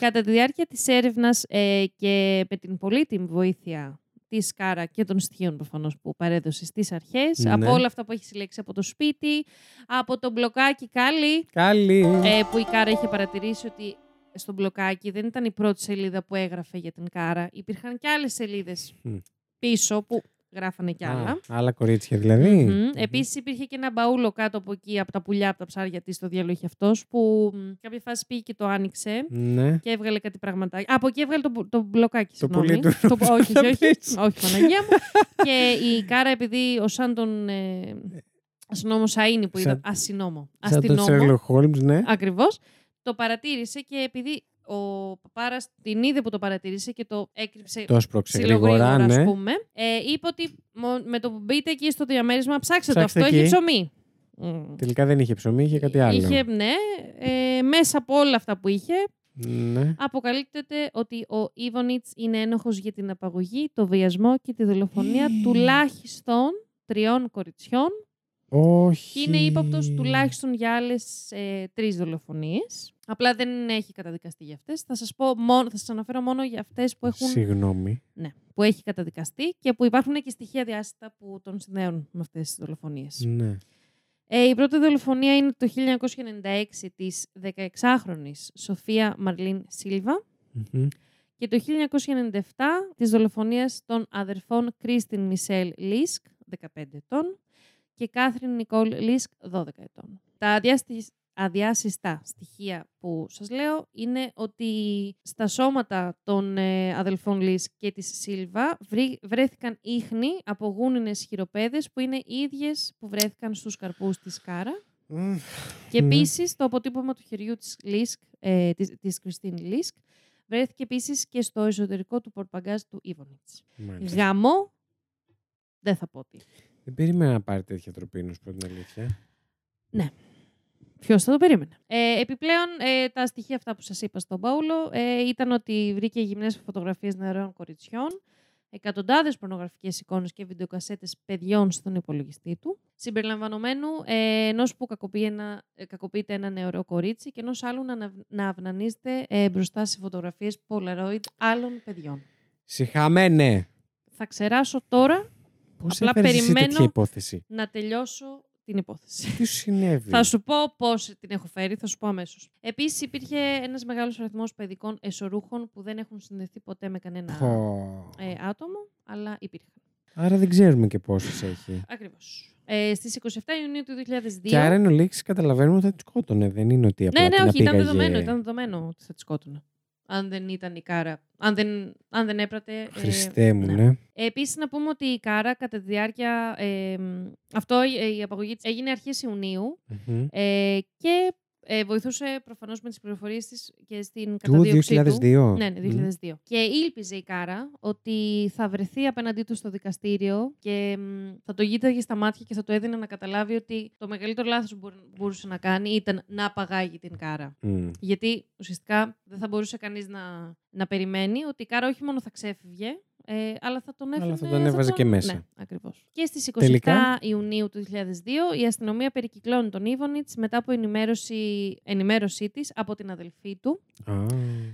Speaker 1: Κατά τη διάρκεια της έρευνας ε, και με την πολύτιμη βοήθεια της Κάρα και των στοιχείων προφανώς που παρέδωσε στις αρχές,
Speaker 2: Ναι.
Speaker 1: από όλα αυτά που έχει συλλέξει από το σπίτι, από το μπλοκάκι Κάλλη,
Speaker 2: Καλή.
Speaker 1: ε, που η Κάρα είχε παρατηρήσει ότι στο μπλοκάκι δεν ήταν η πρώτη σελίδα που έγραφε για την Κάρα. Υπήρχαν και άλλες σελίδες
Speaker 2: Μμ.
Speaker 1: πίσω που γράφανε κι άλλα.
Speaker 2: Α, άλλα κορίτσια δηλαδή.
Speaker 1: Μμμ. Επίσης υπήρχε και ένα μπαούλο κάτω από εκεί, από τα πουλιά, από τα ψάρια της, το διάλογο είχε αυτός, που μ, κάποια φάση πήγε και το άνοιξε
Speaker 2: Ναι.
Speaker 1: και έβγαλε κάτι πραγματάκι. Α, Από εκεί έβγαλε το, μπου- το μπλοκάκι,
Speaker 2: Το
Speaker 1: συγγνώμη.
Speaker 2: πουλί
Speaker 1: Το,
Speaker 2: του νόμιζα
Speaker 1: όχι, όχι, όχι,
Speaker 2: πες.
Speaker 1: όχι, Παναγία μου. και η Κάρα, επειδή ο σαν τον ε, αστυνόμος Σαΐνη που
Speaker 2: Σαν-
Speaker 1: ήταν, ασυνόμο,
Speaker 2: Σαν τον
Speaker 1: αστυνόμο,
Speaker 2: Sherlock Holmes, ναι.
Speaker 1: ακριβώς, το παρατήρησε και επειδή ο παπάρας την είδε που το παρατήρησε και το έκρυψε
Speaker 2: Το σπρώξε
Speaker 1: ψιλογρήγορα,
Speaker 2: γρήγορα,
Speaker 1: ας
Speaker 2: ναι.
Speaker 1: πούμε. Ε, είπε ότι μο- με το που μπείτε εκεί στο διαμέρισμα, ψάξτε το.
Speaker 2: Ψάξτε
Speaker 1: Αυτό έχει
Speaker 2: εκεί.
Speaker 1: ψωμί. Μμ.
Speaker 2: Τελικά δεν είχε ψωμί, είχε κάτι άλλο.
Speaker 1: Είχε, ναι, ε, μέσα από όλα αυτά που είχε,
Speaker 2: Ναι.
Speaker 1: αποκαλύπτεται ότι ο Ιβονίτς είναι ένοχος για την απαγωγή, το βιασμό και τη δολοφονία
Speaker 2: Ε.
Speaker 1: τουλάχιστον τριών κοριτσιών και
Speaker 2: Όχι.
Speaker 1: είναι ύποπτος τουλάχιστον για άλλες ε, τρεις δολοφονίες. Απλά δεν έχει καταδικαστεί για αυτές. Θα σας πω μόνο, θα σας αναφέρω μόνο για αυτές που έχουν
Speaker 2: Συγγνώμη.
Speaker 1: ναι, που έχει καταδικαστεί και που υπάρχουν και στοιχεία διάστατα που τον συνδέουν με αυτές τις δολοφονίες.
Speaker 2: Ναι.
Speaker 1: Ε, η πρώτη δολοφονία είναι το 1996 της 16χρονης Σοφία Μαρλίν Σίλβα
Speaker 2: Μμμ.
Speaker 1: και το 1997 της δολοφονίας των αδερφών Κρίστιν Μισελ Λίσκ, 15 ετών, και Κάθριν Νικόλ Λίσκ, 12 ετών. Τα αδιάστη- αδιάσυστα στοιχεία που σας λέω είναι ότι στα σώματα των ε, αδελφών Λίσκ και της Σίλβα βρή- βρέθηκαν ίχνη από γούνινες χειροπέδες που είναι οι ίδιες που βρέθηκαν στους καρπούς της Κάρα.
Speaker 2: Μμμ.
Speaker 1: Και
Speaker 2: Ναι.
Speaker 1: επίση το αποτύπωμα του χεριού της Λίσκ, ε, της, της Κριστίν Λίσκ, βρέθηκε επίσης και στο εσωτερικό του πορπαγκάζ του Ιβονιτ.
Speaker 2: Μάλιστα.
Speaker 1: Γαμό, δεν θα πω τι.
Speaker 2: Δεν περίμενα να πάρει τέτοια τροπή, να σου πω την αλήθεια.
Speaker 1: Ποιος θα το περίμενε. Ε, επιπλέον, ε, τα στοιχεία αυτά που σας είπα στον Παούλο ε, ήταν ότι βρήκε γυμνέ φωτογραφίες νεαρών κοριτσιών, εκατοντάδες πορνογραφικές εικόνες και βιντεοκασέτες παιδιών στον υπολογιστή του, συμπεριλαμβανομένου ε, ενός που κακοποιεί ένα, ε, κακοποιείται ένα νεαρό κορίτσι και ενός άλλου να, αναβ- να αυνανίζεται ε, μπροστά σε φωτογραφίες Polaroid άλλων παιδιών.
Speaker 2: Συχαμένε. ναι.
Speaker 1: Θα ξεράσω τώρα
Speaker 2: Πώς
Speaker 1: Απλά
Speaker 2: έφερες εσύ
Speaker 1: περιμένω-
Speaker 2: τέτοια υπόθεση.
Speaker 1: να τελειώσω την υπόθεση.
Speaker 2: Τι σου συνέβη.
Speaker 1: Θα σου πω πώς την έχω φέρει, θα σου πω αμέσως. Επίσης, υπήρχε ένας μεγάλος αριθμός παιδικών εσωρούχων που δεν έχουν συνδεθεί ποτέ με κανένα
Speaker 2: Πω.
Speaker 1: ε, άτομο, αλλά υπήρχαν.
Speaker 2: Άρα δεν ξέρουμε και πόσες έχει.
Speaker 1: Ακριβώς. Ε, Στις 27 Ιουνίου του 2002.
Speaker 2: Και άρα εν ολίγης καταλαβαίνουμε ότι θα τη σκότωνε. Δεν είναι ότι απλά
Speaker 1: ναι, ναι,
Speaker 2: την
Speaker 1: όχι, ήταν
Speaker 2: απήγαγε.
Speaker 1: δεδομένο, ήταν δεδομένο ότι θα τη σκότωνα. Αν δεν ήταν η Κάρα. Αν δεν, αν δεν έπρατε. ε,
Speaker 2: Χριστέ μου,
Speaker 1: ναι.
Speaker 2: ναι.
Speaker 1: Επίσης, να πούμε ότι η Κάρα κατά τη διάρκεια. Ε, μ, αυτό ε, η απαγωγή της έγινε αρχές Ιουνίου
Speaker 2: Μμμ.
Speaker 1: ε, και ε, βοηθούσε προφανώς με τις πληροφορίες της και στην
Speaker 2: Του
Speaker 1: καταδίωξή του.
Speaker 2: 2002.
Speaker 1: Ναι, ναι, 2002. Και ήλπιζε η Κάρα ότι θα βρεθεί απέναντί του στο δικαστήριο και μ, θα το γύταγε στα μάτια και θα το έδινε να καταλάβει ότι το μεγαλύτερο λάθος που μπορούσε να κάνει ήταν να απαγάγει την Κάρα.
Speaker 2: Μμ.
Speaker 1: Γιατί ουσιαστικά δεν θα μπορούσε κανείς να, να περιμένει ότι η Κάρα όχι μόνο θα ξέφυγε, ε, αλλά θα τον έφερε.
Speaker 2: Αλλά θα τον έβαζε και μέσα.
Speaker 1: Ναι, ακριβώς. Και στις 27
Speaker 2: Τελικά?
Speaker 1: Ιουνίου του 2002 η αστυνομία περικυκλώνει τον Ήβονιτ μετά από ενημέρωση, ενημέρωσή της από την αδελφή του
Speaker 2: Α.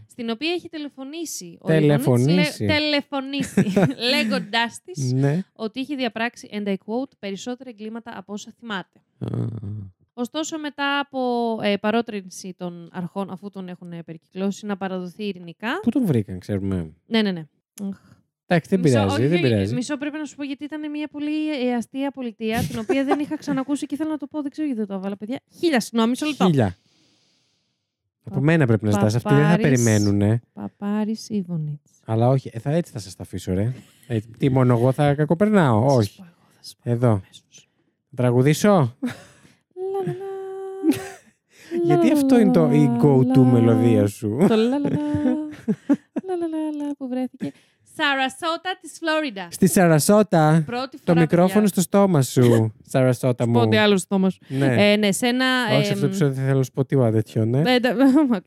Speaker 1: στην οποία έχει τηλεφωνήσει ο
Speaker 2: Τελεφωνήσει.
Speaker 1: Ιβανίτς, λέ- τελεφωνήσει, λέγοντάς της
Speaker 2: Ναι.
Speaker 1: ότι είχε διαπράξει, and I quote, περισσότερα εγκλήματα από όσα θυμάται.
Speaker 2: Α.
Speaker 1: Ωστόσο, μετά από ε, παρότρινση των αρχών, αφού τον έχουν ε, περικυκλώσει, να παραδοθεί ειρηνικά.
Speaker 2: Πού τον βρήκαν, ξέρουμε.
Speaker 1: Ναι, ναι, ναι. Αχ.
Speaker 2: Εντάξει, δεν
Speaker 1: Μισό-
Speaker 2: πειράζει,
Speaker 1: όχι,
Speaker 2: δεν
Speaker 1: όχι,
Speaker 2: πειράζει.
Speaker 1: Μισό πρέπει να σου πω γιατί ήταν μια πολύ ε, αστεία πολιτεία, την οποία δεν είχα ξανακούσει και ήθελα να το πω. Δεν ξέρω γιατί δεν το έβαλα, παιδιά. Χίλια, συγγνώμη, μισό λεπτό.
Speaker 2: Χίλια. Από μένα πρέπει να ζητάς. Αυτοί δεν θα
Speaker 1: Παπάρης.
Speaker 2: περιμένουνε.
Speaker 1: Παπάρη Ιβονίτ.
Speaker 2: Αλλά όχι, ε, θα, έτσι θα σας τα αφήσω, ρε. Ε, τι, μόνο εγώ θα κακοπερνάω. όχι. Εδώ. Τραγουδήσω. Γιατί αυτό είναι το η go-to μελωδία σου.
Speaker 1: Το λαλαλα, λαλαλαλα που βρέθηκε. Σαρασότα της Φλόριντα.
Speaker 2: Στη Σαρασότα.
Speaker 1: Πρώτη φορά.
Speaker 2: Το μικρόφωνο στο στόμα σου, Σαρασότα μου.
Speaker 1: Πότε άλλο στόμα.
Speaker 2: Ναι.
Speaker 1: Ε, ναι, σε ένα.
Speaker 2: Όχι,
Speaker 1: εμ,
Speaker 2: αυτό το επεισόδιο δεν θέλω να σου πω τίποτα τέτοιο, ναι.
Speaker 1: ε, τα- οκ.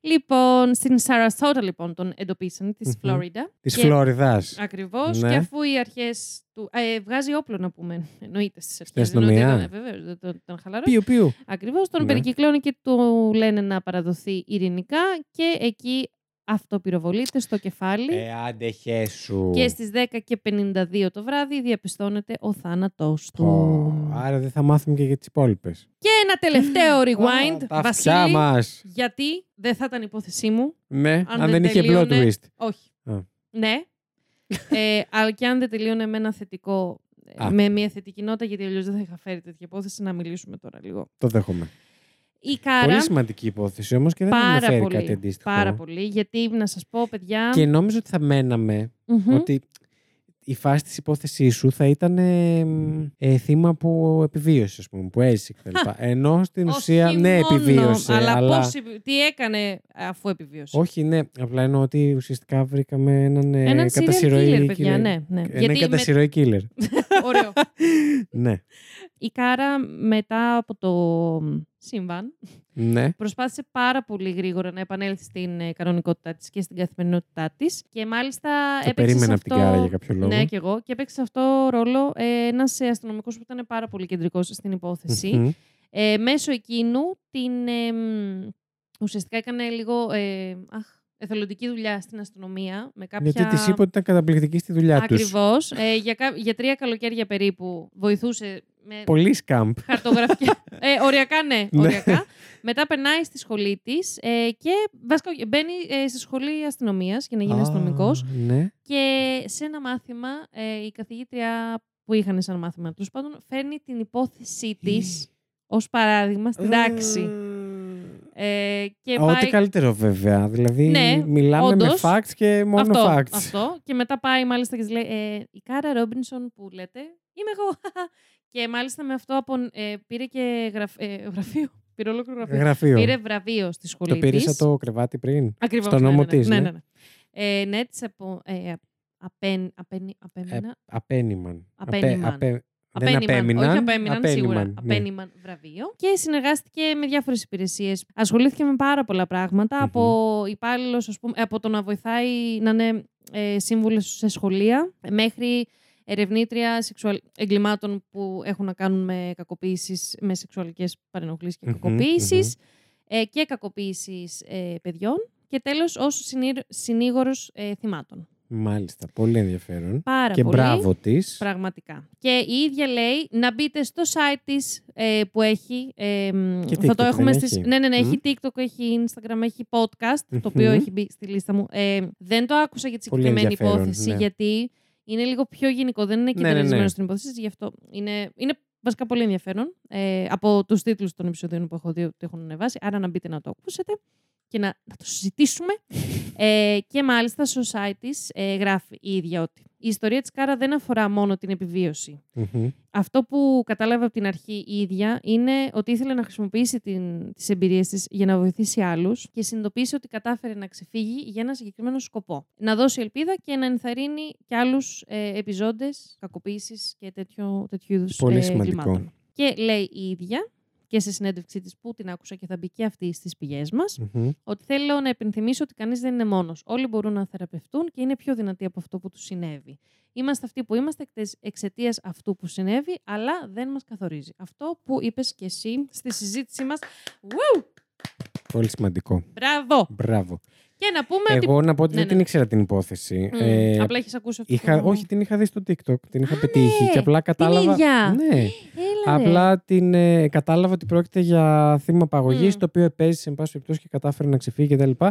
Speaker 1: Λοιπόν, στην Σαρασότα λοιπόν τον εντοπίσαν της
Speaker 2: Μμμ.
Speaker 1: Φλόριντα.
Speaker 2: Της
Speaker 1: και-
Speaker 2: Φλόριδας.
Speaker 1: Ακριβώς.
Speaker 2: Ναι.
Speaker 1: Και αφού οι αρχές του. ε, βγάζει όπλο να πούμε. Εννοείται στις αρχές.
Speaker 2: αστυνομία.
Speaker 1: Βεβαίω, δεν τον- τον χαλαρό.
Speaker 2: Πιου, πιου.
Speaker 1: Ακριβώς. Τον
Speaker 2: Ναι.
Speaker 1: περικυκλώνει και του λένε να παραδοθεί ειρηνικά και εκεί αυτοπυροβολείται στο κεφάλι.
Speaker 2: Ε, άντε, χέσου.
Speaker 1: Και στις 10 και 52 το βράδυ διαπιστώνεται ο θάνατός του.
Speaker 2: Πω, Άρα δεν θα μάθουμε και για τις υπόλοιπες.
Speaker 1: Και ένα τελευταίο rewind,
Speaker 2: Α, τα αυτιά
Speaker 1: Βασίλη,
Speaker 2: μας.
Speaker 1: γιατί δεν θα ήταν υπόθεσή μου.
Speaker 2: Ναι, αν,
Speaker 1: δεν
Speaker 2: δεν είχε plot
Speaker 1: τελείωνε-
Speaker 2: twist.
Speaker 1: Όχι.
Speaker 2: Α.
Speaker 1: Ναι. ε, αλλά και αν δεν τελείωνε με ένα θετικό,
Speaker 2: Α.
Speaker 1: με μια θετική νότα, γιατί αλλιώς δεν θα είχα φέρει τέτοια υπόθεση, να μιλήσουμε τώρα λίγο.
Speaker 2: Το δέχομαι.
Speaker 1: Η Κάρα,
Speaker 2: Πολύ σημαντική υπόθεση όμως και δεν έχουμε
Speaker 1: πάρα
Speaker 2: φέρει
Speaker 1: πολύ,
Speaker 2: κάτι αντίστοιχο.
Speaker 1: πάρα πολύ, γιατί να σας πω, παιδιά,
Speaker 2: Και νόμιζα ότι θα μέναμε
Speaker 1: μμμ,
Speaker 2: ότι η φάση της υπόθεσής σου θα ήταν ε, μ, ε, θύμα που επιβίωσε, ας πούμε, που έζησε κτλ. Ενώ στην
Speaker 1: όχι
Speaker 2: ουσία, ναι,
Speaker 1: μόνο,
Speaker 2: επιβίωσε.
Speaker 1: Αλλά, πώς επι- τι έκανε αφού επιβίωσε.
Speaker 2: Όχι, ναι. Απλά εννοώ ότι ουσιαστικά βρήκαμε έναν, ε,
Speaker 1: Έναν
Speaker 2: κατά
Speaker 1: serial
Speaker 2: συρροή
Speaker 1: killer, παιδιά,
Speaker 2: killer.
Speaker 1: ναι. ναι.
Speaker 2: Έναν κατά
Speaker 1: με-
Speaker 2: συρροή killer.
Speaker 1: Ωραίο.
Speaker 2: ναι.
Speaker 1: Η Κάρα μετά από το σύμβαν
Speaker 2: Ναι.
Speaker 1: προσπάθησε πάρα πολύ γρήγορα να επανέλθει στην ε, κανονικότητά της και στην καθημερινότητά της και μάλιστα
Speaker 2: Το
Speaker 1: έπαιξε σε
Speaker 2: περίμενα
Speaker 1: αυτό...
Speaker 2: από την Κάρα για κάποιο λόγο.
Speaker 1: Ναι, και εγώ. Και έπαιξε σε αυτό ρόλο ε, ένας ε, αστυνομικός που ήταν πάρα πολύ κεντρικός στην υπόθεση.
Speaker 2: Μμμ.
Speaker 1: Ε, μέσω εκείνου την. ε, μ, ουσιαστικά έκανε λίγο. ε, αχ, εθελοντική δουλειά στην αστυνομία. Με κάποια...
Speaker 2: Γιατί της είπα ότι ήταν καταπληκτική στη δουλειά τους.
Speaker 1: Ακριβώς. Ε, για, κα- για τρία καλοκαίρια περίπου βοηθούσε με
Speaker 2: Πολύ σκάμπ.
Speaker 1: χαρτογραφικά. ε, οριακά, ναι,
Speaker 2: Ναι.
Speaker 1: οριακά. Μετά περνάει στη σχολή της ε, και βασικά, όχι, μπαίνει ε, στη σχολή αστυνομίας για να γίνει αστυνομικό.
Speaker 2: Α, Ναι.
Speaker 1: Και σε ένα μάθημα, ε, η καθηγήτρια που είχαν σαν μάθημα τέλος πάντων, φέρνει την υπόθεσή της ως παράδειγμα στην τάξη. Ε, και
Speaker 2: Α, Ό,τι
Speaker 1: πάει...
Speaker 2: καλύτερο βέβαια. Δηλαδή
Speaker 1: Ναι,
Speaker 2: μιλάμε
Speaker 1: όντως.
Speaker 2: με facts και μόνο
Speaker 1: αυτό,
Speaker 2: facts.
Speaker 1: αυτό. Και μετά πάει μάλιστα και της λέει ε, «Η Κάρα Ρόμπινσον που λέτε, είμαι εγώ». Και μάλιστα με αυτό απο- ε, πήρε και γραφ... ε, γραφείο. Πήρε ολόκληρο γραφείο.
Speaker 2: Γραφείο.
Speaker 1: Πήρε βραβείο στη σχολή
Speaker 2: το πήρες
Speaker 1: της.
Speaker 2: σαν το κρεβάτι πριν.
Speaker 1: Ακριβώς,
Speaker 2: στον
Speaker 1: ναι,
Speaker 2: νόμο
Speaker 1: ναι, ναι.
Speaker 2: της,
Speaker 1: Ναι,
Speaker 2: ναι.
Speaker 1: ναι, ναι. Ε, ναι, της απο... ε, απέν... απέν... απέμενα...
Speaker 2: Απένιμαν. Απέ-
Speaker 1: Απένιμαν.
Speaker 2: απέ- Δεν
Speaker 1: Απένιμαν.
Speaker 2: απέμειναν.
Speaker 1: Όχι απέμειναν, σίγουρα.
Speaker 2: απένιμαν, ναι.
Speaker 1: Απένιμαν βραβείο. Και συνεργάστηκε με διάφορες υπηρεσίες. Ασχολήθηκε με πάρα πολλά πράγματα,
Speaker 2: Μμμ.
Speaker 1: Από υπάλληλος, ας πούμε, από το να βοηθάει να είναι ε, σύμβουλος σε σχολεία, μέχρι ερευνήτρια σεξουαλ... εγκλημάτων που έχουν να κάνουν με κακοποίησεις, με σεξουαλικές παρενοχλήσεις και
Speaker 2: Μμμ,
Speaker 1: κακοποίησεις ε, και κακοποίησεις ε, παιδιών και τέλος ως συνήρ- συνήγορος ε, θυμάτων.
Speaker 2: Μάλιστα. Πολύ ενδιαφέρον.
Speaker 1: Πάρα
Speaker 2: και
Speaker 1: πολύ.
Speaker 2: μπράβο της.
Speaker 1: Πραγματικά. Και η ίδια λέει να μπείτε στο site της που έχει. ε, μ,
Speaker 2: Και
Speaker 1: θα το
Speaker 2: TikTok
Speaker 1: έχουμε
Speaker 2: δεν
Speaker 1: στις...
Speaker 2: έχει?
Speaker 1: Ναι, ναι, ναι. Έχει
Speaker 2: Μμμ.
Speaker 1: TikTok, έχει Instagram, έχει podcast. Το οποίο
Speaker 2: Μμμ.
Speaker 1: έχει μπει στη λίστα μου. Ε, δεν το άκουσα για τη
Speaker 2: Πολύ
Speaker 1: συγκεκριμένη
Speaker 2: ενδιαφέρον,
Speaker 1: υπόθεση,
Speaker 2: ναι.
Speaker 1: γιατί είναι λίγο πιο γενικό. Δεν είναι
Speaker 2: ναι, ναι.
Speaker 1: κεντρισμένο στην υπόθεση. Γι' αυτό είναι, είναι βασικά πολύ ενδιαφέρον. Ε, από τους τίτλους των επεισοδίων που έχω δει ότι έχουν ανεβάσει. Άρα να μπείτε να το ακούσετε και να, να το συζητήσουμε. Ε, και μάλιστα στο site της ε, γράφει η ίδια ότι η ιστορία της Κάρα δεν αφορά μόνο την επιβίωση.
Speaker 2: Μμμ.
Speaker 1: Αυτό που κατάλαβε από την αρχή η ίδια είναι ότι ήθελε να χρησιμοποιήσει την, τις εμπειρίες της για να βοηθήσει άλλους και συνειδητοποίησε ότι κατάφερε να ξεφύγει για ένα συγκεκριμένο σκοπό. Να δώσει ελπίδα και να ενθαρρύνει και άλλους ε, επιζώντες κακοποίησης και τέτοιο, τέτοιου είδους
Speaker 2: Πολύ
Speaker 1: ε,
Speaker 2: σημαντικό.
Speaker 1: εγκλημάτων. Και λέει η ίδια και σε συνέντευξή της που την άκουσα και θα μπει και αυτή στις πηγές μας,
Speaker 2: Μμμ.
Speaker 1: ότι θέλω να υπενθυμίσω ότι κανείς δεν είναι μόνος. Όλοι μπορούν να θεραπευτούν και είναι πιο δυνατοί από αυτό που τους συνέβη. Είμαστε αυτοί που είμαστε εξαιτίας αυτού που συνέβη, αλλά δεν μας καθορίζει. Αυτό που είπες και εσύ στη συζήτησή μας.
Speaker 2: Πολύ σημαντικό.
Speaker 1: Μπράβο!
Speaker 2: Μπράβο.
Speaker 1: Και να πούμε ότι.
Speaker 2: Εγώ να πω ότι
Speaker 1: Ναι,
Speaker 2: δεν
Speaker 1: ναι.
Speaker 2: την ήξερα την υπόθεση.
Speaker 1: Μμμ,
Speaker 2: Ε,
Speaker 1: απλά έχεις ακούσει αυτό.
Speaker 2: Είχα,
Speaker 1: που-
Speaker 2: όχι, την είχα δει στο TikTok. Την είχα πετύχει και απλά κατάλαβα.
Speaker 1: ίδια.
Speaker 2: Ναι.
Speaker 1: Έλα, ρε.
Speaker 2: Απλά την ε, κατάλαβα ότι πρόκειται για θύμα απαγωγή,
Speaker 1: Μμ.
Speaker 2: το οποίο επέζησε εν πάση περιπτώσει και κατάφερε να ξεφύγει κτλ. Και,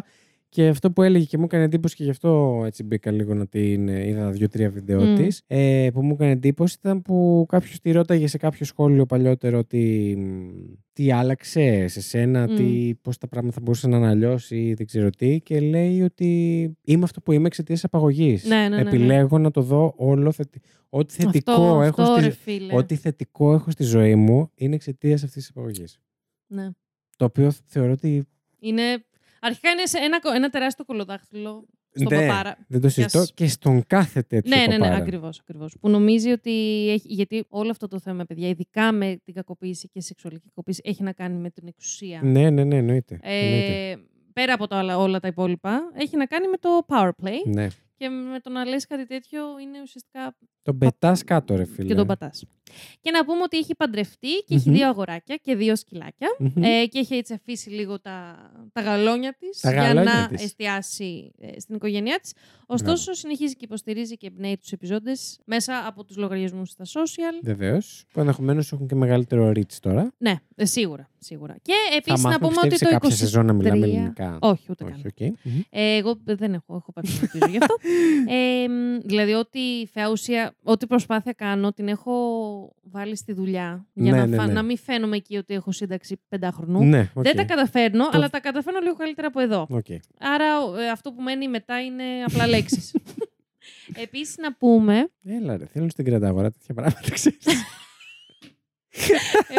Speaker 2: και αυτό που έλεγε και μου έκανε εντύπωση και γι' αυτό έτσι μπήκα λίγο να την ε, είδα δύο-τρία βίντεο
Speaker 1: Μμ.
Speaker 2: της. Ε, που μου έκανε εντύπωση ήταν που κάποιος τη ρώταγε σε κάποιο σχόλιο παλιότερο ότι μ, τι άλλαξε σε σένα,
Speaker 1: Μμ.
Speaker 2: τι, πώς τα πράγματα θα μπορούσαν να είναι αλλιώς ή δεν ξέρω τι και λέει ότι είμαι αυτό που είμαι εξαιτίας απαγωγής.
Speaker 1: Ναι, ναι, ναι, ναι.
Speaker 2: Επιλέγω να το δω όλο θετι... ό,τι θετικό
Speaker 1: αυτό,
Speaker 2: έχω
Speaker 1: αυτό,
Speaker 2: στη
Speaker 1: ρε, φίλε.
Speaker 2: Ό,τι θετικό έχω στη ζωή μου είναι εξαιτίας αυτής της επαγωγή.
Speaker 1: Ναι.
Speaker 2: Το οποίο θεωρώ ότι.
Speaker 1: Είναι... Αρχικά είναι σε ένα, κο- ένα τεράστιο κολοδάχτυλο στον
Speaker 2: Ναι,
Speaker 1: παπάρα.
Speaker 2: δεν το συζητώ.
Speaker 1: Yes.
Speaker 2: Και στον κάθε τέτοιο.
Speaker 1: Ναι, ναι, ναι,
Speaker 2: παπάρα.
Speaker 1: ακριβώς. Ακριβώς. Που νομίζει ότι. Έχει, γιατί όλο αυτό το θέμα, παιδιά, ειδικά με την κακοποίηση και σεξουαλική κακοποίηση, έχει να κάνει με την εξουσία.
Speaker 2: Ναι, ναι, ναι, εννοείται. εννοείται.
Speaker 1: Ε, πέρα από τα όλα, όλα τα υπόλοιπα, έχει να κάνει με το power play
Speaker 2: Ναι.
Speaker 1: και με το να λες κάτι τέτοιο είναι ουσιαστικά.
Speaker 2: Τον πετάς κάτω, ρε φίλε.
Speaker 1: και τον πατάς. Και να πούμε ότι έχει παντρευτεί και έχει
Speaker 2: Μμμ.
Speaker 1: δύο αγοράκια και δύο σκυλάκια.
Speaker 2: Μμμ.
Speaker 1: Ε, και έχει έτσι αφήσει λίγο τα, τα γαλόνια της
Speaker 2: Τα
Speaker 1: για
Speaker 2: γαλόνια
Speaker 1: να
Speaker 2: της.
Speaker 1: εστιάσει ε, στην οικογένειά της. Ωστόσο, συνεχίζει και υποστηρίζει και εμπνέει τους επιζώντες μέσα από τους λογαριασμούς στα social.
Speaker 2: Βεβαίως. Που ενδεχομένως έχουν και μεγαλύτερο reach τώρα.
Speaker 1: Ναι, ε, σίγουρα, σίγουρα. Και
Speaker 2: Θα
Speaker 1: επίσης να
Speaker 2: μάθουμε
Speaker 1: πούμε
Speaker 2: πιστεύεις,
Speaker 1: ότι
Speaker 2: σε
Speaker 1: το 20...
Speaker 2: κάποια σεζόν να μιλάμε ελληνικά.
Speaker 1: Όχι, ούτε καν.
Speaker 2: Όχι, οκ. Μμμ.
Speaker 1: Ε, εγώ δεν έχω, έχω πάρει ελπίζω γι' αυτό. Ε, μ, δηλαδή, ό,τι φεάουσια, ό,τι προσπάθεια κάνω, την έχω βάλει στη δουλειά. Για
Speaker 2: Ναι,
Speaker 1: να,
Speaker 2: ναι,
Speaker 1: φα-
Speaker 2: ναι.
Speaker 1: να μην φαίνομαι εκεί ότι έχω σύνταξη πεντάχρονου.
Speaker 2: Ναι, οκ.
Speaker 1: Δεν τα καταφέρνω,
Speaker 2: Το-
Speaker 1: αλλά τα καταφέρνω λίγο καλύτερα από εδώ.
Speaker 2: Οκ.
Speaker 1: Άρα ε, αυτό που μένει μετά είναι απλά λέξεις. Επίσης να πούμε.
Speaker 2: Έλα, ρε. Θέλω στην κρατάγορα τέτοια πράγματα, ξέρεις.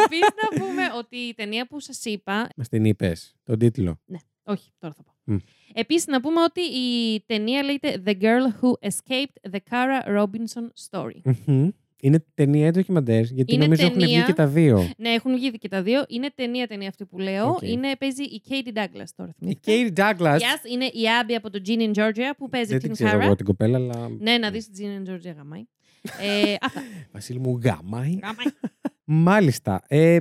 Speaker 1: Επίσης να πούμε ότι η ταινία που σας είπα.
Speaker 2: Μας την είπες. Τον τίτλο.
Speaker 1: Όχι, τώρα θα πω.
Speaker 2: Μμ.
Speaker 1: Επίσης να πούμε ότι η ταινία λέγεται The Girl Who Escaped the Cara Robinson Story.
Speaker 2: Μμμ. Είναι ταινία ή ντοκιμαντέρ, γιατί
Speaker 1: Είναι
Speaker 2: νομίζω έχουν βγει
Speaker 1: ταινία.
Speaker 2: και τα δύο.
Speaker 1: Ναι, έχουν βγει και τα δύο. Είναι ταινία ταινία αυτή που λέω.
Speaker 2: Οκ.
Speaker 1: Είναι, παίζει η Katie Douglas τώρα.
Speaker 2: Η
Speaker 1: θυμήθηκα.
Speaker 2: Katie Douglas.
Speaker 1: Yes, είναι η Abby από το Gene and Georgia που παίζει
Speaker 2: Δεν την
Speaker 1: την
Speaker 2: ξέρω
Speaker 1: Cara.
Speaker 2: εγώ την κοπέλα, αλλά.
Speaker 1: Ναι, να δεις Gene and Georgia γαμάει. ε, αυτά.
Speaker 2: Βασίλη μου γάμαει.
Speaker 1: Γαμάει.
Speaker 2: Μάλιστα. Ε,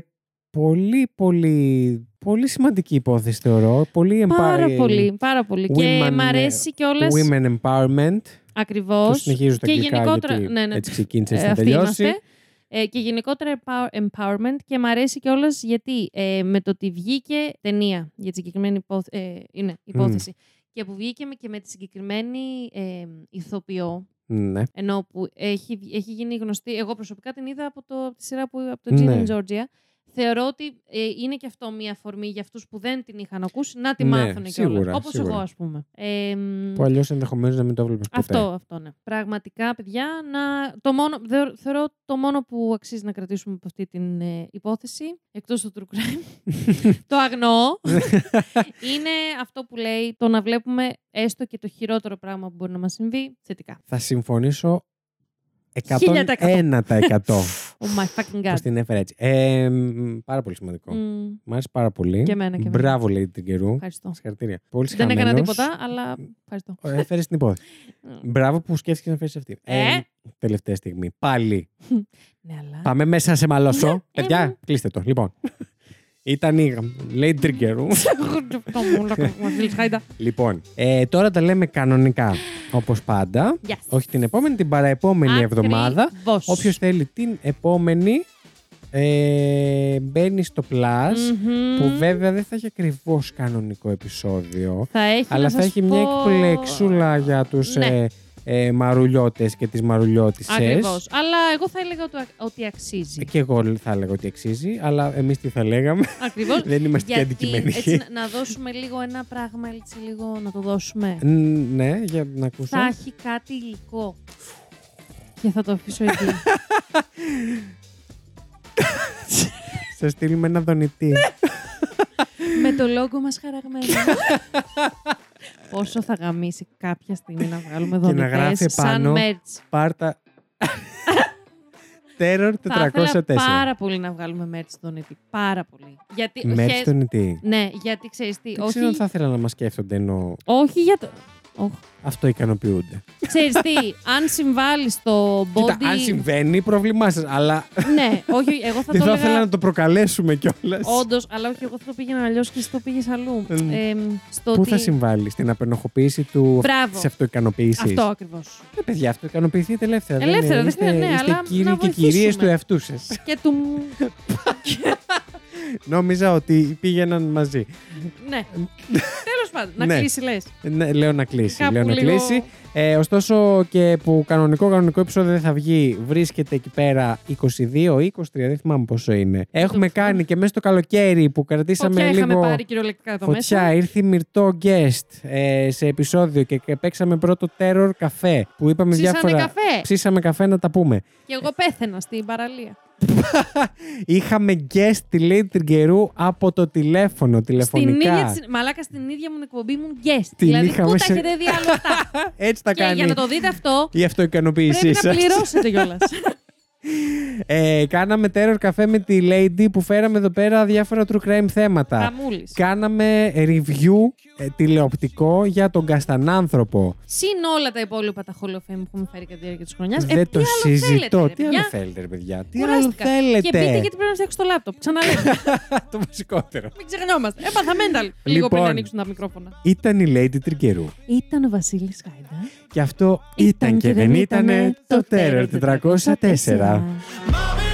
Speaker 2: πολύ, πολύ, πολύ σημαντική υπόθεση θεωρώ. Πολύ empower-
Speaker 1: Πάρα πολύ, πάρα πολύ. και
Speaker 2: Women,
Speaker 1: μ' αρέσει κιόλας
Speaker 2: Women empowerment.
Speaker 1: ακριβώς.
Speaker 2: Το συνεχίζω τα
Speaker 1: και
Speaker 2: αγγλικά
Speaker 1: γενικότερα-
Speaker 2: γιατί
Speaker 1: ναι, ναι.
Speaker 2: έτσι ξεκίνησε
Speaker 1: Ε,
Speaker 2: να
Speaker 1: αυτοί
Speaker 2: τελειώσει.
Speaker 1: είμαστε. Ε, και γενικότερα empower- empowerment και μ' αρέσει κιόλας γιατί ε, με το ότι βγήκε ταινία για τη συγκεκριμένη υπόθε- ε, είναι, υπόθεση και που βγήκε με- και με τη συγκεκριμένη ε, ηθοποιό
Speaker 2: Ναι.
Speaker 1: ενώ που έχει, βγει- έχει γίνει γνωστή, εγώ προσωπικά την είδα από, το, από τη σειρά που από το Gin
Speaker 2: Ναι.
Speaker 1: and Georgia θεωρώ ότι ε, είναι και αυτό μια αφορμή για αυτούς που δεν την είχαν ακούσει να τη
Speaker 2: Ναι,
Speaker 1: μάθουν κιόλας
Speaker 2: σίγουρα,
Speaker 1: όπως
Speaker 2: σίγουρα.
Speaker 1: εγώ ας πούμε ε, μ,
Speaker 2: Που αλλιώς ενδεχομένως να μην το έβλεπες
Speaker 1: αυτό,
Speaker 2: ποτέ.
Speaker 1: αυτό ναι. Πραγματικά, παιδιά, να... το μόνο, δε- θεωρώ το μόνο που αξίζει να κρατήσουμε από αυτή την ε, υπόθεση, εκτός του true crime, το αγνοώ, είναι αυτό που λέει το να βλέπουμε έστω και το χειρότερο πράγμα που μπορεί να μας συμβεί θετικά.
Speaker 2: Θα συμφωνήσω 101%
Speaker 1: 1000%. Oh my fucking god.
Speaker 2: Πώς την έφερα έτσι. Ε, μ, πάρα πολύ σημαντικό.
Speaker 1: Μμ,
Speaker 2: Μ' άρεσε πάρα πολύ.
Speaker 1: Και εμένα, και εμένα.
Speaker 2: Μπράβο, λέει την καιρού.
Speaker 1: ευχαριστώ.
Speaker 2: Συγχαρητήρια. Πολύ
Speaker 1: Δεν έκανα
Speaker 2: χαμένος.
Speaker 1: τίποτα, αλλά ευχαριστώ.
Speaker 2: Έφερες την υπόθεση. Μπράβο που σκέφτηκες να φέρεις αυτή.
Speaker 1: Ε.
Speaker 2: τελευταία στιγμή. Πάλι.
Speaker 1: Ναι, αλλά...
Speaker 2: Πάμε μέσα να σε μαλώσω.
Speaker 1: Ε,
Speaker 2: Παιδιά,
Speaker 1: ε.
Speaker 2: κλείστε το. Λοιπόν. Ήταν η Lady Trigger.
Speaker 1: Αυτό μου λέω, μα θέλεις χάιντα.
Speaker 2: λοιπόν, ε, τώρα τα λέμε κανονικά, όπως πάντα.
Speaker 1: Yes.
Speaker 2: Όχι την επόμενη, την παραεπόμενη εβδομάδα.
Speaker 1: Ακριβώς.
Speaker 2: Όποιος θέλει την επόμενη, ε, μπαίνει στο Plus,
Speaker 1: Μμμ.
Speaker 2: που βέβαια δεν θα έχει ακριβώς κανονικό επεισόδιο,
Speaker 1: Θα έχει,
Speaker 2: αλλά
Speaker 1: να
Speaker 2: θα
Speaker 1: σας
Speaker 2: έχει μια
Speaker 1: πω-
Speaker 2: εκπλεξούλα για τους
Speaker 1: Ναι.
Speaker 2: ε, ε, μαρουλιώτες και τις μαρουλιώτισες.
Speaker 1: Ακριβώς. Αλλά εγώ θα έλεγα ότι- ότι αξίζει.
Speaker 2: Και εγώ θα έλεγα ότι αξίζει, αλλά εμείς τι θα λέγαμε.
Speaker 1: Ακριβώς.
Speaker 2: Ε, Δεν είμαστε και
Speaker 1: Γιατί,
Speaker 2: αντικειμενικοί.
Speaker 1: Έτσι, να- να δώσουμε λίγο ένα πράγμα, έτσι λίγο να το δώσουμε.
Speaker 2: Ν- ναι, για να ακούσω.
Speaker 1: θα έχει κάτι υλικό. Και θα το αφήσω εκεί.
Speaker 2: Θα στείλουμε ένα δονητή.
Speaker 1: Ναι. με το λόγο μας χαραγμένο. Πόσο θα γαμίσει κάποια στιγμή να βγάλουμε
Speaker 2: Και να
Speaker 1: δονητές
Speaker 2: γράφει
Speaker 1: σαν
Speaker 2: επάνω
Speaker 1: merch.
Speaker 2: Πάρτα. Terror
Speaker 1: Θα ήθελα
Speaker 2: 404.
Speaker 1: πάρα πολύ να βγάλουμε merch δονητή. Πάρα πολύ. Γιατί,
Speaker 2: Μέρτς
Speaker 1: χε-
Speaker 2: δονητή.
Speaker 1: Ναι, γιατί ξέρεις τι.
Speaker 2: Δεν
Speaker 1: όχι,
Speaker 2: ξέρω αν θα ήθελα να μας σκέφτονται ενώ
Speaker 1: όχι για το... Οχ.
Speaker 2: αυτό ικανοποιούνται.
Speaker 1: Ξέρεις τι, αν συμβάλλεις στο body...
Speaker 2: Κοίτα, αν συμβαίνει, πρόβλημά σας. Αλλά
Speaker 1: ναι, όχι, εγώ θα
Speaker 2: δεν
Speaker 1: το
Speaker 2: θα
Speaker 1: έλεγα...
Speaker 2: ήθελα να το προκαλέσουμε κιόλας.
Speaker 1: Όντως, αλλά όχι, εγώ θα το πήγαινα αλλιώς και εσύ το πήγες αλλού.
Speaker 2: Μμ.
Speaker 1: Ε, στο
Speaker 2: Πού
Speaker 1: ότι...
Speaker 2: θα συμβάλλεις, στην απενοχοποίηση του
Speaker 1: Μπράβο.
Speaker 2: τη αυτοικανοποίησης.
Speaker 1: Αυτό ακριβώς.
Speaker 2: Ε, παιδιά, αυτοικανοποιηθείτε ελεύθερα. δεν
Speaker 1: Ελεύθερα,
Speaker 2: είναι-
Speaker 1: δεν
Speaker 2: είστε,
Speaker 1: χρειάζεται, ναι,
Speaker 2: είστε
Speaker 1: αλλά
Speaker 2: κύριοι
Speaker 1: να
Speaker 2: και
Speaker 1: βοηθήσουμε.
Speaker 2: κυρίες του εαυτού σας.
Speaker 1: και του. μου-
Speaker 2: Νόμιζα ότι πήγαιναν μαζί.
Speaker 1: ναι. Τέλο πάντων, να
Speaker 2: Ναι.
Speaker 1: κλείσει λες.
Speaker 2: Ναι, λέω να κλείσει.
Speaker 1: Κάπου
Speaker 2: Λέω να
Speaker 1: λίγο-
Speaker 2: κλείσει. Ε, ωστόσο και που κανονικό κανονικό επεισόδιο δεν θα βγει, βρίσκεται εκεί πέρα 22 ή 23, δεν θυμάμαι πόσο είναι. Έχουμε κάνει και μέσα στο καλοκαίρι που κρατήσαμε
Speaker 1: Φωτιά ναι. είχαμε
Speaker 2: λίγο.
Speaker 1: πάρει κυριολεκτικά το
Speaker 2: Φωτιά,
Speaker 1: μέσα.
Speaker 2: ήρθε η μυρτό guest ε, σε επεισόδιο και και παίξαμε πρώτο terror καφέ που είπαμε
Speaker 1: Ψήσανε
Speaker 2: διάφορα.
Speaker 1: καφέ.
Speaker 2: Ψήσαμε καφέ να τα πούμε.
Speaker 1: Και εγώ πέθαινα στην παραλία.
Speaker 2: Είχαμε guest τη Lady Τριγκερού από το τηλέφωνο, τηλεφωνικά.
Speaker 1: Στην ίδια, της- μαλάκα στην ίδια μου εκπομπή μου guest.
Speaker 2: Την
Speaker 1: δηλαδή,
Speaker 2: είχαμε
Speaker 1: πού
Speaker 2: σε-
Speaker 1: τα έχετε δει άλλο αυτά.
Speaker 2: Έτσι τα
Speaker 1: και
Speaker 2: κάνει
Speaker 1: για να το δείτε αυτό,
Speaker 2: η αυτοικανοποίησή
Speaker 1: πρέπει να
Speaker 2: σας.
Speaker 1: πληρώσετε κιόλας.
Speaker 2: Ε, κάναμε terror καφέ με τη Lady που φέραμε εδώ πέρα διάφορα true crime θέματα.
Speaker 1: Καμούλη.
Speaker 2: Κάναμε review ε, τηλεοπτικό για τον Καστανάνθρωπο.
Speaker 1: Συν όλα τα υπόλοιπα τα Hall of Fame που έχουμε φέρει κατά τη διάρκεια της χρονιάς.
Speaker 2: Δεν
Speaker 1: ε, τι
Speaker 2: το
Speaker 1: άλλο
Speaker 2: συζητώ.
Speaker 1: Θέλετε,
Speaker 2: τι
Speaker 1: ρε, παιδιά?
Speaker 2: άλλο θέλετε, ρε παιδιά. Τι άλλο
Speaker 1: Κουράστηκα.
Speaker 2: θέλετε.
Speaker 1: Και πείτε γιατί πρέπει να φτιάξω το λάπτοπ. Ξαναλέω.
Speaker 2: το βασικότερο.
Speaker 1: Μην ξεχνιόμαστε. Έπαθα mental. Λίγο
Speaker 2: Λοιπόν.
Speaker 1: πριν ανοίξουν τα μικρόφωνα.
Speaker 2: Ήταν η Lady Τρικερού.
Speaker 1: Ήταν ο Βασίλης Χάιντα.
Speaker 2: Και αυτό ήταν, και δεν ήταν το Terror 404.
Speaker 3: Mommy,